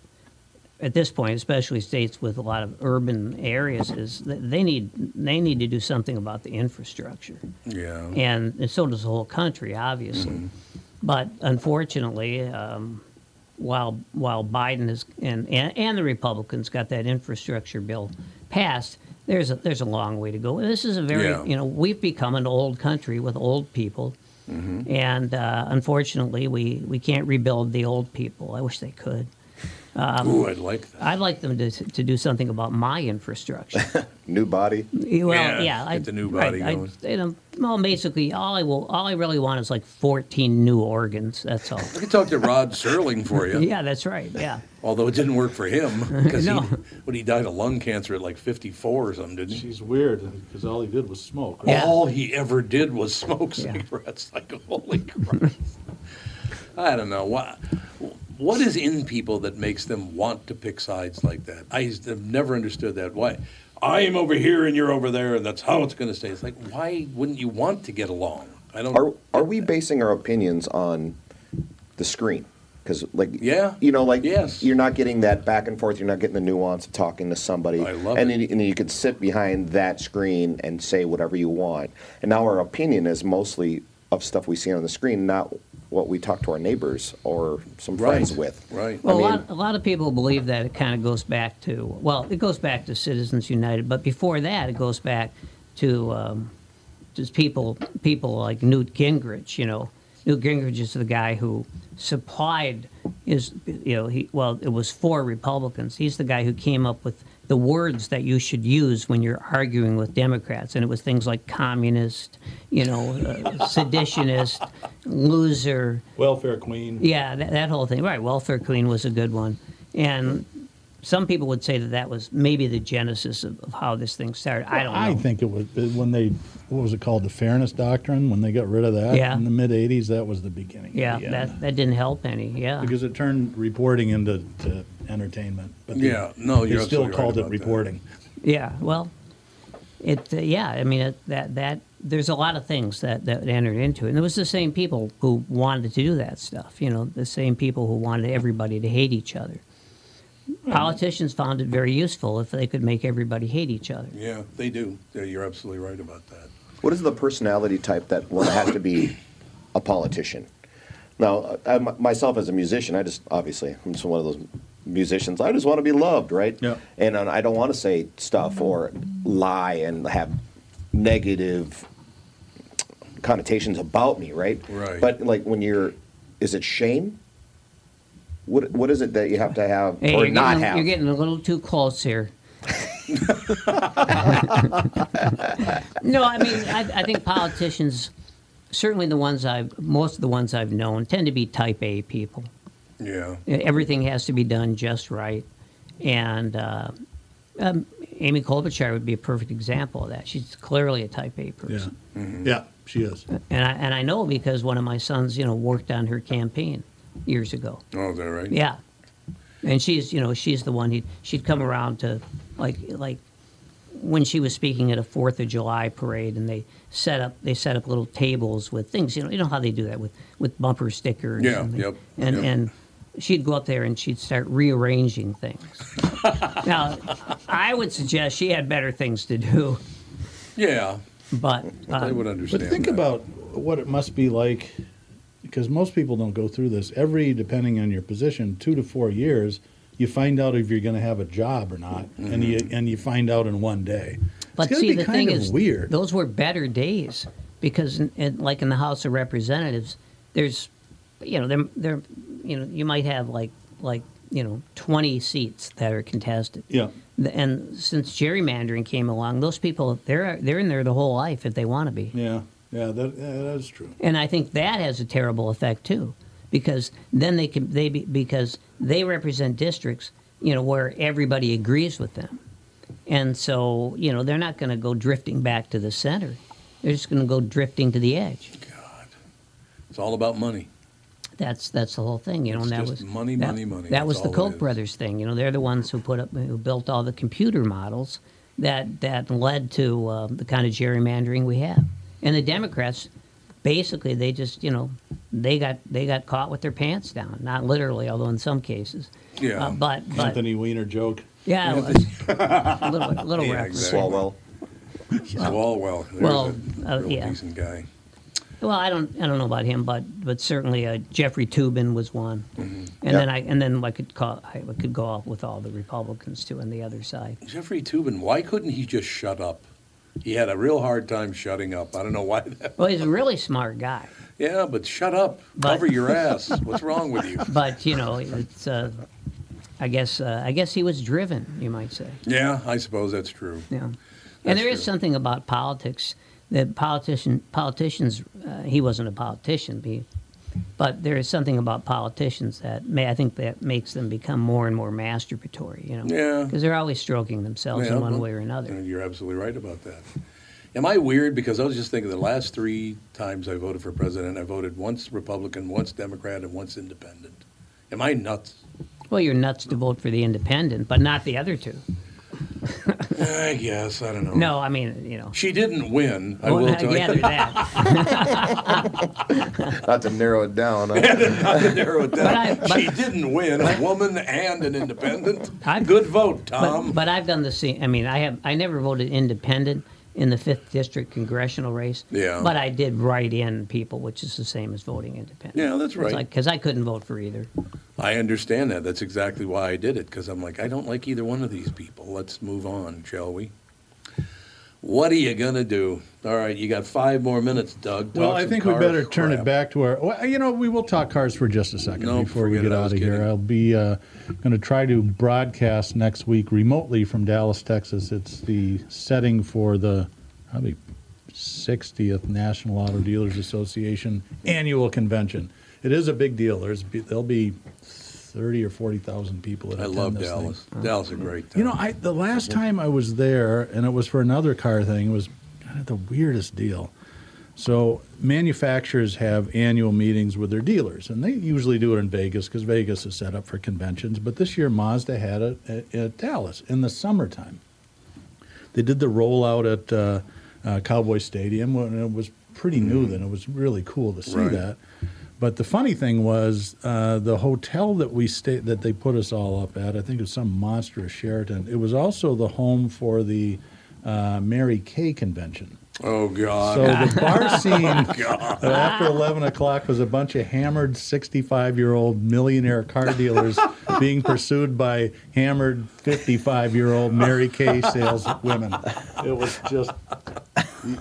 Speaker 4: at this point, especially states with a lot of urban areas, is that they need they need to do something about the infrastructure,
Speaker 11: Yeah.
Speaker 4: and, and so does the whole country, obviously. But unfortunately, um, while while Biden is and, and and the Republicans got that infrastructure bill passed, there's a, there's a long way to go. This is a very
Speaker 15: Yeah.
Speaker 4: you know we've become an old country with old people.
Speaker 11: Mm-hmm.
Speaker 4: And uh, unfortunately, we, we can't rebuild the old people. I wish they could. Um,
Speaker 11: Ooh, I'd like that.
Speaker 4: I'd like them to, to do something about my
Speaker 11: [laughs]
Speaker 4: infrastructure.
Speaker 6: new body.
Speaker 4: well, yeah, I,
Speaker 6: Get the new
Speaker 11: body
Speaker 4: I, I,
Speaker 11: going.
Speaker 4: you know, well, basically, all I will, all I really want is like fourteen new organs. That's all.
Speaker 11: I could talk to Rod Serling [laughs] for you.
Speaker 4: [laughs] yeah, that's right. Yeah.
Speaker 11: Although it didn't work for
Speaker 4: [laughs]
Speaker 11: him because
Speaker 4: No.
Speaker 11: he, when he died of lung cancer at like 54 or something, didn't he?
Speaker 2: She's weird because all he did was smoke.
Speaker 11: All he ever did was smoke cigarettes. Like, holy Christ. I don't know. What, what is in people that makes them want to pick sides like that? I have never understood that. Why? I am over here and you're over there, and that's how it's going to stay. It's like, why wouldn't you want to get along? I don't.
Speaker 6: Are are we basing our opinions on the screen? Because like
Speaker 11: yeah,
Speaker 6: you know, like yes. you're not getting that back and forth. You're not getting the nuance of talking to somebody. I love and
Speaker 11: it.
Speaker 6: Then, and then you can sit behind that screen and say whatever you want. And now our opinion is mostly of stuff we see on the screen, not what we talk to our neighbors or some friends
Speaker 11: Right.
Speaker 6: with.
Speaker 11: Right.
Speaker 4: Well, a, lot, a lot of people believe that it kind of goes back to, well, it goes back to Citizens United, but before that, it goes back to um, just people, people like Newt Gingrich. You know, Newt Gingrich is the guy who supplied his, you know, he well, it was for Republicans. He's the guy who came up with the words that you should use when you're arguing with Democrats, and it was things like communist, you know, uh, seditionist, loser.
Speaker 2: Welfare queen.
Speaker 4: Yeah, that, that whole thing. Right, welfare queen was a good one, and some people would say that that was maybe the genesis of, of how this thing started. I don't know.
Speaker 2: I think it was it- when they what was it called the fairness doctrine when they got rid of that
Speaker 4: Yeah.
Speaker 2: in the mid '80s. That was the beginning.
Speaker 4: yeah,
Speaker 2: Yeah.
Speaker 4: that that didn't help any. Yeah,
Speaker 2: because it turned reporting into to entertainment. But they-
Speaker 4: Yeah, no,
Speaker 2: they
Speaker 4: you're
Speaker 2: still
Speaker 4: absolutely right
Speaker 2: called it
Speaker 4: about that.
Speaker 2: reporting.
Speaker 4: yeah. Well, it uh, yeah. I mean it, that that there's a lot of things that that entered into it, and it was the same people who wanted to do that stuff. You know, the same people who wanted everybody to hate each other. Politicians found it very useful if they could make everybody hate each other.
Speaker 11: Yeah, they do. Yeah, you're absolutely right about that.
Speaker 6: What is the personality type that one has to be a politician? Now, I, m- myself as a musician, I just obviously I'm just one of those musicians. I just want to be loved, right? Yeah. And, uh, I don't want to say stuff or lie and have negative connotations about me, right?
Speaker 11: Right.
Speaker 6: But like when you're, is it shame? What what is it that you have to have
Speaker 4: Hey,
Speaker 6: or
Speaker 4: you're,
Speaker 6: not
Speaker 4: getting,
Speaker 6: have?
Speaker 4: you're getting a little too close here. no, I mean, I, I think politicians, certainly the ones I've, most of the ones I've known, tend to be type A people.
Speaker 11: Yeah.
Speaker 4: Everything has to be done just right. And uh, um, Amy Klobuchar would be a perfect example of that. She's clearly a type A person.
Speaker 2: Yeah, she is.
Speaker 4: And, I, and I know because one of my sons, you know, worked on her campaign years ago.
Speaker 11: Oh, is that right?
Speaker 4: Yeah, and she's you know she's the one he she'd come around to like like when she was speaking at a Fourth of July parade, and they set up they set up little tables with things you know you know how they do that with with bumper stickers.
Speaker 11: Yeah,
Speaker 4: and,
Speaker 11: yep,
Speaker 4: And
Speaker 11: yep.
Speaker 4: and she'd go up there and she'd start rearranging
Speaker 11: [laughs]
Speaker 4: things. now, I would suggest she had better things to do,
Speaker 11: Yeah.
Speaker 4: but
Speaker 11: I
Speaker 4: um,
Speaker 11: would understand.
Speaker 2: But think about what it must be like, because most people don't go through this. Every, depending on your position, two to four years, you find out if you're going to have a job or not, and you
Speaker 4: Mm-hmm.
Speaker 2: and you find out in one day.
Speaker 4: But
Speaker 2: it's gotta
Speaker 4: see,
Speaker 2: be
Speaker 4: the
Speaker 2: kind
Speaker 4: thing
Speaker 2: of
Speaker 4: is,
Speaker 2: weird.
Speaker 4: those were better days because, in, in, like in the House of Representatives, there's But, you know, they're, they're, you know, you might have like like you know twenty seats that are contested.
Speaker 2: Yeah.
Speaker 4: Th- And since gerrymandering came along, those people they're they're in there the whole life if they want to be.
Speaker 2: Yeah, yeah, that, yeah, that is true.
Speaker 4: And I think that has a terrible effect too, because then they can they be, because they represent districts you know where everybody agrees with them, and so you know they're not going to go drifting back to the center. They're just going to go drifting to the edge.
Speaker 1: It's all about money.
Speaker 4: That's that's the whole thing, you know.
Speaker 1: It's
Speaker 4: and that
Speaker 1: just
Speaker 4: was
Speaker 1: money,
Speaker 4: that,
Speaker 1: money, money.
Speaker 4: That
Speaker 1: That's
Speaker 4: was the
Speaker 1: all it
Speaker 4: Koch
Speaker 1: is.
Speaker 4: brothers thing. You know, they're the ones who put up, who built all the computer models that that led to uh, the kind of gerrymandering we have. And the Democrats, basically, they just you know, they got they got caught with their pants down. Not literally, although in some cases. Uh, but but
Speaker 2: Anthony Weiner joke.
Speaker 4: yeah, it was a little a little
Speaker 1: Yeah,
Speaker 4: reckless.
Speaker 1: exactly. Swalwell. Swalwell, there's
Speaker 4: Well,
Speaker 1: a
Speaker 4: uh,
Speaker 1: real
Speaker 4: yeah.
Speaker 1: decent guy.
Speaker 4: Well, I don't, I don't know about him, but but certainly uh, Jeffrey Toobin was one,
Speaker 1: Mm-hmm.
Speaker 4: and then I and then I could call, I could go off with all the Republicans too on the other side.
Speaker 1: Jeffrey Toobin, why couldn't he just shut up? He had a real hard time shutting up. I don't know why. That,
Speaker 4: Well, he's a really smart guy,
Speaker 1: yeah, but shut up.
Speaker 4: But-
Speaker 1: Cover
Speaker 4: [laughs]
Speaker 1: your ass. What's wrong with you?
Speaker 4: but you know, it's, uh, I guess, uh, I guess he was driven, you might say.
Speaker 1: Yeah, I suppose that's true.
Speaker 4: Yeah, and there is something about politics that politician politicians. Uh, he wasn't a politician, he, but there is something about politicians that may I think that makes them become more and more masturbatory. You know,
Speaker 1: Yeah.
Speaker 4: because they're always stroking themselves
Speaker 1: Yeah,
Speaker 4: in one
Speaker 1: well,
Speaker 4: way or another.
Speaker 1: yeah, You're absolutely right about that. Am I weird? Because I was just thinking the last three times I voted for president, I voted once Republican, once Democrat, and once Independent. Am I
Speaker 4: [laughs]
Speaker 1: nuts?
Speaker 4: Well, you're nuts to vote for the independent, but not the other two.
Speaker 1: I guess I don't know.
Speaker 4: No, I mean, you know.
Speaker 1: She didn't win. I
Speaker 4: Well, [laughs]
Speaker 1: will
Speaker 4: I
Speaker 1: tell
Speaker 4: gather
Speaker 1: you
Speaker 4: that.
Speaker 6: Not to narrow it down. huh? [laughs]
Speaker 1: Not to narrow it down.
Speaker 4: I- but-
Speaker 1: she didn't win. A woman and an independent.
Speaker 4: I,
Speaker 1: Good vote,
Speaker 4: but,
Speaker 1: Tom.
Speaker 4: but I've done the same. I mean, I have. I never voted independent in the fifth district congressional race.
Speaker 1: Yeah.
Speaker 4: But I did write in people, which is the same as voting independent.
Speaker 1: Yeah, that's right.
Speaker 4: Because I couldn't vote for either.
Speaker 1: I understand that. That's exactly why I did it because I'm like, I don't like either one of these people. Let's move on, shall we? What are you gonna do? All right, you got five more minutes, Doug. Talk
Speaker 2: Well, I
Speaker 1: some
Speaker 2: think we
Speaker 1: car
Speaker 2: better turn
Speaker 1: crap.
Speaker 2: it back to our. Well, you know, we will talk cars for just a second
Speaker 1: No,
Speaker 2: before we
Speaker 1: forget
Speaker 2: get
Speaker 1: it, I
Speaker 2: out
Speaker 1: was
Speaker 2: of here.
Speaker 1: kidding.
Speaker 2: I'll be uh, going to try to broadcast next week remotely from Dallas, Texas. It's the setting for the probably 60th National Auto Dealers Association annual convention. It is a big deal. There's be- there'll be 30 or 40,000 people. That
Speaker 1: I
Speaker 2: attend
Speaker 1: love
Speaker 2: this thing.
Speaker 1: Dallas. Dallas is a great town.
Speaker 2: You know, I the last time I was there, and it was for another car thing, it was kind of the weirdest deal. So manufacturers have annual meetings with their dealers, and they usually do it in Vegas because Vegas is set up for conventions. But this year, Mazda had it at, at Dallas in the summertime. They did the rollout at uh, uh, Cowboy Stadium, and it was pretty new then. It was really cool to see
Speaker 1: Right.
Speaker 2: that. But the funny thing was uh, the hotel that we stayed, that they put us all up at. I think it was some monstrous Sheraton. It was also the home for the uh, Mary Kay convention.
Speaker 1: oh God.
Speaker 2: So the
Speaker 1: [laughs]
Speaker 2: bar scene
Speaker 1: Oh, God.
Speaker 2: after 11 o'clock was a bunch of hammered 65 year old millionaire car
Speaker 1: [laughs]
Speaker 2: dealers being pursued by hammered 55 year old Mary Kay saleswomen. It was just,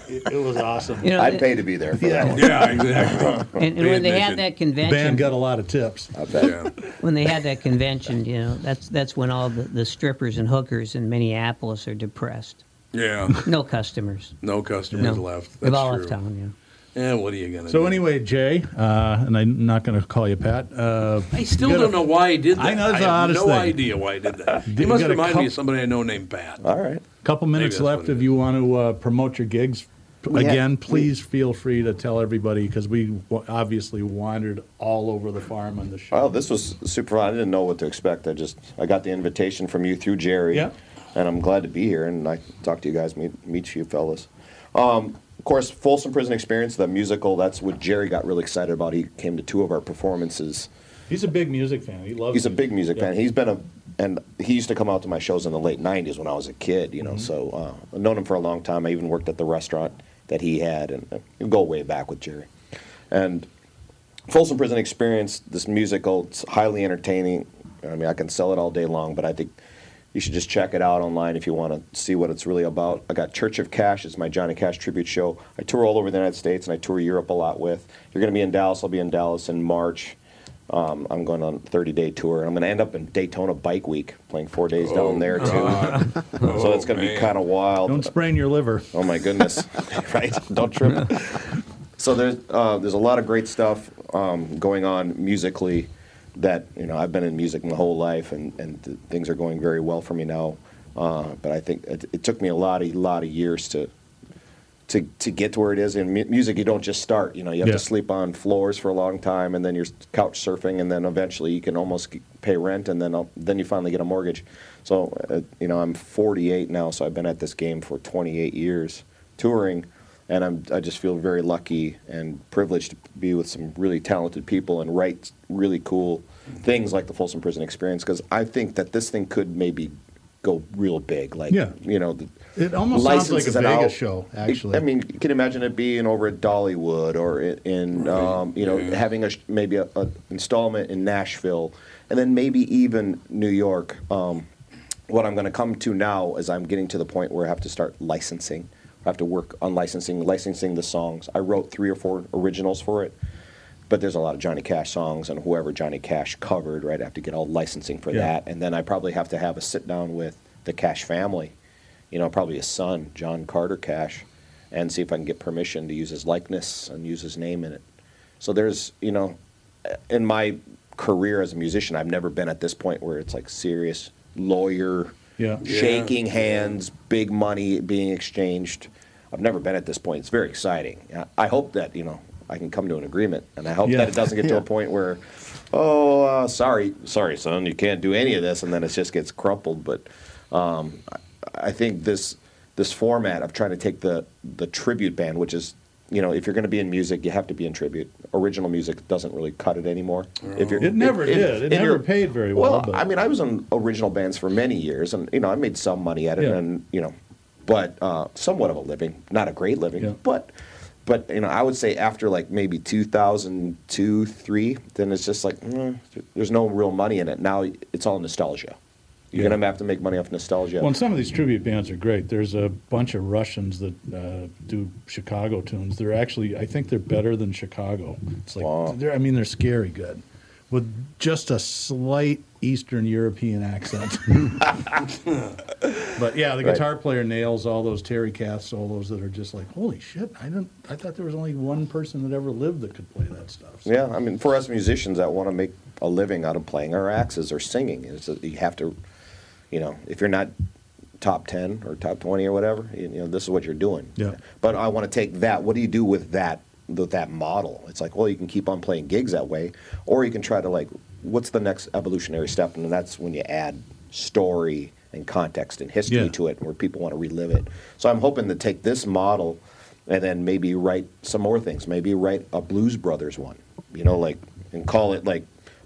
Speaker 2: it, it was awesome.
Speaker 4: You know, I'd pay
Speaker 6: to be there.
Speaker 2: for that one.
Speaker 1: Yeah, exactly.
Speaker 4: And, and when they had that convention,
Speaker 2: Band got a lot of tips.
Speaker 1: Yeah.
Speaker 4: when they had that convention, you know, that's that's when all the, the strippers and hookers in Minneapolis are depressed.
Speaker 1: yeah.
Speaker 4: No customers.
Speaker 1: No customers
Speaker 4: No.
Speaker 1: left. That's
Speaker 4: They've all
Speaker 1: true.
Speaker 4: left town. Oh, Yeah.
Speaker 1: Yeah, Eh, what are you gonna do?
Speaker 2: So anyway, Jay, uh, and I'm not going to call you Pat. Uh,
Speaker 1: I still
Speaker 2: you got a-
Speaker 1: don't know why I did that.
Speaker 2: I know, it's the
Speaker 1: have
Speaker 2: oddest
Speaker 1: no
Speaker 2: thing.
Speaker 1: idea why I did that.
Speaker 2: Did [laughs]
Speaker 1: You
Speaker 2: you
Speaker 1: must
Speaker 2: get a
Speaker 1: remind me
Speaker 2: couple-
Speaker 1: of somebody I know named Pat.
Speaker 6: All right.
Speaker 2: couple minutes
Speaker 1: that's what
Speaker 2: left if you want to uh, promote your gigs
Speaker 16: We ha-
Speaker 2: again please feel free to tell everybody because we w- obviously wandered all over the farm on the show
Speaker 6: Well, this was super fun. I didn't know what to expect. I just I got the invitation from you through Jerry.
Speaker 2: Yeah.
Speaker 6: And I'm glad to be here and I talk to you guys, meet meet you fellas. Um, of course, Folsom Prison Experience, the musical, that's what Jerry got really excited about. He came to two of our performances.
Speaker 2: he's a big music fan he loves
Speaker 6: He's a big music
Speaker 2: Yeah.
Speaker 6: fan. He's been a and he used to come out to my shows in the late '90s when I was a kid. You know,
Speaker 2: Mm-hmm.
Speaker 6: so uh, I've known him for a long time. I even worked at the restaurant that he had, and uh, you go way back with Jerry. And Folsom Prison Experience, this musical, it's highly entertaining. I mean, I can sell it all day long, but I think you should just check it out online if you want to see what it's really about. I got Church of Cash is my Johnny Cash tribute show. I tour all over the United States and I tour Europe a lot with. You're going to be in Dallas. I'll be in Dallas in March. Um, I'm going on a 30 day tour and I'm going to end up in Daytona Bike Week, playing four days down there too. [laughs] so it's going to be kind of wild.
Speaker 2: Don't sprain your liver.
Speaker 6: Oh my
Speaker 2: [laughs]
Speaker 6: goodness, right? Don't trip. So there's uh, there's a lot of great stuff um, going on musically. That you know, I've been in music my whole life, and and th- things are going very well for me now. Uh, but I think it, it took me a lot of lot of years to to to get to where it is. In mu- music, you don't just start. You know, you have
Speaker 2: Yeah.
Speaker 6: to sleep on floors for a long time, and then you're couch surfing, and then eventually you can almost g- pay rent, and then i then you finally get a mortgage. So, uh, you know, I'm 48 now, so I've been at this game for 28 years touring, and I'm I just feel very lucky and privileged to be with some really talented people and write really cool things like the Folsom Prison Experience because I think that this thing could maybe go real big. Like,
Speaker 2: Yeah.
Speaker 6: you know. The,
Speaker 2: It almost sounds like a
Speaker 6: licenses it
Speaker 2: Vegas
Speaker 6: out.
Speaker 2: show,
Speaker 6: It-
Speaker 2: actually.
Speaker 6: I mean, you can imagine it being over at Dollywood or i- in, um, you know, having a sh- maybe a, a installment in Nashville, and then maybe even New York. Um, what I'm going to come to now is I'm getting to the point where I have to start licensing. I have to work on licensing, licensing the songs. I wrote three or four originals for it, but there's a lot of Johnny Cash songs, and whoever Johnny Cash covered, right? I have to get all licensing for
Speaker 2: Yeah.
Speaker 6: that, and then I probably have to have a sit down with the Cash family you know, probably his son, John Carter Cash, and see if I can get permission to use his likeness and use his name in it. So there's, you know, in my career as a musician, I've never been at this point where it's like serious lawyer,
Speaker 2: Yeah.
Speaker 6: shaking hands, big money being exchanged. I've never been at this point. It's very exciting. I- I hope that, you know, I can come to an agreement, and I hope
Speaker 2: Yeah.
Speaker 6: that it doesn't get to
Speaker 2: Yeah.
Speaker 6: a point where, oh, uh, sorry, sorry, son, you can't do any of this, and then it just gets crumpled. But um, I think this this format of trying to take the the tribute band, which is you know, if you're going to be in music, you have to be in tribute. Original music doesn't really cut it anymore. If you're,
Speaker 2: It never did. It
Speaker 6: if
Speaker 2: never
Speaker 6: you're-
Speaker 2: paid very well, but-
Speaker 6: I mean, I was in original bands for many years, and you know, I made some money at it,
Speaker 2: Yeah.
Speaker 6: and you know, but uh, somewhat of a living, not a great living, but but you know, I would say after like maybe 2002, three, then it's just like mm, there's no real money in it. Now it's all nostalgia. You're
Speaker 2: Yeah.
Speaker 6: gonna have to make money off nostalgia.
Speaker 2: Well, and some of these tribute bands are great. There's a bunch of Russians that uh, do Chicago tunes. They're actually, I think they're better than Chicago. It's like, they're, I mean, they're scary good, with just a slight Eastern European accent. [laughs] but yeah, the
Speaker 6: Right.
Speaker 2: guitar player nails all those Terry Kath solos that are just like, holy shit! I didn't, I thought there was only one person that ever lived that could play that stuff.
Speaker 6: Yeah, I mean, for us musicians that want to make a living out of playing our axes or singing, it's that you have to, you know, if you're not top ten or top twenty or whatever, you, you know, this is what you're doing.
Speaker 2: Yeah.
Speaker 6: But I want to take that. What do you do with that? With that model, it's like, well, you can keep on playing gigs that way, or you can try to like, what's the next evolutionary step? And that's when you add story and context and history
Speaker 2: Yeah.
Speaker 6: to it, where people want to relive it. So I'm hoping to take this model and then maybe write some more things. Maybe write a Blues Brothers one, you know, like and call it like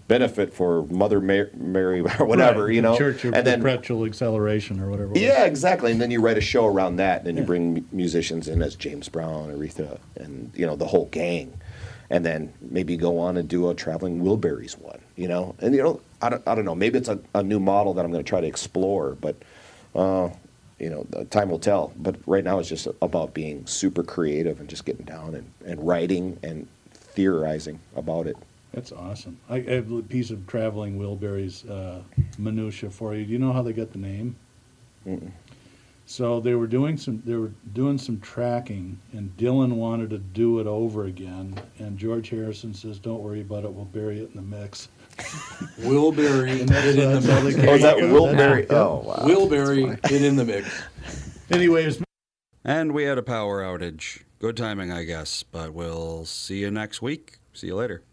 Speaker 6: benefit for Mother Mary, Mary [laughs] or whatever,
Speaker 2: Right.
Speaker 6: you know,
Speaker 2: Church of
Speaker 6: and then
Speaker 2: perpetual acceleration or whatever. it was.
Speaker 6: yeah, exactly. And then you write a show around that, and then you bring mu- musicians in as James Brown, Aretha, and you know the whole gang, and then maybe go on and do a traveling Wilburys one. You know, and you know I don't, I don't know. Maybe it's a, a new model that I'm going to try to explore, but uh, you know, the time will tell. But right now it's just about being super creative and just getting down and, and writing and theorizing about it.
Speaker 2: That's awesome. I, I have a piece of traveling Wilbury's uh, minutia for you. Do you know how they got the name?
Speaker 6: Mm-mm.
Speaker 2: So they were doing some they were doing some tracking, and Dylan wanted to do it over again. And George Harrison says, "Don't worry about it. We'll bury it in the mix."
Speaker 11: Wilbury
Speaker 2: And that's-
Speaker 11: hid in the
Speaker 2: that's how
Speaker 11: mix.
Speaker 2: they
Speaker 11: Oh, is
Speaker 2: came
Speaker 11: that
Speaker 2: up with it.
Speaker 11: Wilbury?
Speaker 2: Yeah.
Speaker 11: Oh, wow. Wilbury
Speaker 5: hit in the mix.
Speaker 2: Anyways,
Speaker 5: and we had a power outage. Good timing, I guess. But we'll see you next week. See you later.